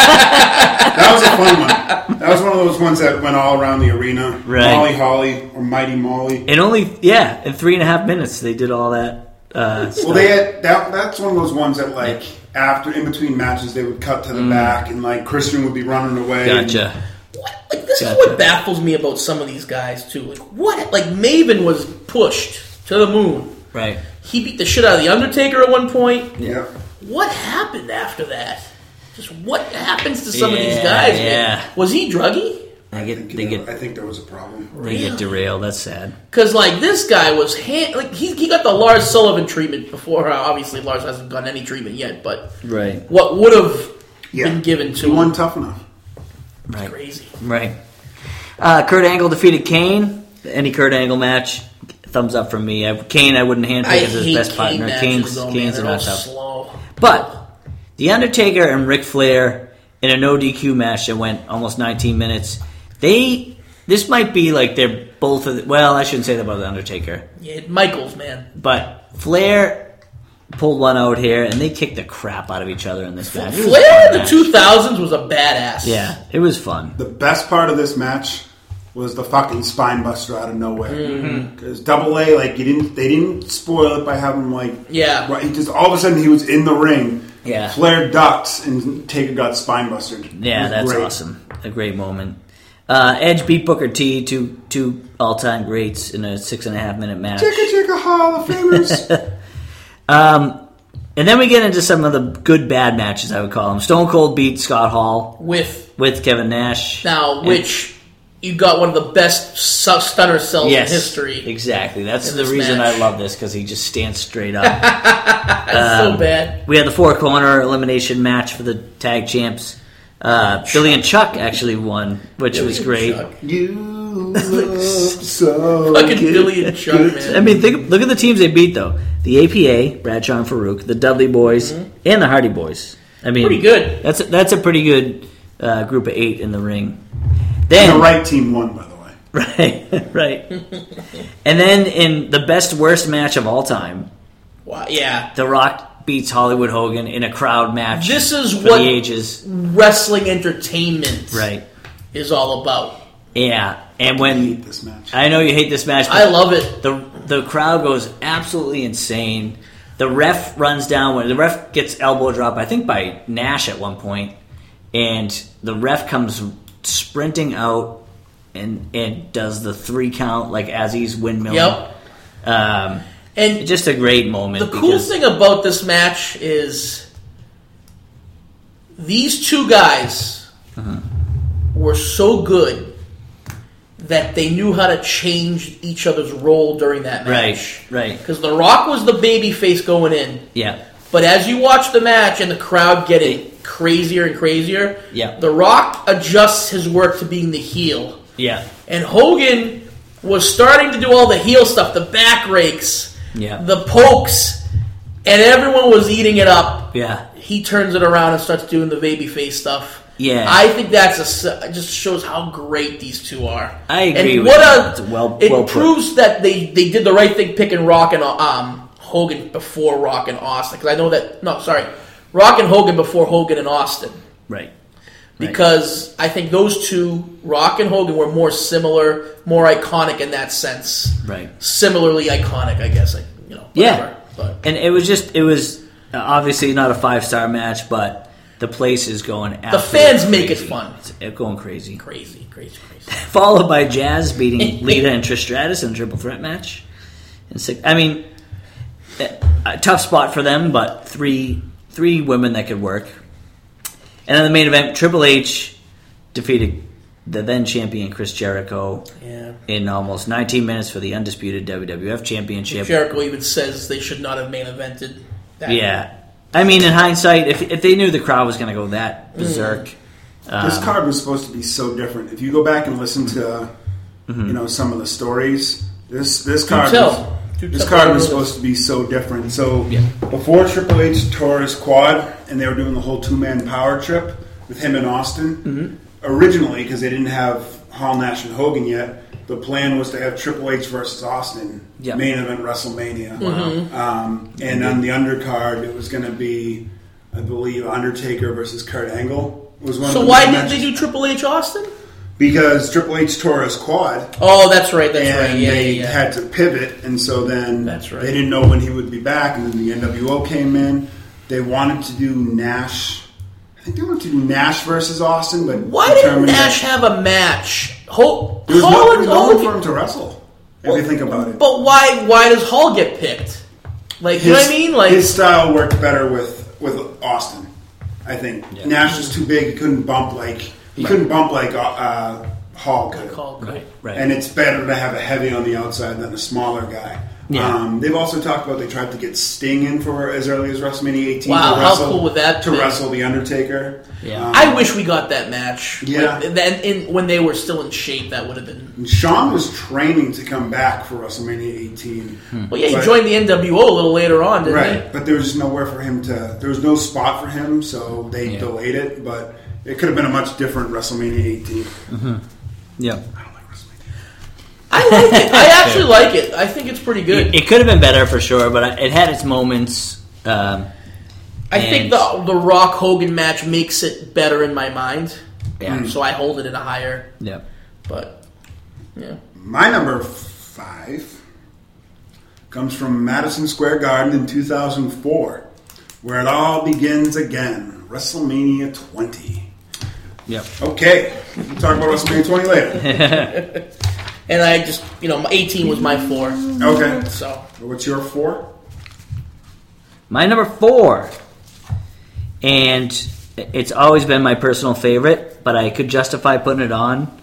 That was a fun one. That was one of those ones that went all around the arena. Right. Molly Holly or Mighty Molly. and only yeah, in three and a half minutes they did all that. Uh, Well, they had that. That's one of those ones that like after in between matches they would cut to the back and like Christian would be running away. and- Mm. gotcha. What? Like this is Gotcha. what baffles me about some of these guys too. Like what? Like Maven was pushed to the moon. Right. He beat the shit out of the Undertaker at one point. yeah. What happened after that? Just what happens to some of these Yeah, guys? man? yeah. Was he druggy? They get You they know, get I think there was a problem. they get derailed. That's sad. Because like this guy was hand like he, he got the Lars Sullivan treatment before. Uh, obviously Lars hasn't gotten any treatment yet, but Right. what would have Yeah. been given to He him? wasn't tough enough. Right. Crazy. Right. Uh, Kurt Angle defeated Kane. Any Kurt Angle match, thumbs up from me. I, Kane, I wouldn't hand I pick as his hate best Kane partner. matches Kane's, though, man. Kane's They're all not tough. slow. But The Undertaker and Ric Flair in a no DQ match that went almost 19 minutes. They this might be like they're both of the, well, I shouldn't say that about the Undertaker, yeah, Michaels man. but Flair pulled one out here and they kicked the crap out of each other in this match. It was a Flair fun in the match. two thousands was a badass. Yeah, it was fun. The best part of this match was the fucking spine buster out of nowhere. Mm-hmm. Because Double A, like you didn't, they didn't spoil it by having like Yeah. Right, he just all of a sudden he was in the ring. Yeah. Flair ducks and Taker got spine bustered. It Yeah, was that's great. awesome. A great moment. Uh, Edge beat Booker T, two two all time greats in a six and a half minute match. Chicka chicka Hall of Famers. And then we get into some of the good bad matches. I would call them. Stone Cold beat Scott Hall With with Kevin Nash. now, And- which you got one of the best su- stunner cells yes, in history. Exactly. That's in the this reason match. I love this because he just stands straight up. That's um, so bad. we had the four corner elimination match for the tag champs. Uh, Billy and Chuck actually won, which was great. Chuck. you love so Fucking Billy and Chuck, man. I mean, think, look at the teams they beat though: the APA, Bradshaw and Farouk, the Dudley Boys, and the Hardy Boys. I mean, Mm-hmm. Pretty good. That's a, that's a pretty good uh, group of eight in the ring. Then The right team won, by the way. right, right. and then in the best worst match of all time, Wow, yeah. The Rock beats Hollywood Hogan in a crowd match. This is for what- the ages, Wrestling entertainment right? is all about. Yeah, and Hate when this match. I know you hate this match, but I love it. the the crowd goes absolutely insane. The ref runs down when the ref gets elbow drop, I think by Nash at one point, and the ref comes sprinting out and and does the three count like as he's windmilling. Yep. Um, And just a great moment. the cool because- thing about this match is these two guys Uh-huh. were so good that they knew how to change each other's role during that match. Right, right. Because The Rock was the baby face going in. yeah, But as you watch the match and the crowd getting crazier and crazier, Yeah. The Rock adjusts his work to being the heel. yeah, And Hogan was starting to do all the heel stuff, the back rakes, Yeah. the pokes, and everyone was eating it up. yeah, He turns it around and starts doing the baby face stuff. Yeah. I think that's a s- it just shows how great these two are. I agree And with what you. a It's well- it well put. proves that they they did the right thing picking Rock and um Hogan before Rock and Austin because I know that no sorry Rock and Hogan before Hogan and Austin right. because I think those two, Rock and Hogan, were more similar, more iconic in that sense. Right. Similarly iconic, I guess. Like you know. Yeah. Whatever. But And it was just it was uh, obviously not a five star match, but the place is going. The fans make it fun. It's it's going crazy. crazy, crazy, crazy. Followed by Jazz beating Lita and Trish Stratus in a triple threat match. And six, I mean, a a tough spot for them, but three three women that could work. And then the main event, Triple H defeated the then champion Chris Jericho Yeah. in almost 19 minutes for the undisputed WWF Championship. Jericho even says they should not have main evented. That. Yeah. I mean, in hindsight, if, if they knew the crowd was going to go that berserk, Uh, This card was supposed to be so different. If you go back and listen to, you know, some of the stories, this this card Mm-hmm. tell. was, Do this tell. card was supposed to be so different. So before Triple H tore his quad and they were doing the whole two man power trip with him in Austin, Mm-hmm. originally because they didn't have Hall Nash and Hogan yet. The plan was to have Triple H versus Austin Yeah. main event WrestleMania, Mm-hmm. um, and on the undercard it was going to be, I believe, Undertaker versus Kurt Angle was one. So of the why main didn't they matches. do Triple H Austin? Because Triple H tore his quad, Oh, that's right. That's and right. Yeah, they yeah, yeah. had to pivot, and so then That's right. they didn't know when he would be back, and then the NWO came in. They wanted to do Nash. I think they wanted to do Nash versus Austin, but why didn't determined that- Nash have a match? Ho- There was no, there Hall was and no one Hogan. for him to wrestle. If you think about it, But why? Why does Hall get picked? Like you know what I mean? Like his style worked better with with Austin. I think Nash was too big; he couldn't bump like he couldn't bump like uh, uh, Hall could. Hall. Right. right? And it's better to have a heavy on the outside than a smaller guy. Yeah. Um, they've also talked about they tried to get Sting in for as early as WrestleMania 18 Wow, to how wrestle cool would that to be? wrestle the Undertaker. Yeah. I wish we got that match. Yeah. Like, then in, when they were still in shape, that would have been. And Sean Um, was training to come back for WrestleMania 18. Hmm. Well, yeah, he But- joined the NWO a little later on, didn't Right, but there was just nowhere for him to. There was no spot for him, so they Yeah. delayed it. But it could have been a much different WrestleMania 18. I yeah. don't like WrestleMania. he? I like it. I actually like it. I think it's pretty good. It, it could have been better for sure, but I- it had its moments. Um, I think the the Rock Hogan match makes it better in my mind, yeah, Hmm. so I hold it in a higher. yeah. But yeah, My number five comes from Madison Square Garden in 2004, where it all begins again. WrestleMania 20. Yep. Okay, we'll talk about WrestleMania 20 later. and I just you know my 18 was my four, Okay, so what's your four? My number four, and it's always been my personal favorite, but I could justify putting it on.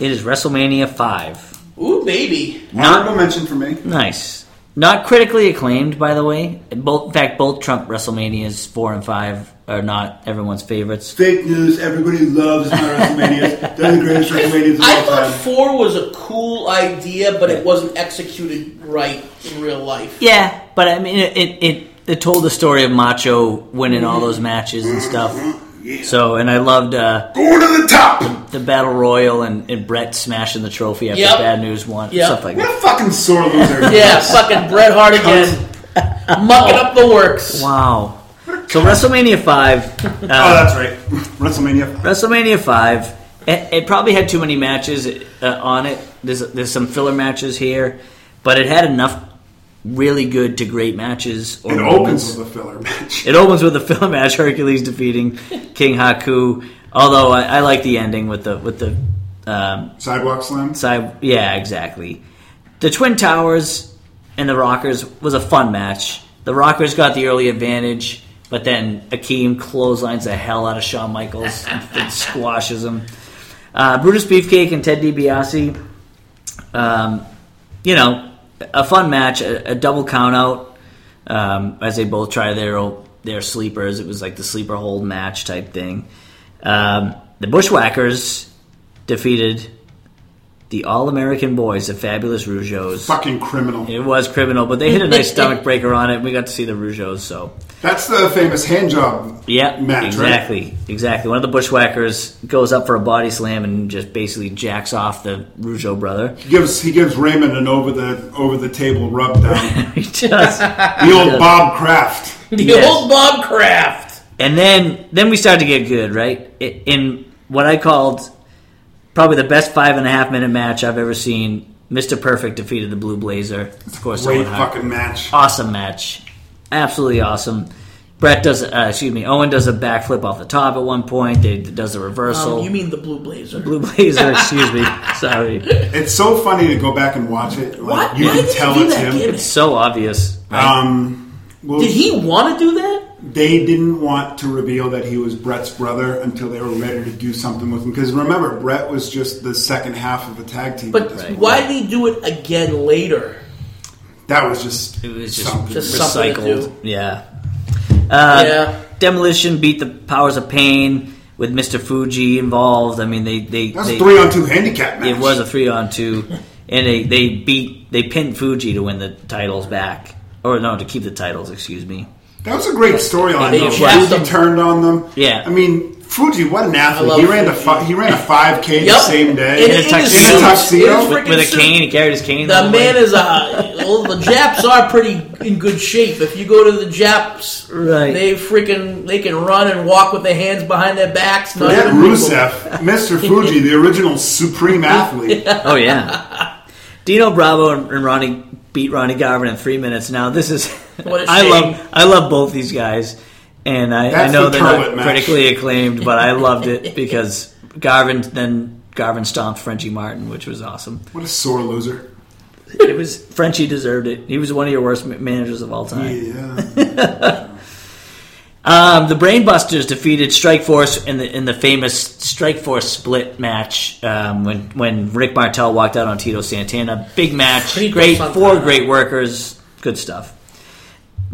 It is WrestleMania five. ooh baby, Honorable mention for me. Nice. Not critically acclaimed, by the way. Both, in fact, both Trump WrestleManias four and five are not everyone's favorites. Fake news. Everybody loves my WrestleManias. They're the greatest WrestleManias of I all thought time. four was a cool idea, but it wasn't executed right in real life. Yeah, but I mean, it it, it, it told the story of Macho winning all those matches and stuff. So, and I loved uh, Going to the top. the battle royal and, and Brett smashing the trophy after Yep. Bad News won Yep. stuff like that. What a fucking sore loser. Yeah, fucking Bret Hart again, mucking up the works. Wow. So WrestleMania five. Uh, Oh, that's right. WrestleMania. WrestleMania five. It, it probably had too many matches uh, on it. There's there's some filler matches here, but it had enough really good to great matches. Or It opens with a filler match. It opens with a filler match: Hercules defeating King Haku. Although I, I like the ending with the with the um, Sidewalk slam. side. Yeah, exactly. The Twin Towers and the Rockers was a fun match. The Rockers got the early advantage, but then Akeem clotheslines the hell out of Shawn Michaels and, and squashes him. Uh, Brutus Beefcake and Ted DiBiase, um, you know, a fun match, a, a double count out um, as they both try their old, their sleepers. It was like the sleeper hold match type thing. Um, the Bushwhackers defeated the All American Boys, the Fabulous Rougeaus. Fucking criminal. It was criminal, but they hit a nice stomach breaker on it. We got to see the Rougeaus, so That's the famous hand job yeah, match, right? exactly, exactly. One of the bushwhackers goes up for a body slam and just basically jacks off the Rougeau brother. He gives he gives Raymond an over the over the table rub down. he does, the old Bob Kraft. The Yes. old Bob Craft. and then then we start to get good, right? I- In what I called probably the best five and a half minute match I've ever seen. Mister Perfect defeated the Blue Blazer. Of course, Great Owen Hart. fucking match. awesome match, absolutely awesome. Brett does, uh, excuse me, Owen does a backflip off the top at one point. They does a reversal. Um, you mean the Blue Blazer? Blue Blazer, excuse me, sorry. It's so funny to go back and watch it. Like, What? You Why can did he tell do it's that him. gimmick? So obvious. Um, well, Did he want to do that? they didn't want to reveal that he was Brett's brother until they were ready to do something with him. Because remember, Brett was just the second half of the tag team. at But this point. why did he do it again later? That was just It was just, something. Just something to recycled. do. Yeah. Uh, Yeah. Demolition beat the Powers of Pain with Mr. Fuji involved. I mean, they they, That's they a three on two handicap match. it was a three on two, and they they beat they pinned Fuji to win the titles back, or no, to keep the titles. Excuse me. That was a great storyline. They though. jacked Fuji them. turned on them. Yeah. I mean, Fuji, what an athlete! love He ran the Fuji. fi- he ran a five k the Yep. same day. In, a in his tuxedo. suit. In a tuxedo? his With, freaking with a suit. cane, he carried his cane. all The man way. is a. Well, the Japs are pretty in good shape. If you go to the Japs, Right. they freaking they can run and walk with their hands behind their backs. Not Forget even people. Rusev, Mr. Fuji, the original supreme athlete. Oh yeah. Dino Bravo and, and Ronnie beat Ronnie Garvin in three minutes. Now this is What a I shame. love I love both these guys, and I, I That's know the they're not toilet match. critically acclaimed, but I loved it because Garvin then Garvin stomped Frenchie Martin, which was awesome. What a sore loser. It was Frenchie deserved it. He was one of your worst ma- managers of all time. Yeah. Um, the Brainbusters defeated Strikeforce in the in the famous Strikeforce split match um, when when Rick Martel walked out on Tito Santana. Big match, Tito great Santana. four great workers, good stuff.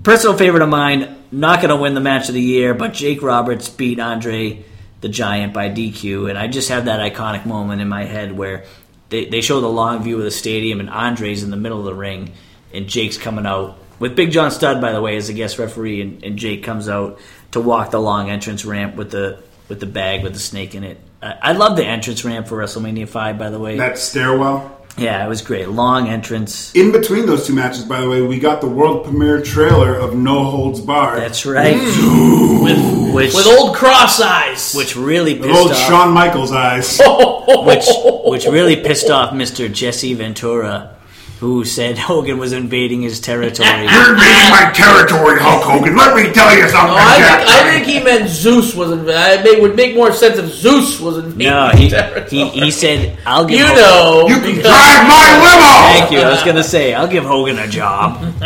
Personal favorite of mine, not going to win the match of the year, but Jake Roberts beat Andre the Giant by DQ, and I just have that iconic moment in my head where they, they show the long view of the stadium and Andre's in the middle of the ring, and Jake's coming out with Big John Studd, by the way, as a guest referee, and, and Jake comes out to walk the long entrance ramp with the with the bag with the snake in it. I, I love the entrance ramp for WrestleMania Five, by the way. that stairwell. yeah, it was great, long entrance. In between those two matches, by the way, we got the world premiere trailer of No Holds Barred. That's right. With, which, with old cross eyes. which really pissed the old off. Oh. Shawn Michaels eyes. which which really pissed off Mr. Jesse Ventura, who said Hogan was invading his territory. You're invading my territory, Hulk Hogan. Let me tell you something, No, Oh, Oh, I, Jack. think, I think he meant Zeus was in. It would make more sense if Zeus was in. no, he, he he said I'll give You Hogan- know, you can because- drive my limo. Thank you. I was gonna say I'll give Hogan a job.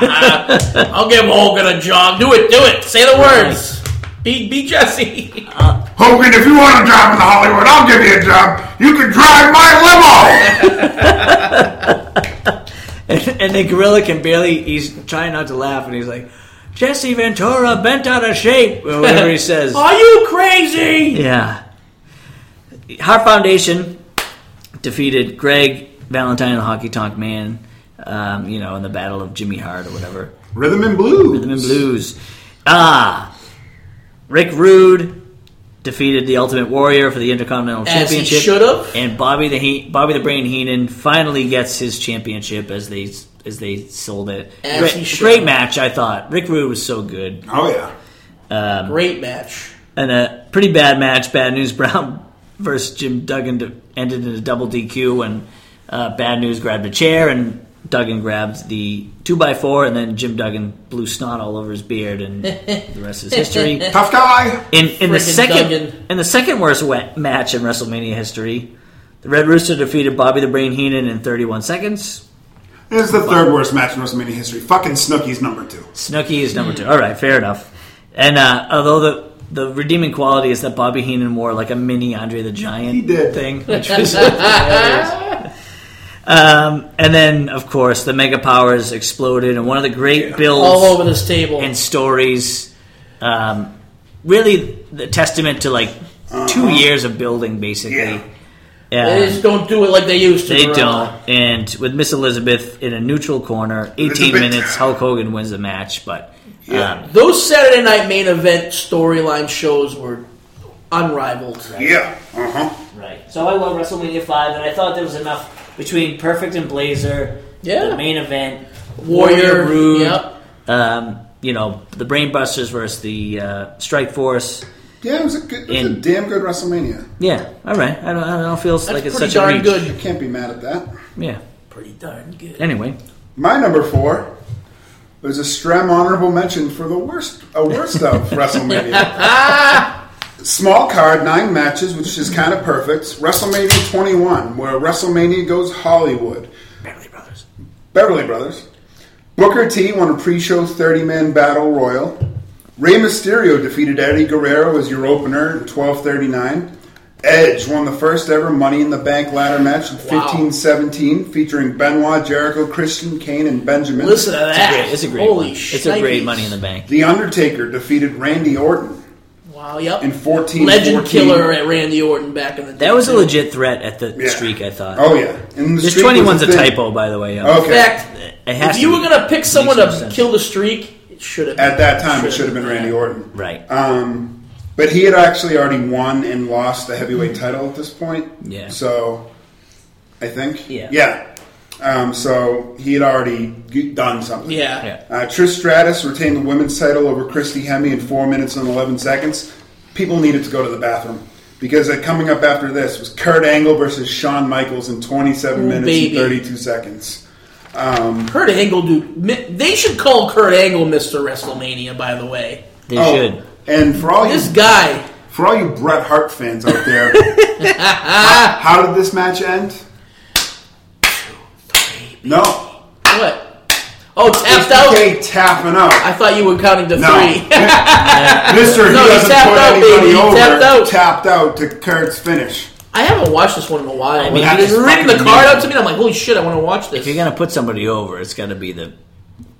I'll give Hogan a job. Do it, do it. Say the words. Be, be Jesse. Hogan, if you want a job in Hollywood, I'll give you a job. You can drive my limo. and, and And Gorilla can barely, he's trying not to laugh, and he's like, Jesse Ventura bent out of shape, or whatever he says. Are you crazy? Yeah. Heart Foundation defeated Greg Valentine and the Hockey Tonk Man, um, you know, in the Battle of Jimmy Hart or whatever. Rhythm and Blues. Rhythm and Blues. Ah. Rick Rude defeated the Ultimate Warrior for the Intercontinental As he Championship. should have. And Bobby the he- Bobby the Brain Heenan finally gets his championship as they as they sold it. As great, he should. great match, I thought. Rick Rude was so good. Oh yeah. Great match. and a pretty bad match. Bad News Brown versus Jim Duggan to, ended in a double DQ when uh, Bad News grabbed a chair and Duggan grabbed the two by four, and then Jim Duggan blew snot all over his beard, and the rest is history. Tough guy. In, in the Frickin' second Duggan. in the second worst wa- match in WrestleMania history, the Red Rooster defeated Bobby the Brain Heenan in 31 seconds. This is the third worst match in WrestleMania history. Fucking Snooki's number two. Snooki is number two. Hmm. All right, fair enough. And uh, although the the redeeming quality is that Bobby Heenan wore like a mini Andre the Giant He did. thing, which was hilarious. um, and then of course the Mega Powers exploded, and one of the great builds All over this table. and stories. Um, really, the testament to like Uh-huh. two years of building, basically. Yeah. they just don't do it like they used to. They Gorilla. don't. And with Miss Elizabeth in a neutral corner, 18 Elizabeth. minutes, Hulk Hogan wins the match. But Yeah. um, Those Saturday night main event storyline shows were unrivaled. Yeah. Uh huh. right. So I love WrestleMania 5, and I thought there was enough between Perfect and Blazer, Yeah. the main event, Warrior, Rude, yep. um, you know, the Brainbusters versus the uh, Strike Force. Yeah, it was a good, it was a In- damn good Wrestlemania. Yeah, all right. I don't, I don't feel like it's pretty such darn a reach. You good. can't be mad at that. Yeah. Pretty darn good. Anyway, My number four was a Strem honorable mention for the worst, a worst of WrestleMania. Small card, nine matches, which is kind of perfect. WrestleMania 21, where WrestleMania goes Hollywood. Beverly Brothers. Beverly Brothers. Booker T won a pre-show 30-man battle royal. Rey Mysterio defeated Eddie Guerrero as your opener in 12:39. Edge won the first ever Money in the Bank ladder match in 1517, featuring Benoit, Jericho, Christian, Kane, and Benjamin. Listen to It's a that. great, it's a great Holy one. It's a great shnikes. Money in the Bank. The Undertaker defeated Randy Orton Wow, yep. in 14. Legend killer at Randy Orton back in the day. That was a too. legit threat at the Yeah. streak, I thought. Oh yeah, and the This streak was 21's a thing. typo, by the way. Okay. In fact, It has if to you were be. going to pick someone no to sense. kill the streak, it should have At that time, it should have been Randy Orton. Right. Um, but he had actually already won and lost the heavyweight title at this point. Mm-hmm. Yeah. So, I think. Yeah. Yeah. Um, so he had already g- done something. Yeah. Yeah. Uh, Trish Stratus retained the women's title over Christy Hemme in four minutes and eleven seconds. People needed to go to the bathroom because uh, coming up after this was Kurt Angle versus Shawn Michaels in twenty-seven minutes and baby. thirty-two seconds. Kurt Angle, dude. mi- They should call Kurt Angle Mr. WrestleMania, by the way. They oh. should. And for all This you guy, For all you Bret Hart fans out there, how, how did this match end? No. what? Oh, tapped out? HBK tapping out. I thought you were counting to No. three. Mister, No, he he doesn't tapped put out, anybody baby. He over. tapped out. Tapped out to Kurt's finish. I haven't watched this one in a while. I mean, mean, that he's is written the fucking card amazing. out to me, and I'm like, holy shit, I want to watch this. If you're gonna put somebody over, it's gotta be the.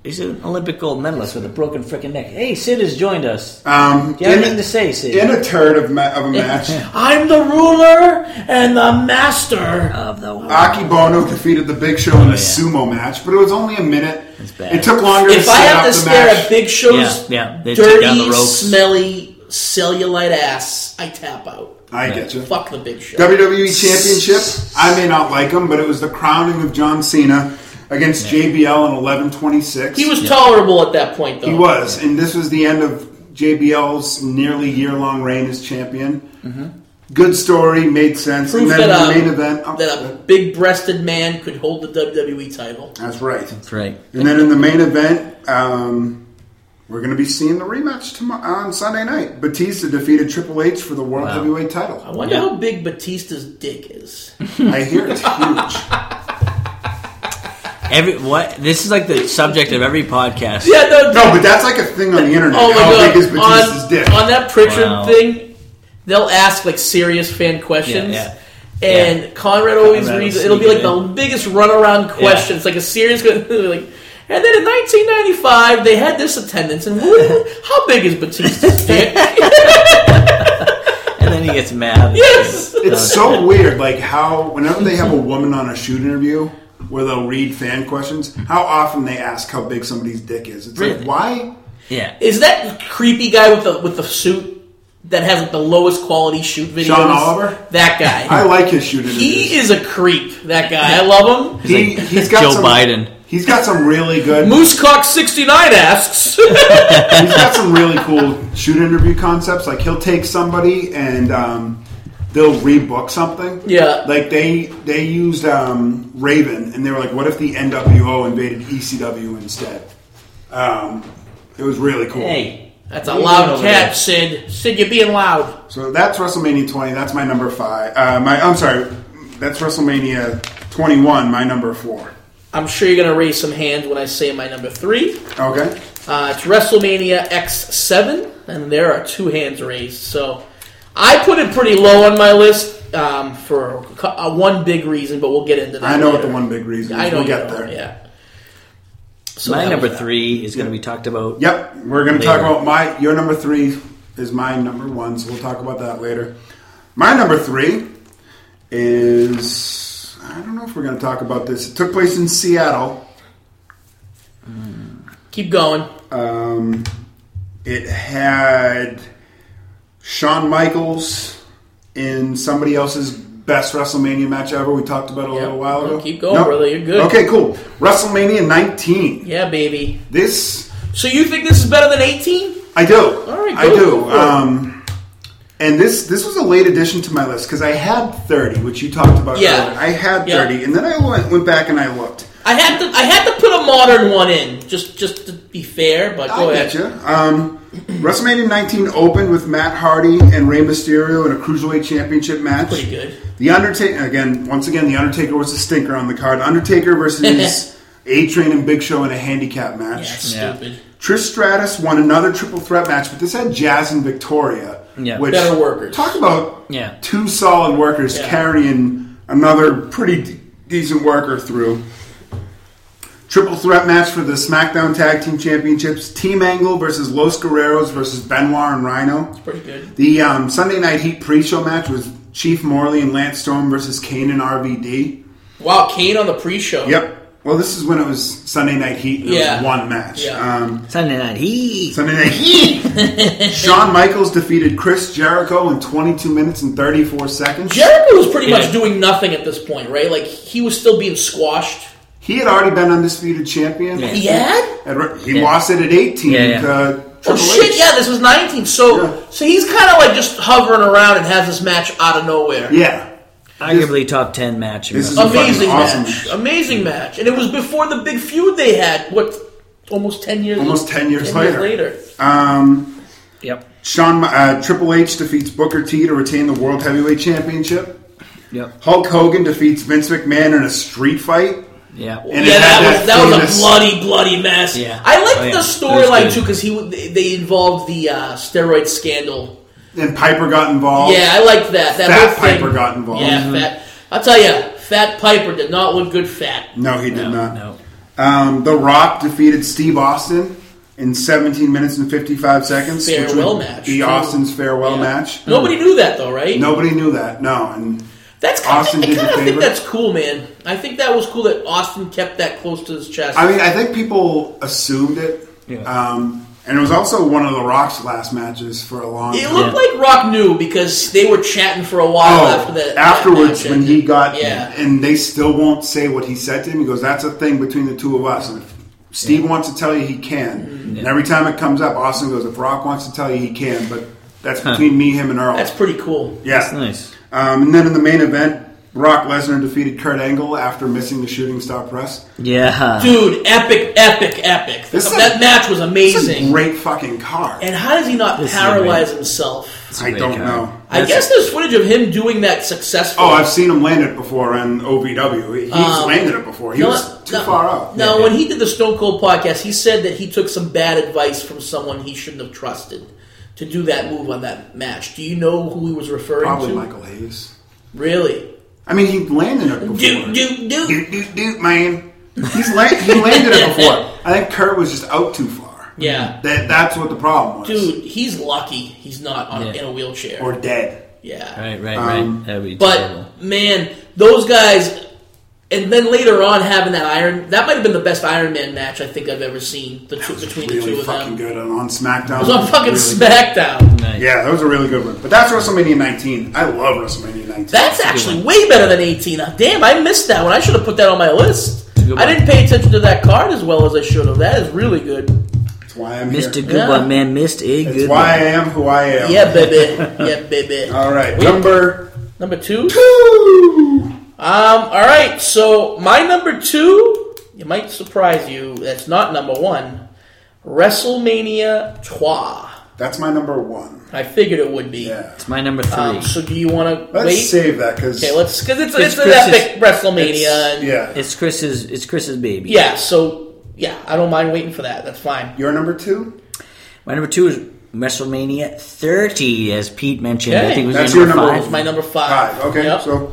He's an Olympic gold medalist with a broken freaking neck. Hey, Sid has joined us. Um, Do you have in- anything to say, Sid? In a turd of, ma- of a match, I'm the ruler and the master. of the world. Aki Bono defeated the Big Show in Oh, a sumo match, but it was only a minute. bad. It took longer to if set I up have to the stare match. at Big Show's Yeah, yeah, they took down the dirty, ropes. smelly, cellulite ass, I tap out. I get you. Fuck the Big Show. WWE Championship. I may not like him, but it was the crowning of John Cena against JBL in eleven twenty six. he was tolerable at that point, though. He was, and this was the end of JBL's nearly year long reign as champion. Good story, made sense. Mm-hmm. Proof and that then a, the main event. oh, that uh, a big-breasted man could hold the WWE title. that's right. That's right. And then in the main event, um, we're going to be seeing the rematch tomorrow on Sunday night. Batista defeated Triple H for the World Heavyweight I title. wonder Yeah. how big Batista's dick is. I hear it's huge. Every what? This is like the subject of every podcast. yeah, no, No, but that's like a thing on the internet. Oh my How god! big is Batista's on, dick? on that Pritchard Wow. thing, they'll ask like serious fan questions. Yeah, yeah. And Conrad always Conrad will reads. It'll be sneak like it the biggest runaround question. It's like a serious. like, and then in 1995, they had this attendance. And who, how big is Batista's dick? and then he gets mad. yes. It's so weird, like how whenever they have a woman on a shoot interview where they'll read fan questions, how often they ask how big somebody's dick is. It's Really? like why? Yeah. Is that creepy guy with the with the suit that has like the lowest quality shoot videos? Sean Oliver? That guy. I like his shoot interviews. he is a creep. That guy. I love him. He, has got Joe some, Biden. He's got some really good. Moosecock69 asks. he's got some really cool shoot interview concepts. Like he'll take somebody and um, they'll rebook something. Yeah. Like they they used um, Raven and they were like, what if the NWO invaded ECW instead? Um, it was really cool. Hey. That's a What are you doing loud over cat, Sid. Sid, you're being loud. So that's WrestleMania 20. That's my number five. Uh, my I'm sorry. That's WrestleMania 21. My number four. I'm sure you're gonna raise some hands when I say my number three. Okay. Uh, it's WrestleMania X7, and there are two hands raised. So I put it pretty low on my list um, for a cou- uh, one big reason, but we'll get into that. I know what later. the one big reason. Is. I know we'll you get know, there. Yeah. So My that number was that. three is going to be talked about. Yep, we're going to talk Later. about my your number three is my number one, so we'll talk about that later. My number three is I don't know if we're going to talk about this. It took place in Seattle. Keep going. Um, it had Shawn Michaels in somebody else's best WrestleMania match ever. We talked about it a Yep. little while ago. Keep going, brother. You're good. Okay, cool. WrestleMania 19. Yeah, baby. This So you think this is better than 18? I do. All right, I go do. for it. Um, and this this was a late addition to my list because I had thirty, which you talked about. Yeah. earlier. I had Yeah. thirty, and then I went, went back and I looked. I had to I had to put a modern one in just just to be fair, but go I ahead. get you. Um, WrestleMania 19 opened with Matt Hardy and Rey Mysterio in a cruiserweight championship match. Pretty good. The Undertaker again, once again, the Undertaker was a stinker on the card. Undertaker versus A Train and Big Show in a handicap match. Yeah, Yeah. stupid. Trish Stratus won another triple threat match, but this had Jazz and Victoria. Yeah. which- Better workers. Talk about Yeah. two solid workers Yeah. carrying another pretty d- decent worker through. Triple threat match for the SmackDown Tag Team Championships. Team Angle versus Los Guerreros versus Benoit and Rhino. Pretty good. The um, Sunday Night Heat pre-show match was Chief Morley and Lance Storm versus Kane and RVD. Wow, Kane on the pre-show. Yep. Well, this is when it was Sunday Night Heat. and It Yeah. was one match. Yeah. Um, Sunday night. He. Sunday Night Heat. Shawn Michaels defeated Chris Jericho in 22 minutes and 34 seconds. Jericho was pretty Yeah. much doing nothing at this point, right? Like he was still being squashed. He had already been undisputed champion. Yeah. He had? At re- he lost it at 18 Yeah, yeah. to Oh Triple shit! H. Yeah, this was 19. So, Yeah. so he's kind of like just hovering around and has this match out of nowhere. Yeah. Arguably top 10 match. in This is wrestling. a fucking Amazing awesome match. match. Amazing match. And it was before the big feud they had. What? Almost 10 years. Almost 10 years later. later. Um, Yep. Shawn, uh, Triple H defeats Booker T to retain the World Heavyweight Championship. Yep. Hulk Hogan defeats Vince McMahon in a street fight. Yeah. And yeah, it had that that was that was famous- a bloody, bloody mess. Yeah. I liked Oh, the yeah. It was storyline good. too because he w- they- they involved the uh, steroid scandal. And Piper got involved. Yeah, I liked that. That Oh. Fat whole thing. Piper got involved. Yeah, Mm-hmm. fat. I'll tell you, Fat Piper did not look good. Fat. No, he did not. No. Um, the Rock defeated Steve Austin in 17 minutes and 55 seconds. which Farewell would match, Be too. Austin's farewell Yeah. match. Nobody knew that though, right? Nobody knew that. No, and That's kind Austin I did the kind of think favor. that's cool, man. I think that was cool that Austin kept that close to his chest. I mean, I think people assumed it. Yeah. Um, and it was also one of The Rock's last matches for a long it time. looked like Rock knew because they were chatting for a while Oh, after that. afterwards, that match when he ended. got, yeah, and they still won't say what he said to him. He goes, "That's a thing between the two of us." And if Steve wants to tell you he can, and every time it comes up, Austin goes, "If Rock wants to tell you he can, but that's between me, him, and Earl." that's pretty cool. yeah. Nice. Um, and then in the main event, Brock Lesnar defeated Kurt Angle after missing the shooting star press. Yeah. Dude, epic, epic, epic. This is that a- match was It's a amazing. great fucking car. And how does he not This is paralyze amazing. himself? It's a I great don't card. know. I That's- guess there's footage of him doing that successfully. Oh, I've seen him land it before on OVW. He's landed it before. He Um, No, was too no, far out. No, when he did the Stone Cold podcast, he said that he took some bad advice from someone he shouldn't have trusted to do that move on that match. Do you know who he was referring Probably to? Michael Hayes. Really? I mean, he landed it before. Do do do. Doot, doot, doot, man. He's la- he landed it before. I think Kurt was just out too far. Yeah, That that's what the problem was. dude, he's lucky he's not on, Yeah. in a wheelchair. Or dead. yeah, Right, right, Um, right. That'd be terrible. But man, those guys, and then later on having that Iron, that might have been the best Iron Man match I think I've ever seen. The two, between the Really two of fucking them, good on, on SmackDown. it was on fucking Really good. SmackDown. Nice. Yeah, that was a really good one. But that's WrestleMania 19. I love WrestleMania 19. That's actually way better than 18. Uh, Damn, I missed that one. I should have put that on my list. good I one. didn't pay attention to that card as well as I should have. That is really good. That's why I'm Missed a here. good Yeah. one, man. Missed a That's good why I one. am who I am. Yeah, baby. Yeah, baby. All right, We- number number two. two. Um, all right, so my number two, it might surprise you, that's not number one. WrestleMania 3. That's my number one. I figured it would be. Yeah. It's my number three. Um, so do you want to Let's wait? save that because Okay, let's uh, because it's, It's it's, an Chris's- epic WrestleMania. And, yeah. it's Chris's. It's Chris's baby. yeah, so yeah, I don't mind waiting for that. That's fine. Your number two? My number two is WrestleMania 30, as Pete mentioned. I Okay. think it was That's your your number number five. It's my number five. Five. Okay, Yep. so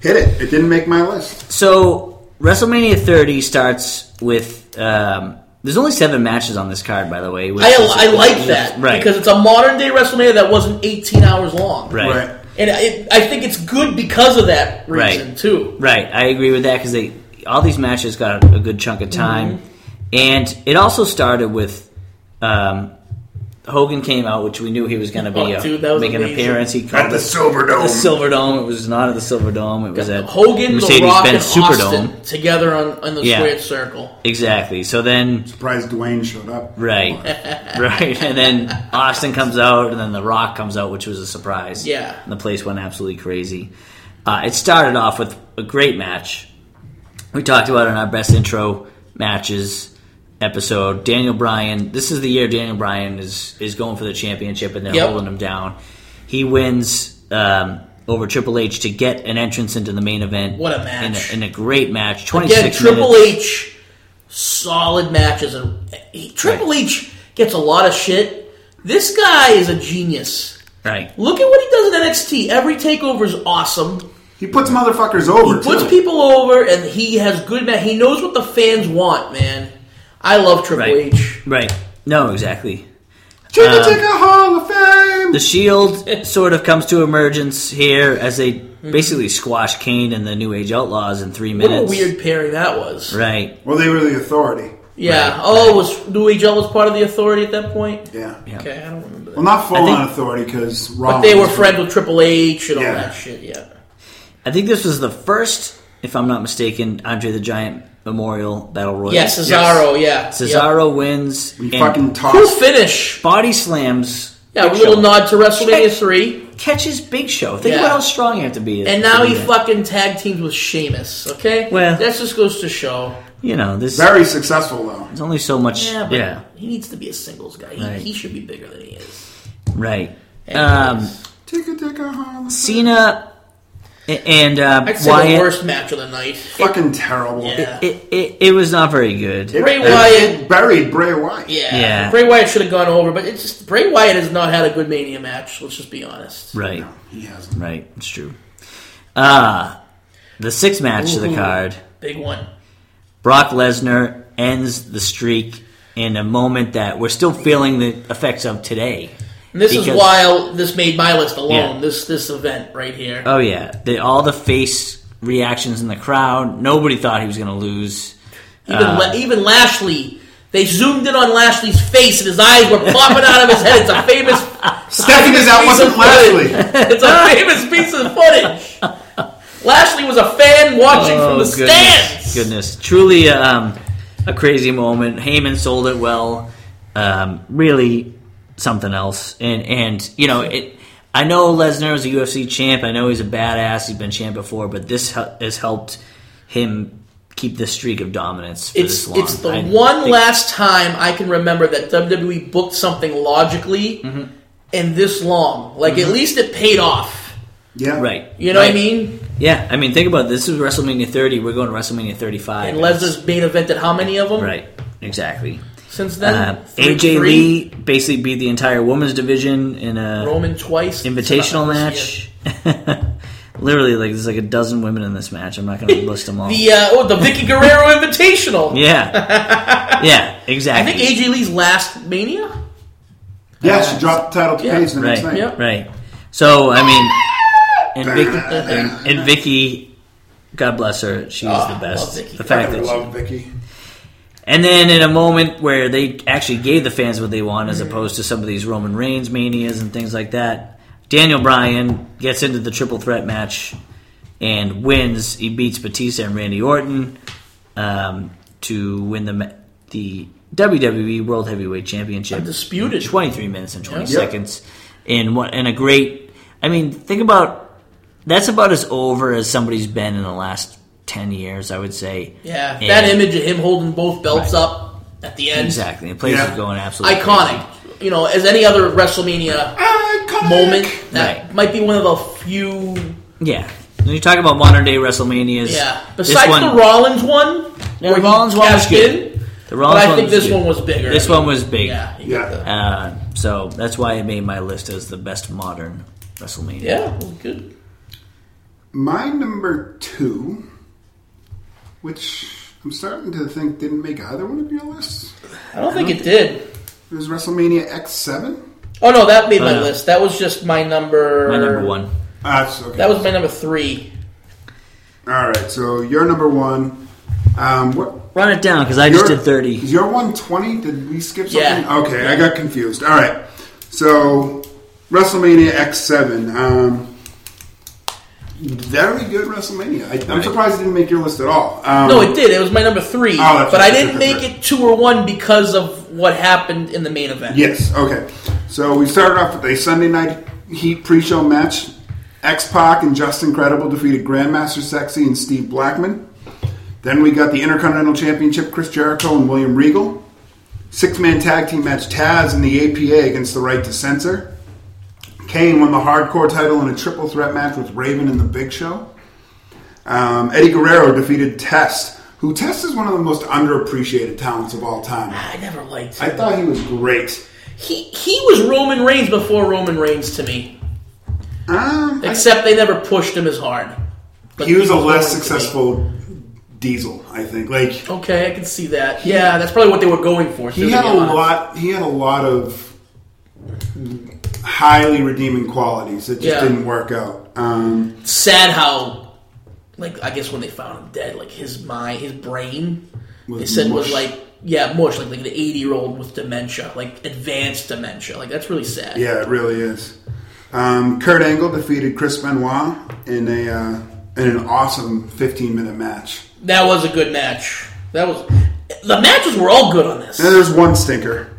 hit it. It didn't make my list. So WrestleMania 30 starts with. Um, there's only seven matches on this card, by the way. Which I, is- I like that right? because it's a modern day WrestleMania that wasn't 18 hours long. right, Right. right, And it, I think it's good because of that Right. reason too. I agree with that because they all these matches got a good chunk of time, Mm-hmm. and it also started with. Um, Hogan came out, which we knew he was going to be Oh, uh, dude, that was make an amazing. appearance. He At called the it Silver Dome. the Silver Dome. It was not at the Silver Dome. It was at Hogan, The Rock, and Mercedes-Benz Superdome. Austin together on, on the Yeah. squared circle. Exactly. So then, Surprised Dwayne showed up. right, right, and then Austin comes out, and then The Rock comes out, which was a surprise. Yeah. and the place went absolutely crazy. Uh, it started off with a great match. We talked about it in our best intro matches episode. Daniel Bryan. This is the year Daniel Bryan is is going for the championship, and they're Yep. holding him down. He wins. Um, over Triple H to get an entrance into the main event. What a match. In a, in a great match. Twenty Again, six Triple minutes. H, solid matches, and he, Triple H gets a lot of shit. This guy is a genius. Right. Look at what he does in NXT. Every takeover is awesome. He puts motherfuckers over. He puts too. people over, and he has good. Ma- he knows what the fans want, man. I love Triple Right. H. Right. No, exactly. Chicken Uh, Tikka Hall of Fame. The Shield sort of comes to emergence here as they basically squash Kane and the New Age Outlaws in three Mm-hmm. What a minutes. weird pairing that was. Right. well, they were the authority. Yeah. Oh, was New Age was part of the Authority at that point? Yeah. Yeah. Okay, I don't remember that. Well, not full I think- on authority because Oh, But they were friends with Triple H and all Yeah. that shit. Yeah. I think this was the first, if I'm not mistaken, Andre the Giant Memorial Battle Royal. Yeah, Cesaro. Yeah. Cesaro wins. We and fucking Yeah. Cool tossed. finish. body slams. Yeah, a Big little Show. nod to WrestleMania Check. three, Catches Big Show. Think Yeah. about how strong you have to be. and now to do he that. fucking tag teams with Sheamus. Okay. Well- that just goes to show. You know, this. Very successful though. There's only so much. Yeah, Yeah. but he needs to be a singles guy. He, Right. he should be bigger than he is. right. Anyways. Um, Tikka Tikka Hall of Fame. Cena a- and uh, I'd say Wyatt. the worst match of the night. Fucking terrible. Yeah. It, it, it was not very good. It- Bray it- Wyatt- it buried Bray Wyatt. Yeah. Yeah. Bray Wyatt should have gone over, but it's just Bray Wyatt has not had a good Mania match. Let's just be honest. Right, He hasn't. right. It's true. Uh, the sixth match of the Ooh. card Big one. Brock Lesnar ends the streak in a moment that we're still feeling the effects of today. And this is Because- why this made my list alone. Yeah. This this event right here. Oh, yeah. The, all the face reactions in the crowd. Nobody thought he was going to lose. Even, Ah. La- even Lashley, they zoomed in on Lashley's face, and his eyes were popping out of his head. It's a famous. Stephanie, that piece of wasn't footage. Lashley. It's a famous piece of footage. Lashley was a fan watching from the Oh, goodness. stands. Goodness. Truly um, a crazy moment. Heyman sold it well. Um, really something else. And, and you know, it, I know Lesnar is a UFC champ. I know he's a badass. He's been champ before, but this hel- has helped him keep this streak of dominance for It's this long. it's the I one think- last time I can remember that WWE booked something logically Mm-hmm. and this long. Like at least it paid off. Yeah. Right. You know Mm-hmm. right. what I mean? Yeah. I mean, think about it. This is WrestleMania 30. We're going to WrestleMania 35. And Lesnar's main event at how many of them? Right. Exactly. Since then, Uh, Three- AJ three? Lee basically beat the entire women's division in a Roman twice. invitational It's about- match. Literally, like there's like a dozen women in this match. I'm not going to list them all. The uh, oh, the Vicky Guerrero Invitational. Yeah, yeah, I exactly. think AJ Lee's last Mania. Yeah, she dropped the title to Paige the next right, night. Yep. right. So I mean, and Vicky, and, and Vicky, God bless her, she's Ah, the love best. Vicky. The fact I that love Vicky. And then in a moment where they actually gave the fans what they want, as opposed to some of these Roman Reigns manias and things like that, Daniel Bryan gets into the triple threat match and wins. He beats Batista and Randy Orton um, to win the ma- the WWE World Heavyweight Championship. Undisputed. in 23 minutes and 20 Yeah. seconds. In what in a great, I mean, think about that's about as over as somebody's been in the last 10 years, I would say. Yeah, And- that image of him holding both belts Right. up at the end, Exactly. The place Yeah. is going absolutely crazy. iconic. You know, as any other WrestleMania Iconic. moment, that Right. might be one of the few. Yeah. When you talk about modern day WrestleManias, Yeah, this besides one, the Rollins one, Yeah, where the he Rollins one was cashed good. in, the Rollins but I think was this good. one was bigger. This one was big. Yeah, he Yeah. got the- Uh, so that's why it made my list as the best modern WrestleMania. yeah, well, good. My number two, which I'm starting to think didn't make either one of your lists, I don't think it did. is WrestleMania X7. Oh no, that made my no. list. That was just my number. My number one. Ah, it's okay. That was my number three. All right, so you're number one. Um, what, Run it down because I just your- did 30. Is your 120? Did we skip something? Yeah. Okay, I got confused. All right. So, WrestleMania X7. Um, very good WrestleMania. I, I'm surprised it didn't make your list at all. Um, No, it did. It was my number three, Oh, that's but I right. didn't make it two or one because of what happened in the main event. Yes, okay. So, we started off with a Sunday Night Heat pre show match. X Pac and Justin Credible defeated Grandmaster Sexy and Steve Blackman. Then we got the Intercontinental Championship, Chris Jericho and William Regal. Six man tag team match Taz and the APA against the right to censor. Kane won the hardcore title in a triple threat match with Raven and the Big Show. Um, Eddie Guerrero defeated Test, who Test is one of the most underappreciated talents of all time. I never liked. I Him. thought he was great. He he was Roman Reigns before Roman Reigns to me. Um, I- Except they never pushed him as hard. But he was a less Roman to me. successful Diesel, I think. Like Okay, I can see that. Yeah, that's probably what they were going for. he had a lot. He had a lot of highly redeeming qualities that just Yeah. didn't work out. Um, Sad how, like, I guess when they found him dead, like his mind, his brain, they Was said was mush. like, yeah, mush, like like an eighty year old with dementia, like advanced dementia. Like that's really sad. Yeah, it really is. Um, Kurt Angle defeated Chris Benoit in a uh, in an awesome 15 minute match. That was a good match. That was the matches were all good on this. And there's one stinker.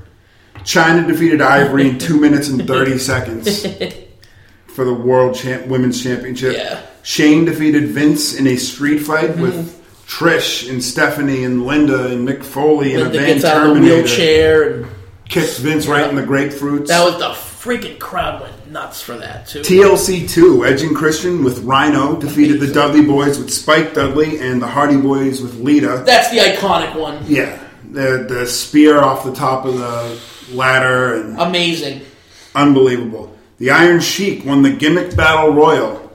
China defeated Ivory in two minutes and 30 seconds for the World Champ- Women's Championship. Yeah. Mm-hmm. Shane defeated Vince in a street fight with Trish and Stephanie and Linda and Mick Foley and Linda a Van gets out of the Terminator. wheelchair and. Kicks Vince right in the grapefruits. That was the freaking crowd went nuts for that too. TLC 2, Edge and Christian with Rhino, defeated the Dudley Boys with Spike Dudley and the Hardy Boys with Lita. That's the iconic one. Yeah, the, the spear off the top of the ladder and Amazing. unbelievable. The Iron Sheik won the Gimmick Battle Royal,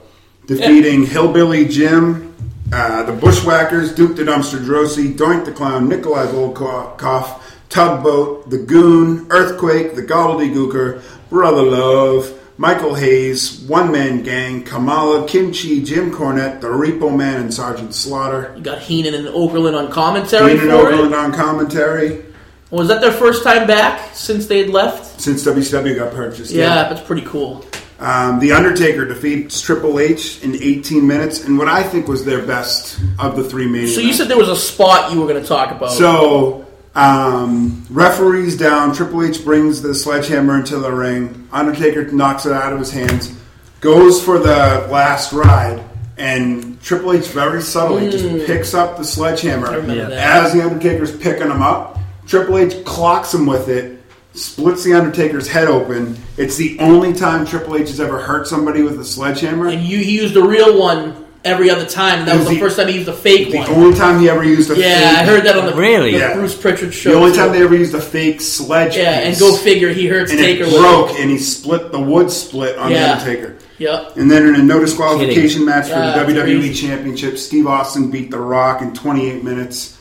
defeating Hillbilly Jim, uh, the Bushwhackers, Duke the Dumpster Drosy, Doink the Clown, Nikolai Volkoff, Tugboat, The Goon, Earthquake, The Gobbledygooker, Brother Love, Michael Hayes, One Man Gang, Kamala, Kimchi, Jim Cornette, The Repo Man, and Sergeant Slaughter. You got Heenan and Okerlund on commentary Dean and for Oakland it. on commentary Was that their first time back since they had left? since WCW got purchased. Yeah, that's pretty cool. Um, the Undertaker defeats Triple H in 18 minutes, and what I think was their best of the three main. So you events. said there was a spot you were going to talk about. so. Um, referees down. Triple H brings the sledgehammer into the ring. Undertaker knocks it out of his hands, goes for the last ride, and Triple H very subtly just picks up the sledgehammer. Hmm. I remember that. As the Undertaker's picking him up, Triple H clocks him with it, splits the Undertaker's head open. It's the only time Triple H has ever hurt somebody with a sledgehammer. and you he used the real one every other time. and That It was was the, the- first time he used the fake The one. only time he ever used a yeah, fake, I heard that on the, Really? the Yeah. Bruce Pritchard show. The only too. time they ever used a fake sledge. yeah, and piece. go figure, he hurts And it Taker with broke, and he split the wood split on Yeah. the Undertaker. Yep. And then in a no disqualification Kidding. match for Yeah, the WWE three. Championship, Steve Austin beat The Rock in 28 minutes.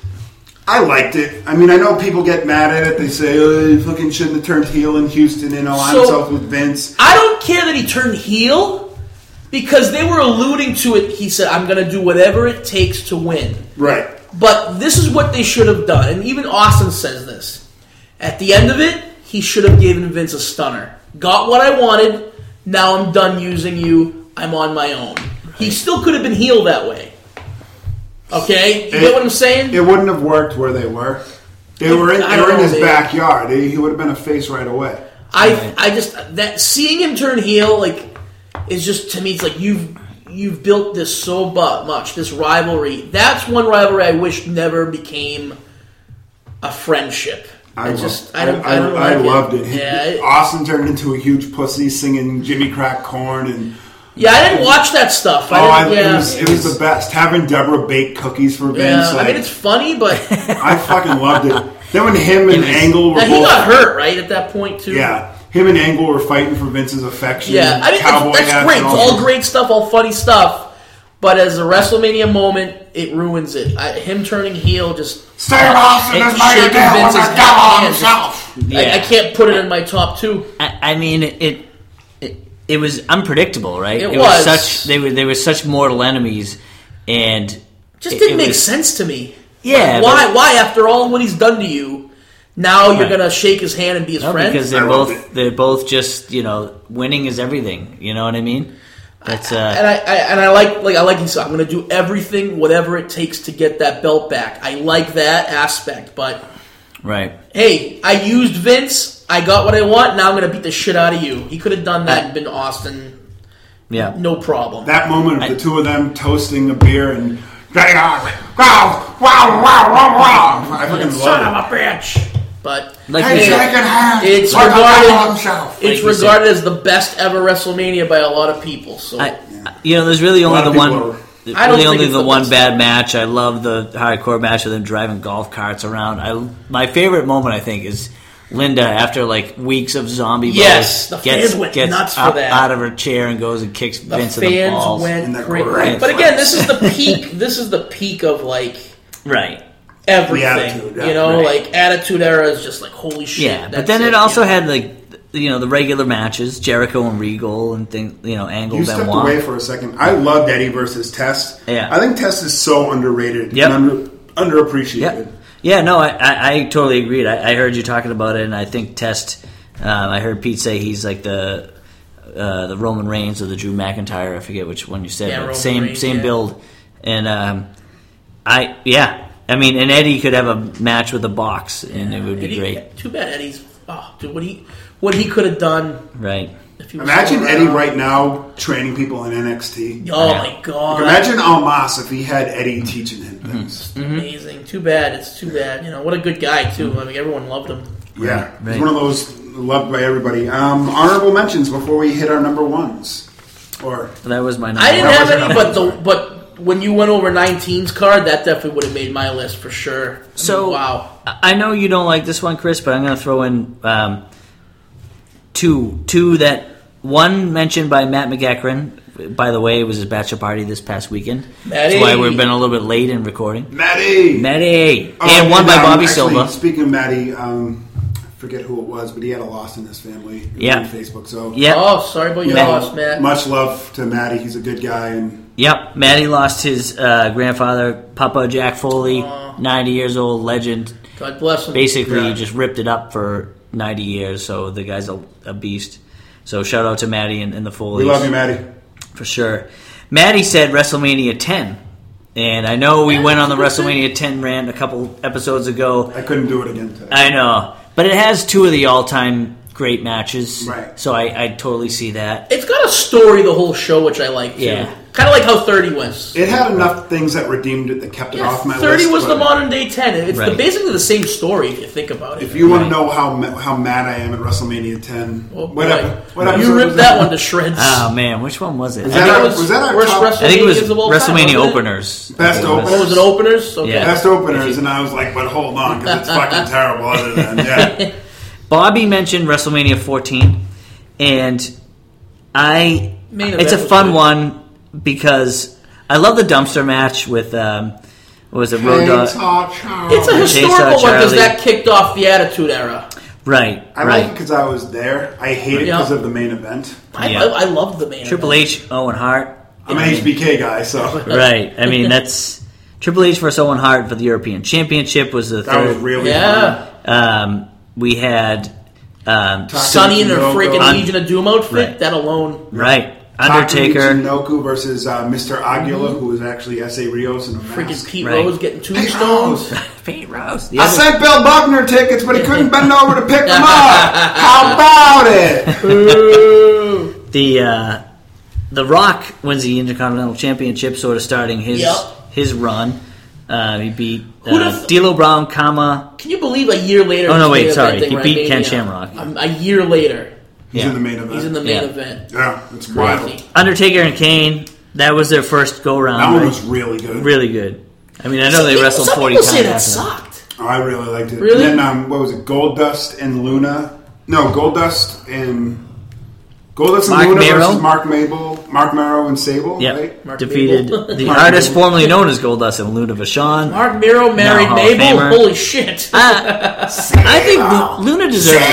I liked it. I mean, I know people get mad at it. They say, oh, you fucking shouldn't have turned heel in Houston and aligned So- himself with Vince. I don't care that he turned heel because they were alluding to it. He said, "I'm going to do whatever it takes to win." Right. But this is what they should have done, and even Austin says this. At the end of it, he should have given Vince a stunner. Got what I wanted. Now I'm done using you. I'm on my own. He still could have been healed that way. Okay, you It- get what I'm saying? It wouldn't have worked where they were. They were in, I they were in don't his know, man. backyard. He, he would have been a face right away. I I just that seeing him turn heel like is just to me it's like you've you've built this so bu- much this rivalry. That's one rivalry I wish never became a friendship. I, lo- just I don't I, don't I like loved it. it. Yeah, it- Austin turned into a huge pussy singing Jimmy Crack Corn and yeah, I didn't watch that stuff. oh, I I, didn't, yeah. it, was, it was the best. Having Deborah bake cookies for yeah. Vince, I like, mean it's funny, but now I fucking loved it. Then when him and Angle were he both, got hurt right at that point too. yeah, him and Angle were fighting for Vince's affection. Yeah, I mean cowboy that's, that's hats great. and It's all great stuff, all funny stuff. But as a WrestleMania moment, it ruins it. I, him turning heel just Steve Austin It is my should devil convince with his a devil on hand. himself. I, I can't put it in my top two. I, I mean it, it. It was unpredictable, right? It was. was. such they were they were such mortal enemies, and Just it- didn't it make was- sense to me. Yeah, Like, why? Why after all what he's done to you, now you're gonna shake his hand and be his No, friend? because I they're love both it. they're both just you know winning is everything. You know what I mean? That's and uh, I, I and I like like I like he said I'm gonna do everything whatever it takes to get that belt back. I like that aspect, but right. hey, I used Vince. I got what I want. Now I'm gonna beat the shit out of you. He could have done that and been Austin. Yeah. No problem. That moment of the two of them toasting a beer and they are wow wow wow wow wow. I fucking love it. of a bitch. But Like Hey, you said, shaking hands. it's like a regarded- devil himself. it's Like you said. regarded as the best ever WrestleMania by a lot of people. So I, you know, there's really only lot the of one. people are- the- I don't really think only it's the, the one best. bad match. I love the hardcore match of them driving golf carts around. I my favorite moment I think is Linda after like weeks of zombie. Yes, blows, the fans went nuts for up that. out of her chair and goes and kicks the Vince in the fans balls. in went the crazy. grand But again, this is the peak. this is the peak of like right. everything. attitude, yeah, you know, right. like Attitude Era is just like holy shit. Yeah, but that's then it, you also know. had like th- you know the regular matches, Jericho and Regal and things. You know, Angle You stepped away Benoit. for a second. I loved Eddie versus Test. Yeah. I think Test is so underrated Yep. and under, underappreciated. Yeah, yeah. No, I, I, I totally agreed. I, I heard you talking about it, and I think Test. Um, I heard Pete say he's like the uh, the Roman Reigns or the Drew McIntyre. I forget which one you said. Yeah, but Roman same Reigns, same yeah. build, and um, I yeah. I mean, and Eddie could have a match with a box, and it would be Eddie- great, Too bad Eddie's. Oh, dude, what he what he could have done right? if he was Imagine still Eddie around. right now training people in NXT. Oh Yeah. my god! Imagine Almas if he had Eddie teaching him Mm-hmm. things. amazing. Too bad. It's too bad. You know what a good guy too. I mean, everyone loved him. Yeah, Right. he's one of those loved by everybody. Um, honorable mentions before we hit our number ones, or That was my. I didn't That have was any, another but the one. but when you went over 19's card, that definitely would have made my list for sure. I mean, So wow, I I know you don't like this one, Chris, but I'm going to throw in um, two two that one mentioned by Matt McEachran. By the way, it was his bachelor party this past weekend. That's why Matty. we've been a little bit late in recording. Maddie. Matty Um, and one by um, Bobby actually, Silva. Speaking of Maddie, um, I forget who it was, but he had a loss in his family. It was Yeah. on Facebook. So Yep, oh, sorry about your Matt. loss, Matt. much love to Maddie. He's a good guy, and yep. Matty lost his uh, grandfather, Papa Jack Foley, 90 years old, legend. God bless him. Basically, Yeah. just ripped it up for 90 years. So the guy's a, a beast. So shout out to Matty and, and the Foleys. we love you, Maddie. For sure. Maddie said WrestleMania 10. And I know we went on the WrestleMania 10 rant a couple episodes ago. I couldn't do it again today. I know. But it has two of the all time great matches. Right. So I, I totally see that. it's got a story the whole show, which I like. Too. Yeah. kind of like how 30 was. it had enough things that redeemed it that kept it Yeah, off my 30 list. was but the modern day 10. It's the, Right. basically the same story if you think about it. If you want to Right. know how ma- how mad I am at WrestleMania 10, Oh, boy. whatever, whatever. you ripped that one to shreds. Oh, man. Which one was it? Was I that think- our- That was, was that our worst top- WrestleMania I think it was of all time, WrestleMania wasn't it? openers. Best It was- opener? Oh, was it openers? Okay. Yeah. best openers, and I was like, but hold on, because it's fucking terrible. Other than yeah, Bobby mentioned WrestleMania 14, and I main event It's a was fun good. one because I love the dumpster match with um, what was it, Road Dogg? It's a Chainsaw historical one because Charlie. that kicked off the Attitude Era. Right, I like it right. because I was there. I hate it Yeah. because of the main event. I, I, Yeah. I love the man. Triple H, Owen Hart. I'm an HBK guy, so Right. I mean, that's Triple H versus Owen Hart for the European Championship was the that was third. really fun. Yeah, Um, we had um, Taka Sonny and her Tsunoko. freaking Un- Legion of Doom outfit. Right. That alone. right Taka Undertaker. Michinoku versus uh, Mr. Aguila, who was actually S.A. Rios in a Freaking mask. Pete Right. Rose getting tombstones. Pete Rose. The I other, sent Bill Buckner tickets, but he couldn't bend over to pick them up. How about it? Ooh. the uh, the Rock wins the Intercontinental Championship, sort of starting his Yep. his run. Uh, he beat Who'd uh, have- D'Lo Brown, comma Can you believe a year later? Oh, no, he's wait, main sorry. eventing He beat Ken WrestleMania? Shamrock. Um, a year later, He's Yeah. in the main event. he's in the main Yeah. event. yeah, it's wild. Undertaker and Kane. That was their first go That round. one was really good. really good. I mean, I know they People- wrestled Some forty people times. say that after that. sucked. I really liked it. Really? And then um, what was it? Goldust and Luna. No, Goldust and Goldust and Mark Luna Merrill? versus Mark Mabel, Mark Merrow and Sable. Yep. Right? Mark defeated Mabel. the Mark artist Mabel. formerly known as Goldust and Luna Vachon. Mark Miro married Hall of Mabel. Famer. Ah. Holy shit! I think Lu- Luna deserves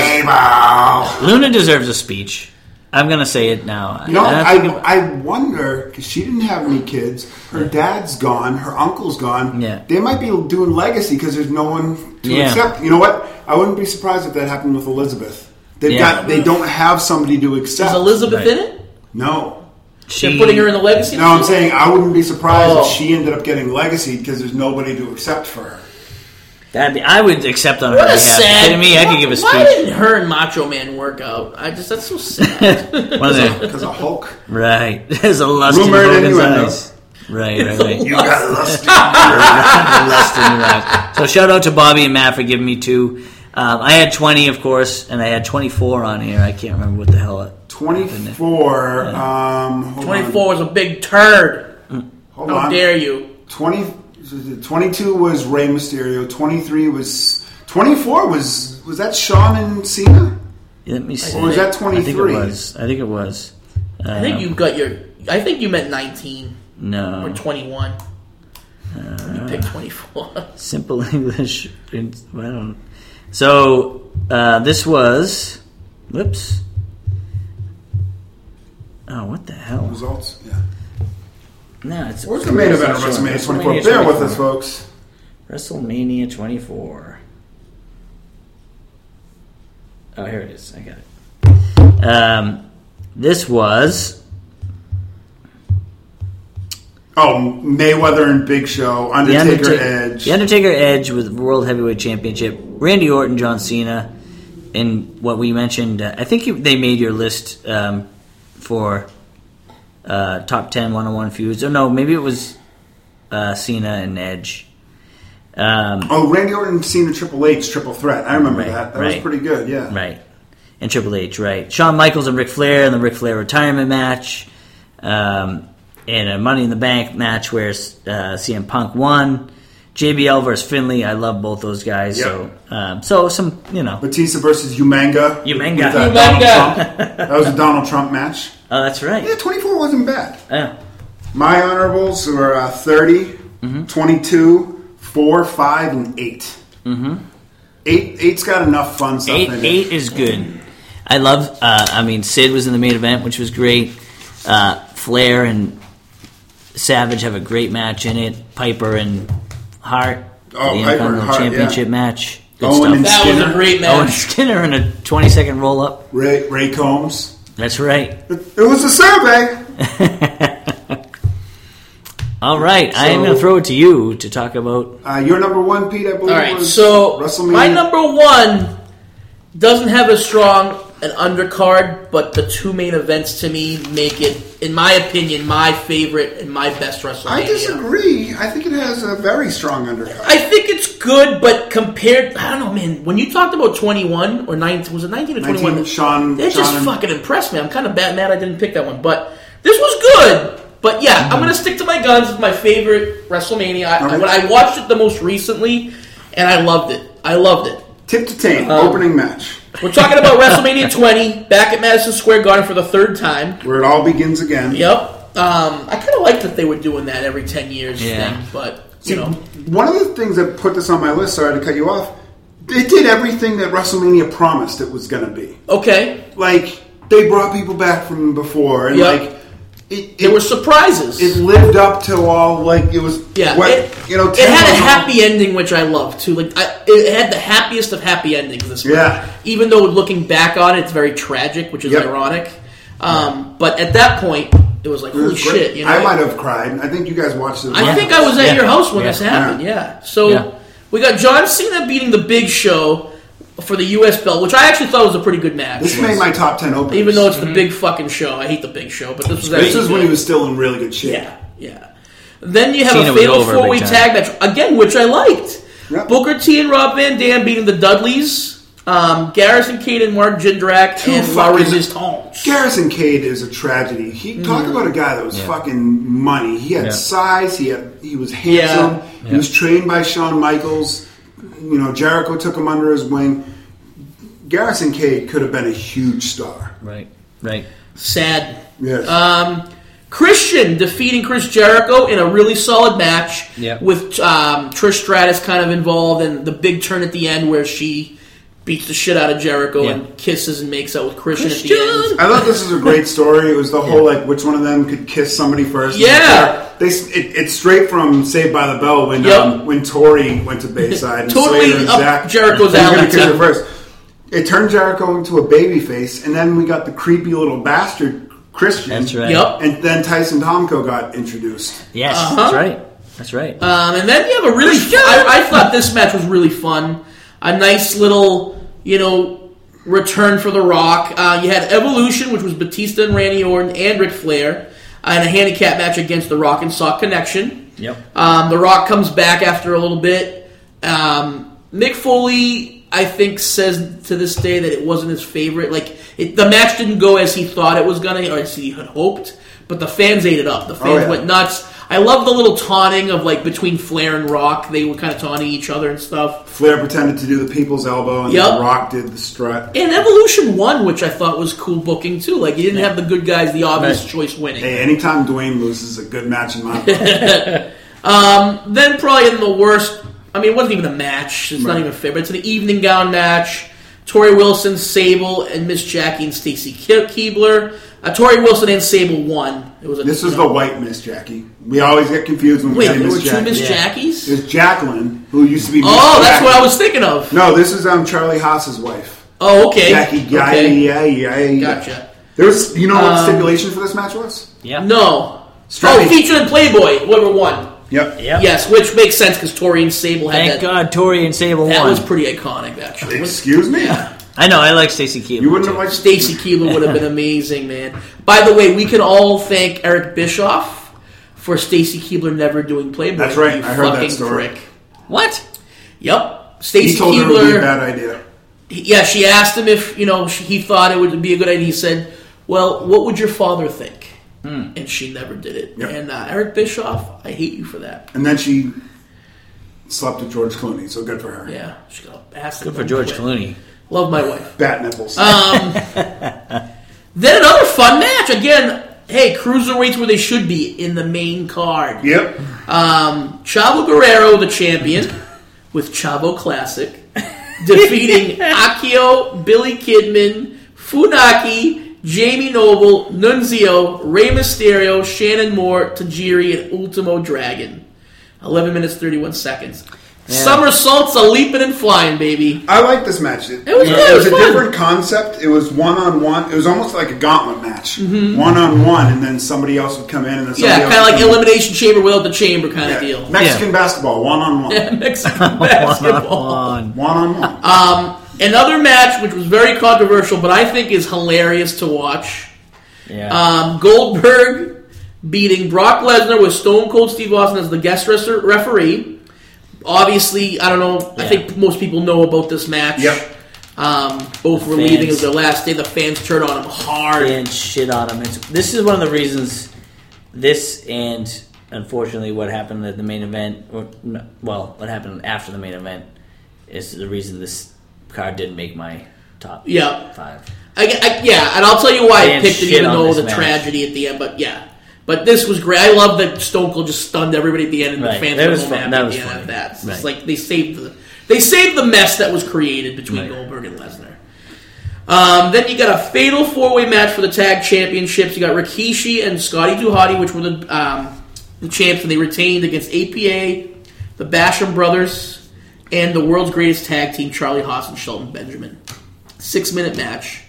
Sable. Luna deserves a speech. I'm gonna say it now. You know, I- I, I wonder because she didn't have any kids. Her dad's gone. Her uncle's gone. Yeah. They might be doing legacy because there's no one to Yeah. accept. You know what? I wouldn't be surprised if that happened with Elizabeth. They've Yeah. got. They don't have somebody to accept. Is Elizabeth Right. in it? No. she, They're putting her in the legacy. No, I'm saying I wouldn't be surprised Oh. if she ended up getting legacy because there's nobody to accept for her. that'd be- I would accept on her What a behalf. sad. Kidding me? I could give a Why speech. didn't her and Macho Man work out? I just that's so sad. One of the- Because of Hulk. right? There's a lust in Rumored Hogan's innuendo. eyes. Right, right, right. You got lust. Lust in your eyes. So shout out to Bobby and Matt for giving me two. Um, I had 20, of course, and I had 24 on here. I can't remember what the hell. It, 24. Um, hold Twenty On. four was a big turd. Hold How on. dare you? 20, 22 was Rey Mysterio. 23 was. 24 was. Was that Sean and Cena? let me see. Or was that I think it 23? was. I think it was. Um, I think you got your. I think you meant nineteen No. or twenty one. You picked twenty four. Simple English. in- I don't. So uh, this was. Whoops. Oh, what the hell? Results? Yeah. No, it's. Where's the main event of Sure. WrestleMania 24? Bear with us, folks. WrestleMania 24. Oh, here it is. I got it. Um, this was Oh, Mayweather and Big Show. Undertaker, Undertaker- Edge. The Undertaker Edge with the World Heavyweight Championship. Randy Orton, John Cena, and what we mentioned. Uh, I think you, they made your list um, for uh, top 10 one on one feuds. Or no, maybe it was uh, Cena and Edge. Um, Oh, Randy Orton, Cena, Triple H, Triple Threat. I remember Right, that. That was right. pretty good, yeah. Right. And Triple H, right. Shawn Michaels and Ric Flair in the Ric Flair retirement match. Um, and a Money in the Bank match where uh, CM Punk won. JBL versus Finley. I love both those guys. Yep. So, um, so some, you know. Batista versus Umanga. Umanga. With, uh, Donald Trump. That was a Donald Trump match. Oh, that's Yeah, right. 24 wasn't bad. Yeah. My honorables were uh, 30, Mm-hmm. 22, 4, 5, and 8. Mm-hmm. 8. Eight's got enough fun stuff Eight, in eight it. is good. I love, uh, I mean, Sid was in the main event, which was great. Uh, Flair and Savage have a great match in it. Piper and Hart. Oh, the Piper and Hart, Intercontinental yeah. Championship match. Good Owen and That stuff. was a Skinner. great Owen match. Skinner in a 20 second roll up. Ray, Ray Combs. That's right. It, it was a survey. All right, I am So- going to throw it to you to talk about. Uh, your number one, Pete, I believe. All right, was so WrestleMania. my number one doesn't have as strong an undercard, but the two main events to me make it, in my opinion, my favorite and my best WrestleMania. I disagree. I think it has a very strong undercard. I think it's good, but compared, I don't know, man. When you talked about twenty one or nineteen, was it nineteen or twenty 19, one? Sean. It Sean just and- fucking impressed me. I'm kind of bad mad I didn't pick that one, but this was good. But yeah, I'm gonna stick to my guns. It's my favorite WrestleMania. I, Alright. When I watched it the most recently, and I loved it. I loved it. Oh. Tip to tail, opening match. We're talking about WrestleMania 20 back at Madison Square Garden for the third time. Where it all begins again. Yep. Um, I kind of like that they were doing that every 10 years Yeah. thing, but, you know. One of the things that put this on my list, sorry to cut you off, it did everything that WrestleMania promised it was going to be. Okay. Like, they brought people back from before, and Yeah. like, it, There it, were surprises. it lived up to all, like, it was, yeah. what, it, you know, it had a Tim- happy ending, which I love, too. Like, I, it had the happiest of happy endings this week. Yeah. Even though looking back on it, it's very tragic, which is Yep. ironic. Um, but at that point, it was like, It holy was great. shit. You know? I might have cried. I think you guys watched it. I think I was at Yeah. your house when Yeah. this happened. Yeah. Yeah. So Yeah. we got John Cena beating the Big Show for the U.S. belt, which I actually thought was a pretty good match. This made my top ten openers. Even though it's Mm-hmm. the big fucking show, I hate the Big Show, but this was this actually is when he good. was still in really good shape. Yeah, yeah. Then you have Cena a was fatal over big four-way time. tag match again, which I liked. Yep. Booker T and Rob Van Dam beating the Dudleys. Um, Garrison Cade and Mark Jindrak and La fucking- Resistance. Garrison Cade is a tragedy. He talk about a guy that was Mm-hmm. Yeah. fucking money. He had Yeah. size. He had he was handsome. He Yeah. was trained by Shawn Michaels. You know, Jericho took him under his wing. Garrison Cade could have been a huge star. Right. Right. Sad. Um, Yes. Christian defeating Chris Jericho in a really solid match Yeah. with um, Trish Stratus kind of involved and the big turn at the end where she beats the shit out of Jericho Yeah. and kisses and makes out with Christian, at the Christian! end. I thought this was a great story. It was the whole like which one of them could kiss somebody first. Yeah. they it, it's straight from Saved by the Bell when Yep. um, when Tori went to Bayside. and Totally Slater and up Zach, Jericho's who was gonna alley, kiss too. her first. It turned Jericho into a baby face, and then we got the creepy little bastard Christian. That's right. Yep. And then Tyson Tomko got introduced. Yes. That's right. That's right. Um, and then you have a really. I, I thought this match was really fun. A nice little, you know, return for The Rock. Uh, you had Evolution, which was Batista and Randy Orton and Ric Flair, and a handicap match against The Rock and Sock Connection. yep. Um, the Rock comes back after a little bit. Um, Mick Foley, I think, says to this day that it wasn't his favorite. Like it, the match didn't go as he thought it was gonna, or as he had hoped. But the fans ate it up. The fans yeah. went nuts. I love the little taunting of like between Flair and Rock. They were kind of taunting each other and stuff. Flair pretended to do the people's elbow, and Yep. The Rock did the strut. And Evolution won, which I thought was cool booking too. Like you didn't have the good guys, the obvious Right. choice winning. Hey, anytime Dwayne loses a good match in my book, Then probably in the worst. I mean, it wasn't even a match. It's not Right. even fair. But it's an evening gown match. Tori Wilson, Sable, and Miss Jackie and Stacy Ke- Keebler. Uh, Tori Wilson and Sable won. It was a, this you was the know- white Miss Jackie. We always get confused when we wait. say There were Miss two Jackie. Miss Yeah. Jackies. It's Jacqueline, who used to be. Miss Oh, that's Jackie. what I was thinking of. No, this is um Charlie Haas's wife, Oh, okay. Jackie. Yeah, Okay. yeah, yeah, yeah. Gotcha. Um, There was, you know, what the stipulation for this match was? Yeah. No. Strappy. Oh, featured in Playboy. Whoever won. Yep. Yep. Yes, which makes sense because Tori and Sable had Thank that. God Tori and Sable That won. was pretty iconic, actually. Excuse me. I know. I like Stacy Keebler. You wouldn't too. have liked Stacy Keeler would have been amazing, man. By the way, we can all thank Eric Bischoff for Stacy Keebler never doing Playboy. That's right. You I heard that fucking story. prick. What? Yep. He Stacy told her it would be a Keebler. bad idea. Yeah, she asked him if you know she, he thought it would be a good idea. He said, "Well, what would your father think?" Hmm. And she never did it. Yep. And uh, Eric Bischoff, I hate you for that. And then she slept with George Clooney, so good for her. Yeah, she got a bastard. Good for George quit. Clooney. Love my wife. Bat nipples. Um, Then another fun match again. Hey, cruiserweights where they should be in the main card. yep. Chavo Guerrero, the champion, with Chavo Classic, defeating Akio, Billy Kidman, Funaki, Jamie Noble, Nunzio, Rey Mysterio, Shannon Moore, Tajiri, and Ultimo Dragon. 11 minutes, 31 seconds. Somersaults are leaping and flying, baby. I like this match. It, was good. It It was was, fun. a different concept. It was one on one. It was almost like a gauntlet match. One on one, and then somebody else would come in, and then somebody Mm-hmm. else Yeah, kind of would like come in. Elimination Chamber without the chamber kind of Yeah. deal. Mexican basketball, one on one, Mexican Come basketball. on. one on one. Uh, Another match which was very controversial, but I think is hilarious to watch. Yeah. Um, Goldberg beating Brock Lesnar with Stone Cold Steve Austin as the guest res- referee. Obviously, I don't know. I Yeah. think most people know about this match. Yep. Um, both were fans. leaving as their last day. The fans turned on him hard. and shit on him. It's, this is one of the reasons this and unfortunately what happened at the main event, or, no, well, what happened after the main event is the reason this card didn't make my top Yeah. five. I, I- yeah, and I'll tell you why I Man, picked it, shit even on though this the match. tragedy at the end. But yeah, but this was great. I love that Stone Cold just stunned everybody at the end, and the Right. fans That were was home fun. happy That at was the end funny. of that. It's Right. like they saved the they saved the mess that was created between Right. Goldberg and Lesnar. Um, then you got a fatal four way match for the tag championships. You got Rikishi and Scotty Duhati, which were the um, the champs, and they retained against APA, the Basham brothers, and the world's greatest tag team, Charlie Haas and Shelton Benjamin. Six minute match.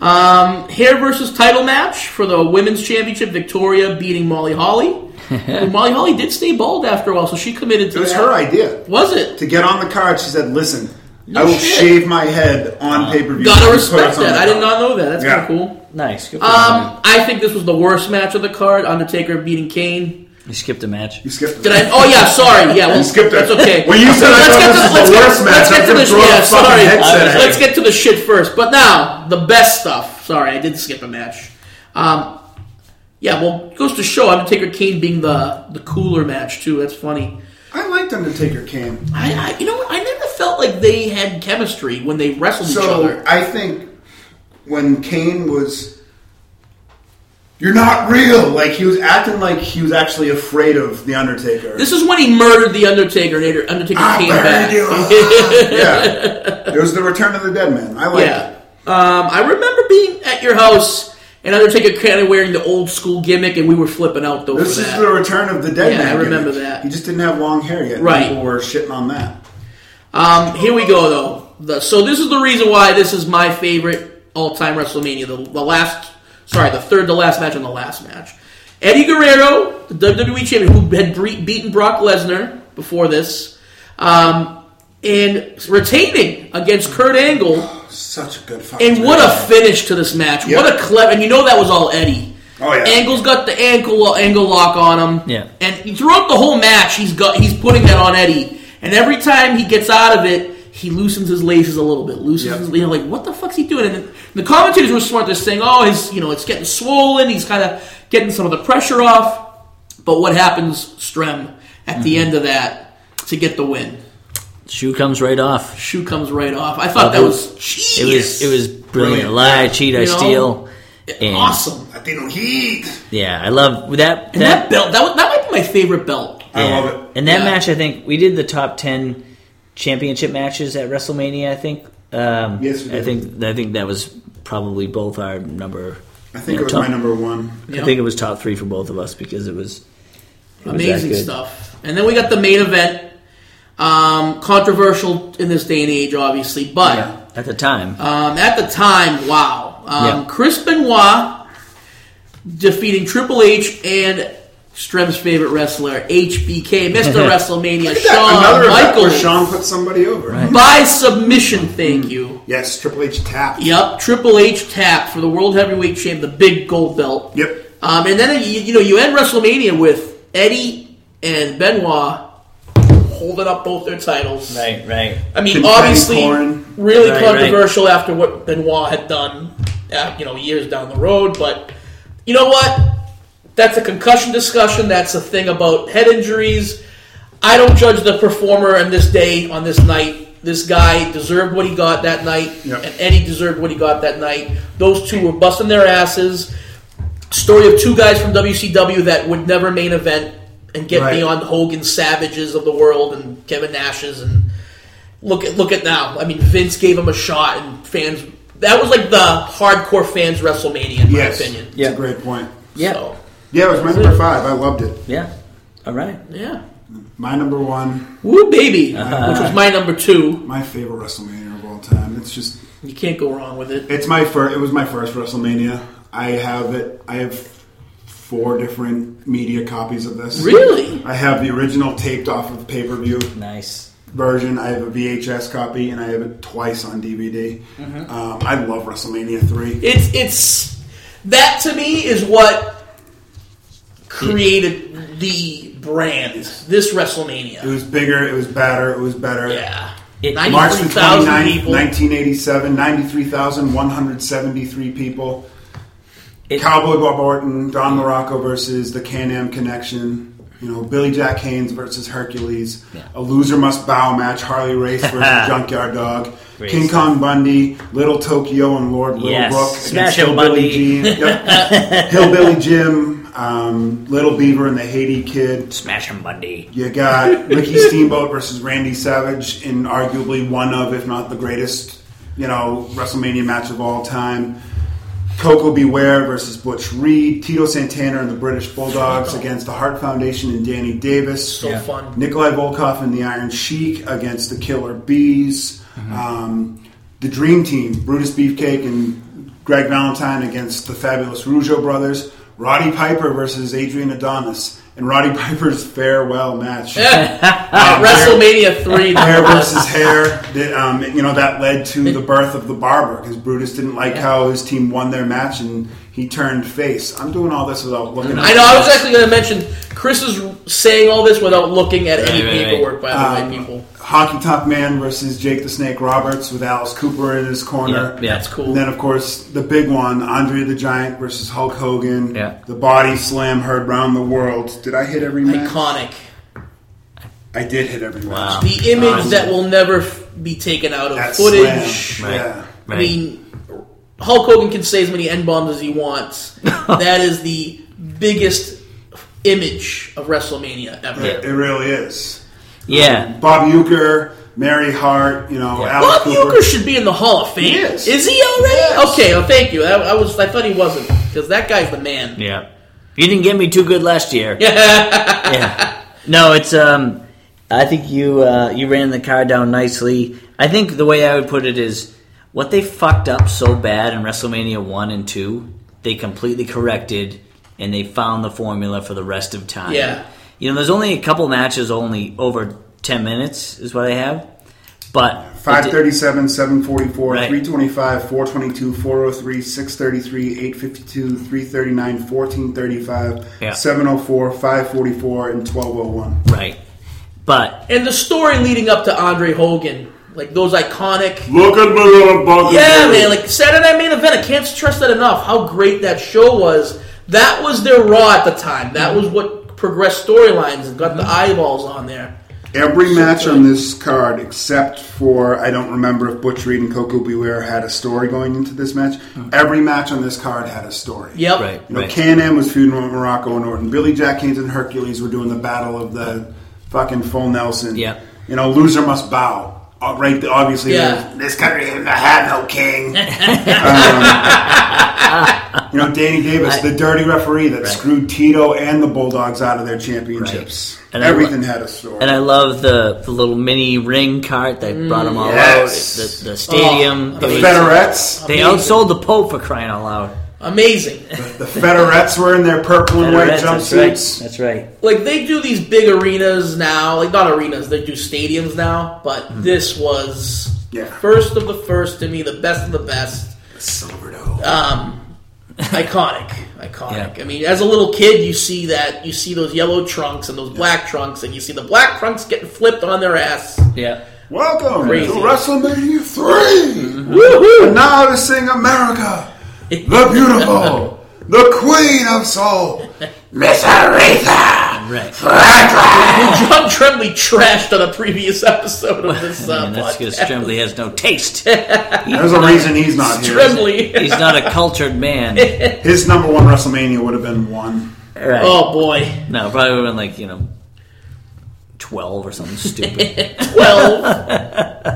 Um, hair versus title match for the women's championship. Victoria beating Molly Holly. And Molly Holly did stay bald after a while, so she committed to It was that. her idea Was it? to get on the card. She said, "Listen, I will shit. shave my head on pay per view." Gotta respect that. I did not know that. That's Yeah. kind of cool. Nice. Good for Um, I think this was the worst match of the card. Undertaker beating Kane. you. You skipped a match. You skipped. Did I? Oh yeah, sorry. Yeah, well, You skipped That's it. okay. When you said I thought this was the worst match, let's I get to was the gonna throw yeah, the fucking sorry. headset at Let's you. get to the shit first. But now the best stuff. Sorry, I did skip a match. Um, yeah, well, it goes to show Undertaker Kane being the the cooler match too. That's funny. I liked Undertaker Kane. I, I you know what? I never felt like they had chemistry when they wrestled each So other. I think when Kane was, you're not real. Like he was acting like he was actually afraid of the Undertaker. This is when he murdered the Undertaker. and Undertaker I came buried back. you. yeah, it was the Return of the Dead Man. I liked Yeah. it. Um, I remember being at your house and Undertaker kind of wearing the old school gimmick, and we were flipping out though This for is that. the Return of the Dead Yeah, Man. I gimmick. remember that. He just didn't have long hair yet. Right. People were shitting on that. Um, here we go though. The, so this is the reason why this is my favorite all-time WrestleMania. The, the last, sorry, the third to last match and the last match. Eddie Guerrero, the WWE champion, who had bre- beaten Brock Lesnar before this, um, and retaining against Kurt Angle. Such a good fucking. And what a match. finish to this match! Yeah. What a clever, and you know that was all Eddie. Oh, yeah. Angle's got the ankle uh, angle lock on him. Yeah. and throughout the whole match, he's got he's putting that on Eddie, and every time he gets out of it, he loosens his laces a little bit. Loosens, Yeah. his, you know, like what the fuck's he doing? And the commentators were smart. They're saying, oh, his you know, it's getting swollen. He's kind of getting some of the pressure off. But what happens, Strem, at Mm-hmm. the end of that to get the win? Shoe comes right off. Shoe comes right off. I thought Well, that it- was genius. It was it was brilliant. Lie, cheat, I You know? steal. And, awesome. Latino Heat. Yeah, I love that. And that, belt, that, was, that might be my favorite belt. I Yeah. love it. And that Yeah. match, I think we did the top ten championship matches at WrestleMania. I think. Um, Yes, we I did. think I think that was probably both our number. I think Yeah, it was top- my number one. Yeah. I think it was top three for both of us because it was it was that Amazing good. stuff. And then we got the main event. Um, controversial in this day and age, obviously, but Yeah, at the time. um, at the time, wow. Um, Yeah. Chris Benoit defeating Triple H and Strem's favorite wrestler, HBK, Mr. WrestleMania, Shawn Another event where Michaels, Sean put somebody over. by submission, thank you. Yes, Triple H tap. Yep, Triple H tap for the World Heavyweight Championship, the big gold belt. Yep. Um, and then you, you know you end WrestleMania with Eddie and Benoit holding up both their titles. right, right. I mean, Confetti obviously, pouring. really Right, controversial after what Benoit had done, uh, you know, years down the road. But you know what? That's a concussion discussion. That's a thing about head injuries. I don't judge the performer on this day, on this night. This guy deserved what he got that night, Yep. and Eddie deserved what he got that night. Those two were busting their asses. Story of two guys from WCW that would never main event and get Right. beyond Hogan Savages of the world and Kevin Nash's and look at look at now. I mean, Vince gave him a shot, and fans. That was like the hardcore fans WrestleMania, in Yes. my opinion. It's a great point. Yeah, So, Yeah, it was my number five. I loved it. yeah. All right. yeah. My number one, Woo baby, Uh-huh. which was my number two. my favorite WrestleMania of all time. It's just, You can't go wrong with it. it's my first. It was my first WrestleMania. I have it. I have four different media copies of this. Really? I have the original taped off of the pay per view Nice. version. I have a VHS copy, and I have it twice on DVD. Mm-hmm. Um, I love WrestleMania three. It's it's that to me is what created the brand. This It WrestleMania. was bigger. It was better. It was better. Yeah. It- March the 93,000 29th, people. 1987, 93,173 people. It- Cowboy Bob Orton, Don Morocco versus the Can-Am Connection. You know, Billy Jack Haynes versus Hercules. Yeah. A loser must bow match. Harley Race versus Junkyard Dog. Great King stuff. Kong Bundy, Little Tokyo, and Lord Littlebrook Yes. against Smash 'em, Hillbilly Bundy. Jim. Yep. Hillbilly Jim, um, Little Beaver, and the Haiti Kid. Smash him, Bundy. You got Ricky Steamboat versus Randy Savage in arguably one of, if not the greatest, you know, WrestleMania match of all time. Coco Beware versus Butch Reed, Tito Santana and the British Bulldogs against the Hart Foundation and Danny Davis. So fun. Nikolai Volkoff and the Iron Sheik against the Killer Bees. Um, the Dream Team, Brutus Beefcake and Greg Valentine against the fabulous Rougeau brothers. Roddy Piper versus Adrian Adonis. And Roddy Piper's farewell match. Um, At WrestleMania three. hair versus hair. That, um, you know that led to the birth of the barber because Brutus didn't like how his team won their match and he turned face. I'm doing all this without looking. I know. I was actually going to mention Chris is saying all this without looking at any Right, right, right. paperwork. By the Um, way, people, Hockey Talk Man versus Jake the Snake Roberts with Alice Cooper in his corner. Yeah, yeah. that's cool. And then, of course, the big one, Andre the Giant versus Hulk Hogan. Yeah. The body slam heard round the world. Did I hit every match? Iconic. I did hit every Wow. match. The image Um, that will never f- be taken out of That footage. slam. Right. Yeah. I Right. mean, Hulk Hogan can say as many N bombs as he wants. that is the biggest image of WrestleMania ever. It, it really is. Yeah. Bob Euchre, Mary Hart, you know, Alice Bob Cooper. Euchre should be in the Hall of Fame. He is. he already? Yes. Okay, well, thank you. I, I was, I thought he wasn't because that guy's the man. Yeah. You didn't get me too good last year. Yeah. No, it's um I think you uh you ran the car down nicely. I think the way I would put it is what they fucked up so bad in WrestleMania 1 and 2, they completely corrected and they found the formula for the rest of time. Yeah. You know, there's only a couple matches only over 10 minutes is what I have. But 537, 744, Right. 325, 422, 403, 633, 852, 339, 1435, Yeah. 704, 544, and 1201. right. But And the story leading up to Andre Hogan, like those iconic. Look at my little bugger. Yeah, man, like Saturday Night Main Event, I can't stress that enough. How great that show was. That was their Raw at the time. That was what progressed storylines and got the eyeballs on there. Every match on this card, except for I don't remember if Butch Reed and Coco Beware had a story going into this match. Every match on this card had a story. Yep. right. You know, right. Can-Am was feuding with Morocco and Orton. Billy Jack Haynes and Hercules were doing the battle of the fucking full Nelson. Yeah. You know, loser must bow. Uh, Right, th- obviously, Yeah. there's, this country ain't gonna have no king. um, you know, Danny Davis, the dirty referee that screwed Tito and the Bulldogs out of their championships. Right. And I- Everything had a story. And I love the, the little mini ring cart that brought them all yes. out. The, the stadium. Mm. Oh, the It was- Federettes, they outsold the Pope for crying out loud. Amazing. the Federettes were in their purple and white Federettes, that's right, jumpsuits. That's right. like they do these big arenas now, like not arenas, they do stadiums now. But this was Yeah. first of the first to me, the best of the best, Silver Dome. um, iconic, iconic. Yeah. I mean, as a little kid, you see that, you see those yellow trunks and those black trunks, and you see the black trunks getting flipped on their ass. Yeah. Welcome Crazy. to WrestleMania 3! Woohoo! Now to sing America, the beautiful, the queen of soul, Miss Aretha Right. Franklin. John Tremblay trashed on a previous episode of this. Uh, And that's because podcast. Tremblay has no taste. There's a reason he's not here. Tremblay. He's not a cultured man. His number one WrestleMania would have been one. Right. Oh boy, No, probably would have been like, you know, 12 or something stupid. twelve.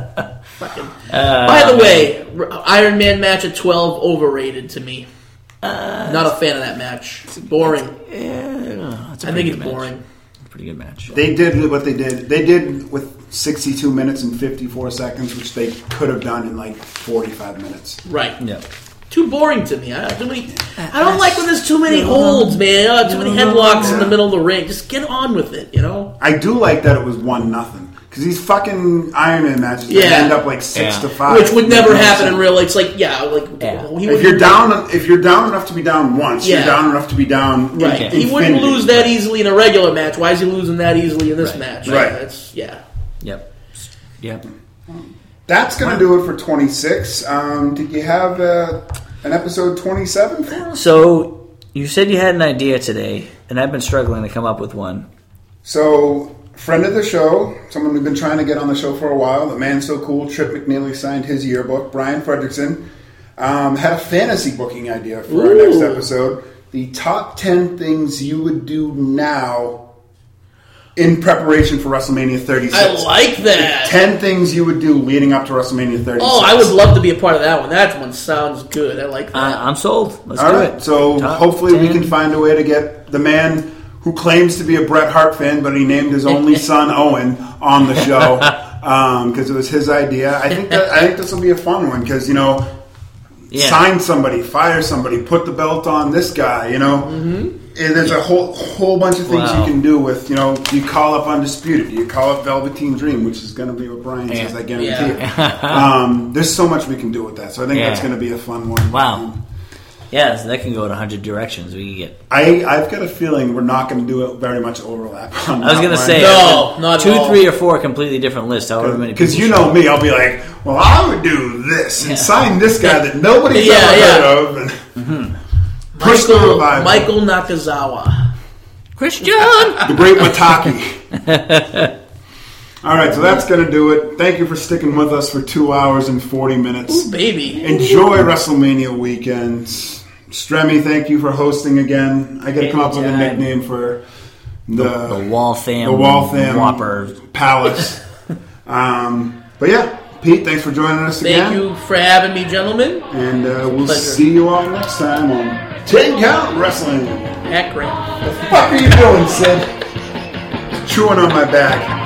Fucking. By the way, r- Iron Man match at 12 overrated to me. Not a fan of that match. boring. I think it's boring. Pretty good match. They did what they did. They did with 62 minutes and 54 seconds, which they could have done in like 45 minutes. Right. Yeah. Too boring to me. I, too many, I don't like when there's too many holds, man. Uh, too many headlocks in the middle of the ring. Just get on with it, you know? I do like that it was one nothing because these fucking Iron Man matches they Yeah. end up like six Yeah. to five, Which would never Makes no happen in sense. real life. It's like, yeah, like, Yeah. he If wouldn't- you're down, if you're down enough to be down once, Yeah. you're down enough to be down. in- Right. He wouldn't infinity. lose that easily in a regular match. Why is he losing that easily in this match? Right. That's, yeah. Yep. Yep. That's going to do it for 26. Um, did you have uh, an episode 27 for us? So you said you had an idea today, and I've been struggling to come up with one. So, friend of the show, someone we've been trying to get on the show for a while, the man so cool, Trip McNeely signed his yearbook, Brian Fredrickson, um, had a fantasy booking idea for our next Ooh. episode. The top 10 things you would do now in preparation for WrestleMania 36. I like that. 10 things you would do leading up to WrestleMania 36. Oh, I would love to be a part of that one. That one sounds good. I like I, Uh, that. I'm sold. Let's All do right. it. So Top hopefully we 10. can find a way to get the man who claims to be a Bret Hart fan, but he named his only son Owen on the show because it was his idea. I think that, I think this will be a fun one because you know, Yeah. sign somebody, fire somebody, put the belt on this guy. You know. And there's a whole whole bunch of things Mm-hmm. Wow. you can do with you know do you call up Undisputed, do you call up Velveteen Dream, which is going to be what Brian says, I guarantee you. um, there's so much we can do with that, so I think Yeah. that's going to be a fun one. Um, Wow. Yeah, so that can go in 100 directions. We can get. I, I've got a feeling we're not going to do it very much overlap. On I was going to say. No, uh, not at Two, all. three, or four completely different lists, however many Because people you know me, I'll be like, well, I would do this and sign this guy that nobody's Yeah, ever yeah. heard of. And Push the Michael, revival. Michael Nakazawa. the great Mataki. All right, so that's going to do it. Thank you for sticking with us for two hours and 40 minutes. Ooh, baby. Enjoy WrestleMania weekends. Stremmy, thank you for hosting again. I got to come up with a Anytime. nickname for the, The Waltham. the Waltham Whopper. Palace. um, but yeah, Pete, thanks for joining us Thank again. you for having me, gentlemen. And uh, we'll Pleasure. see you all next time on 10 Count Wrestling. Heck, right. What are you doing, Sid? Chewing on my back.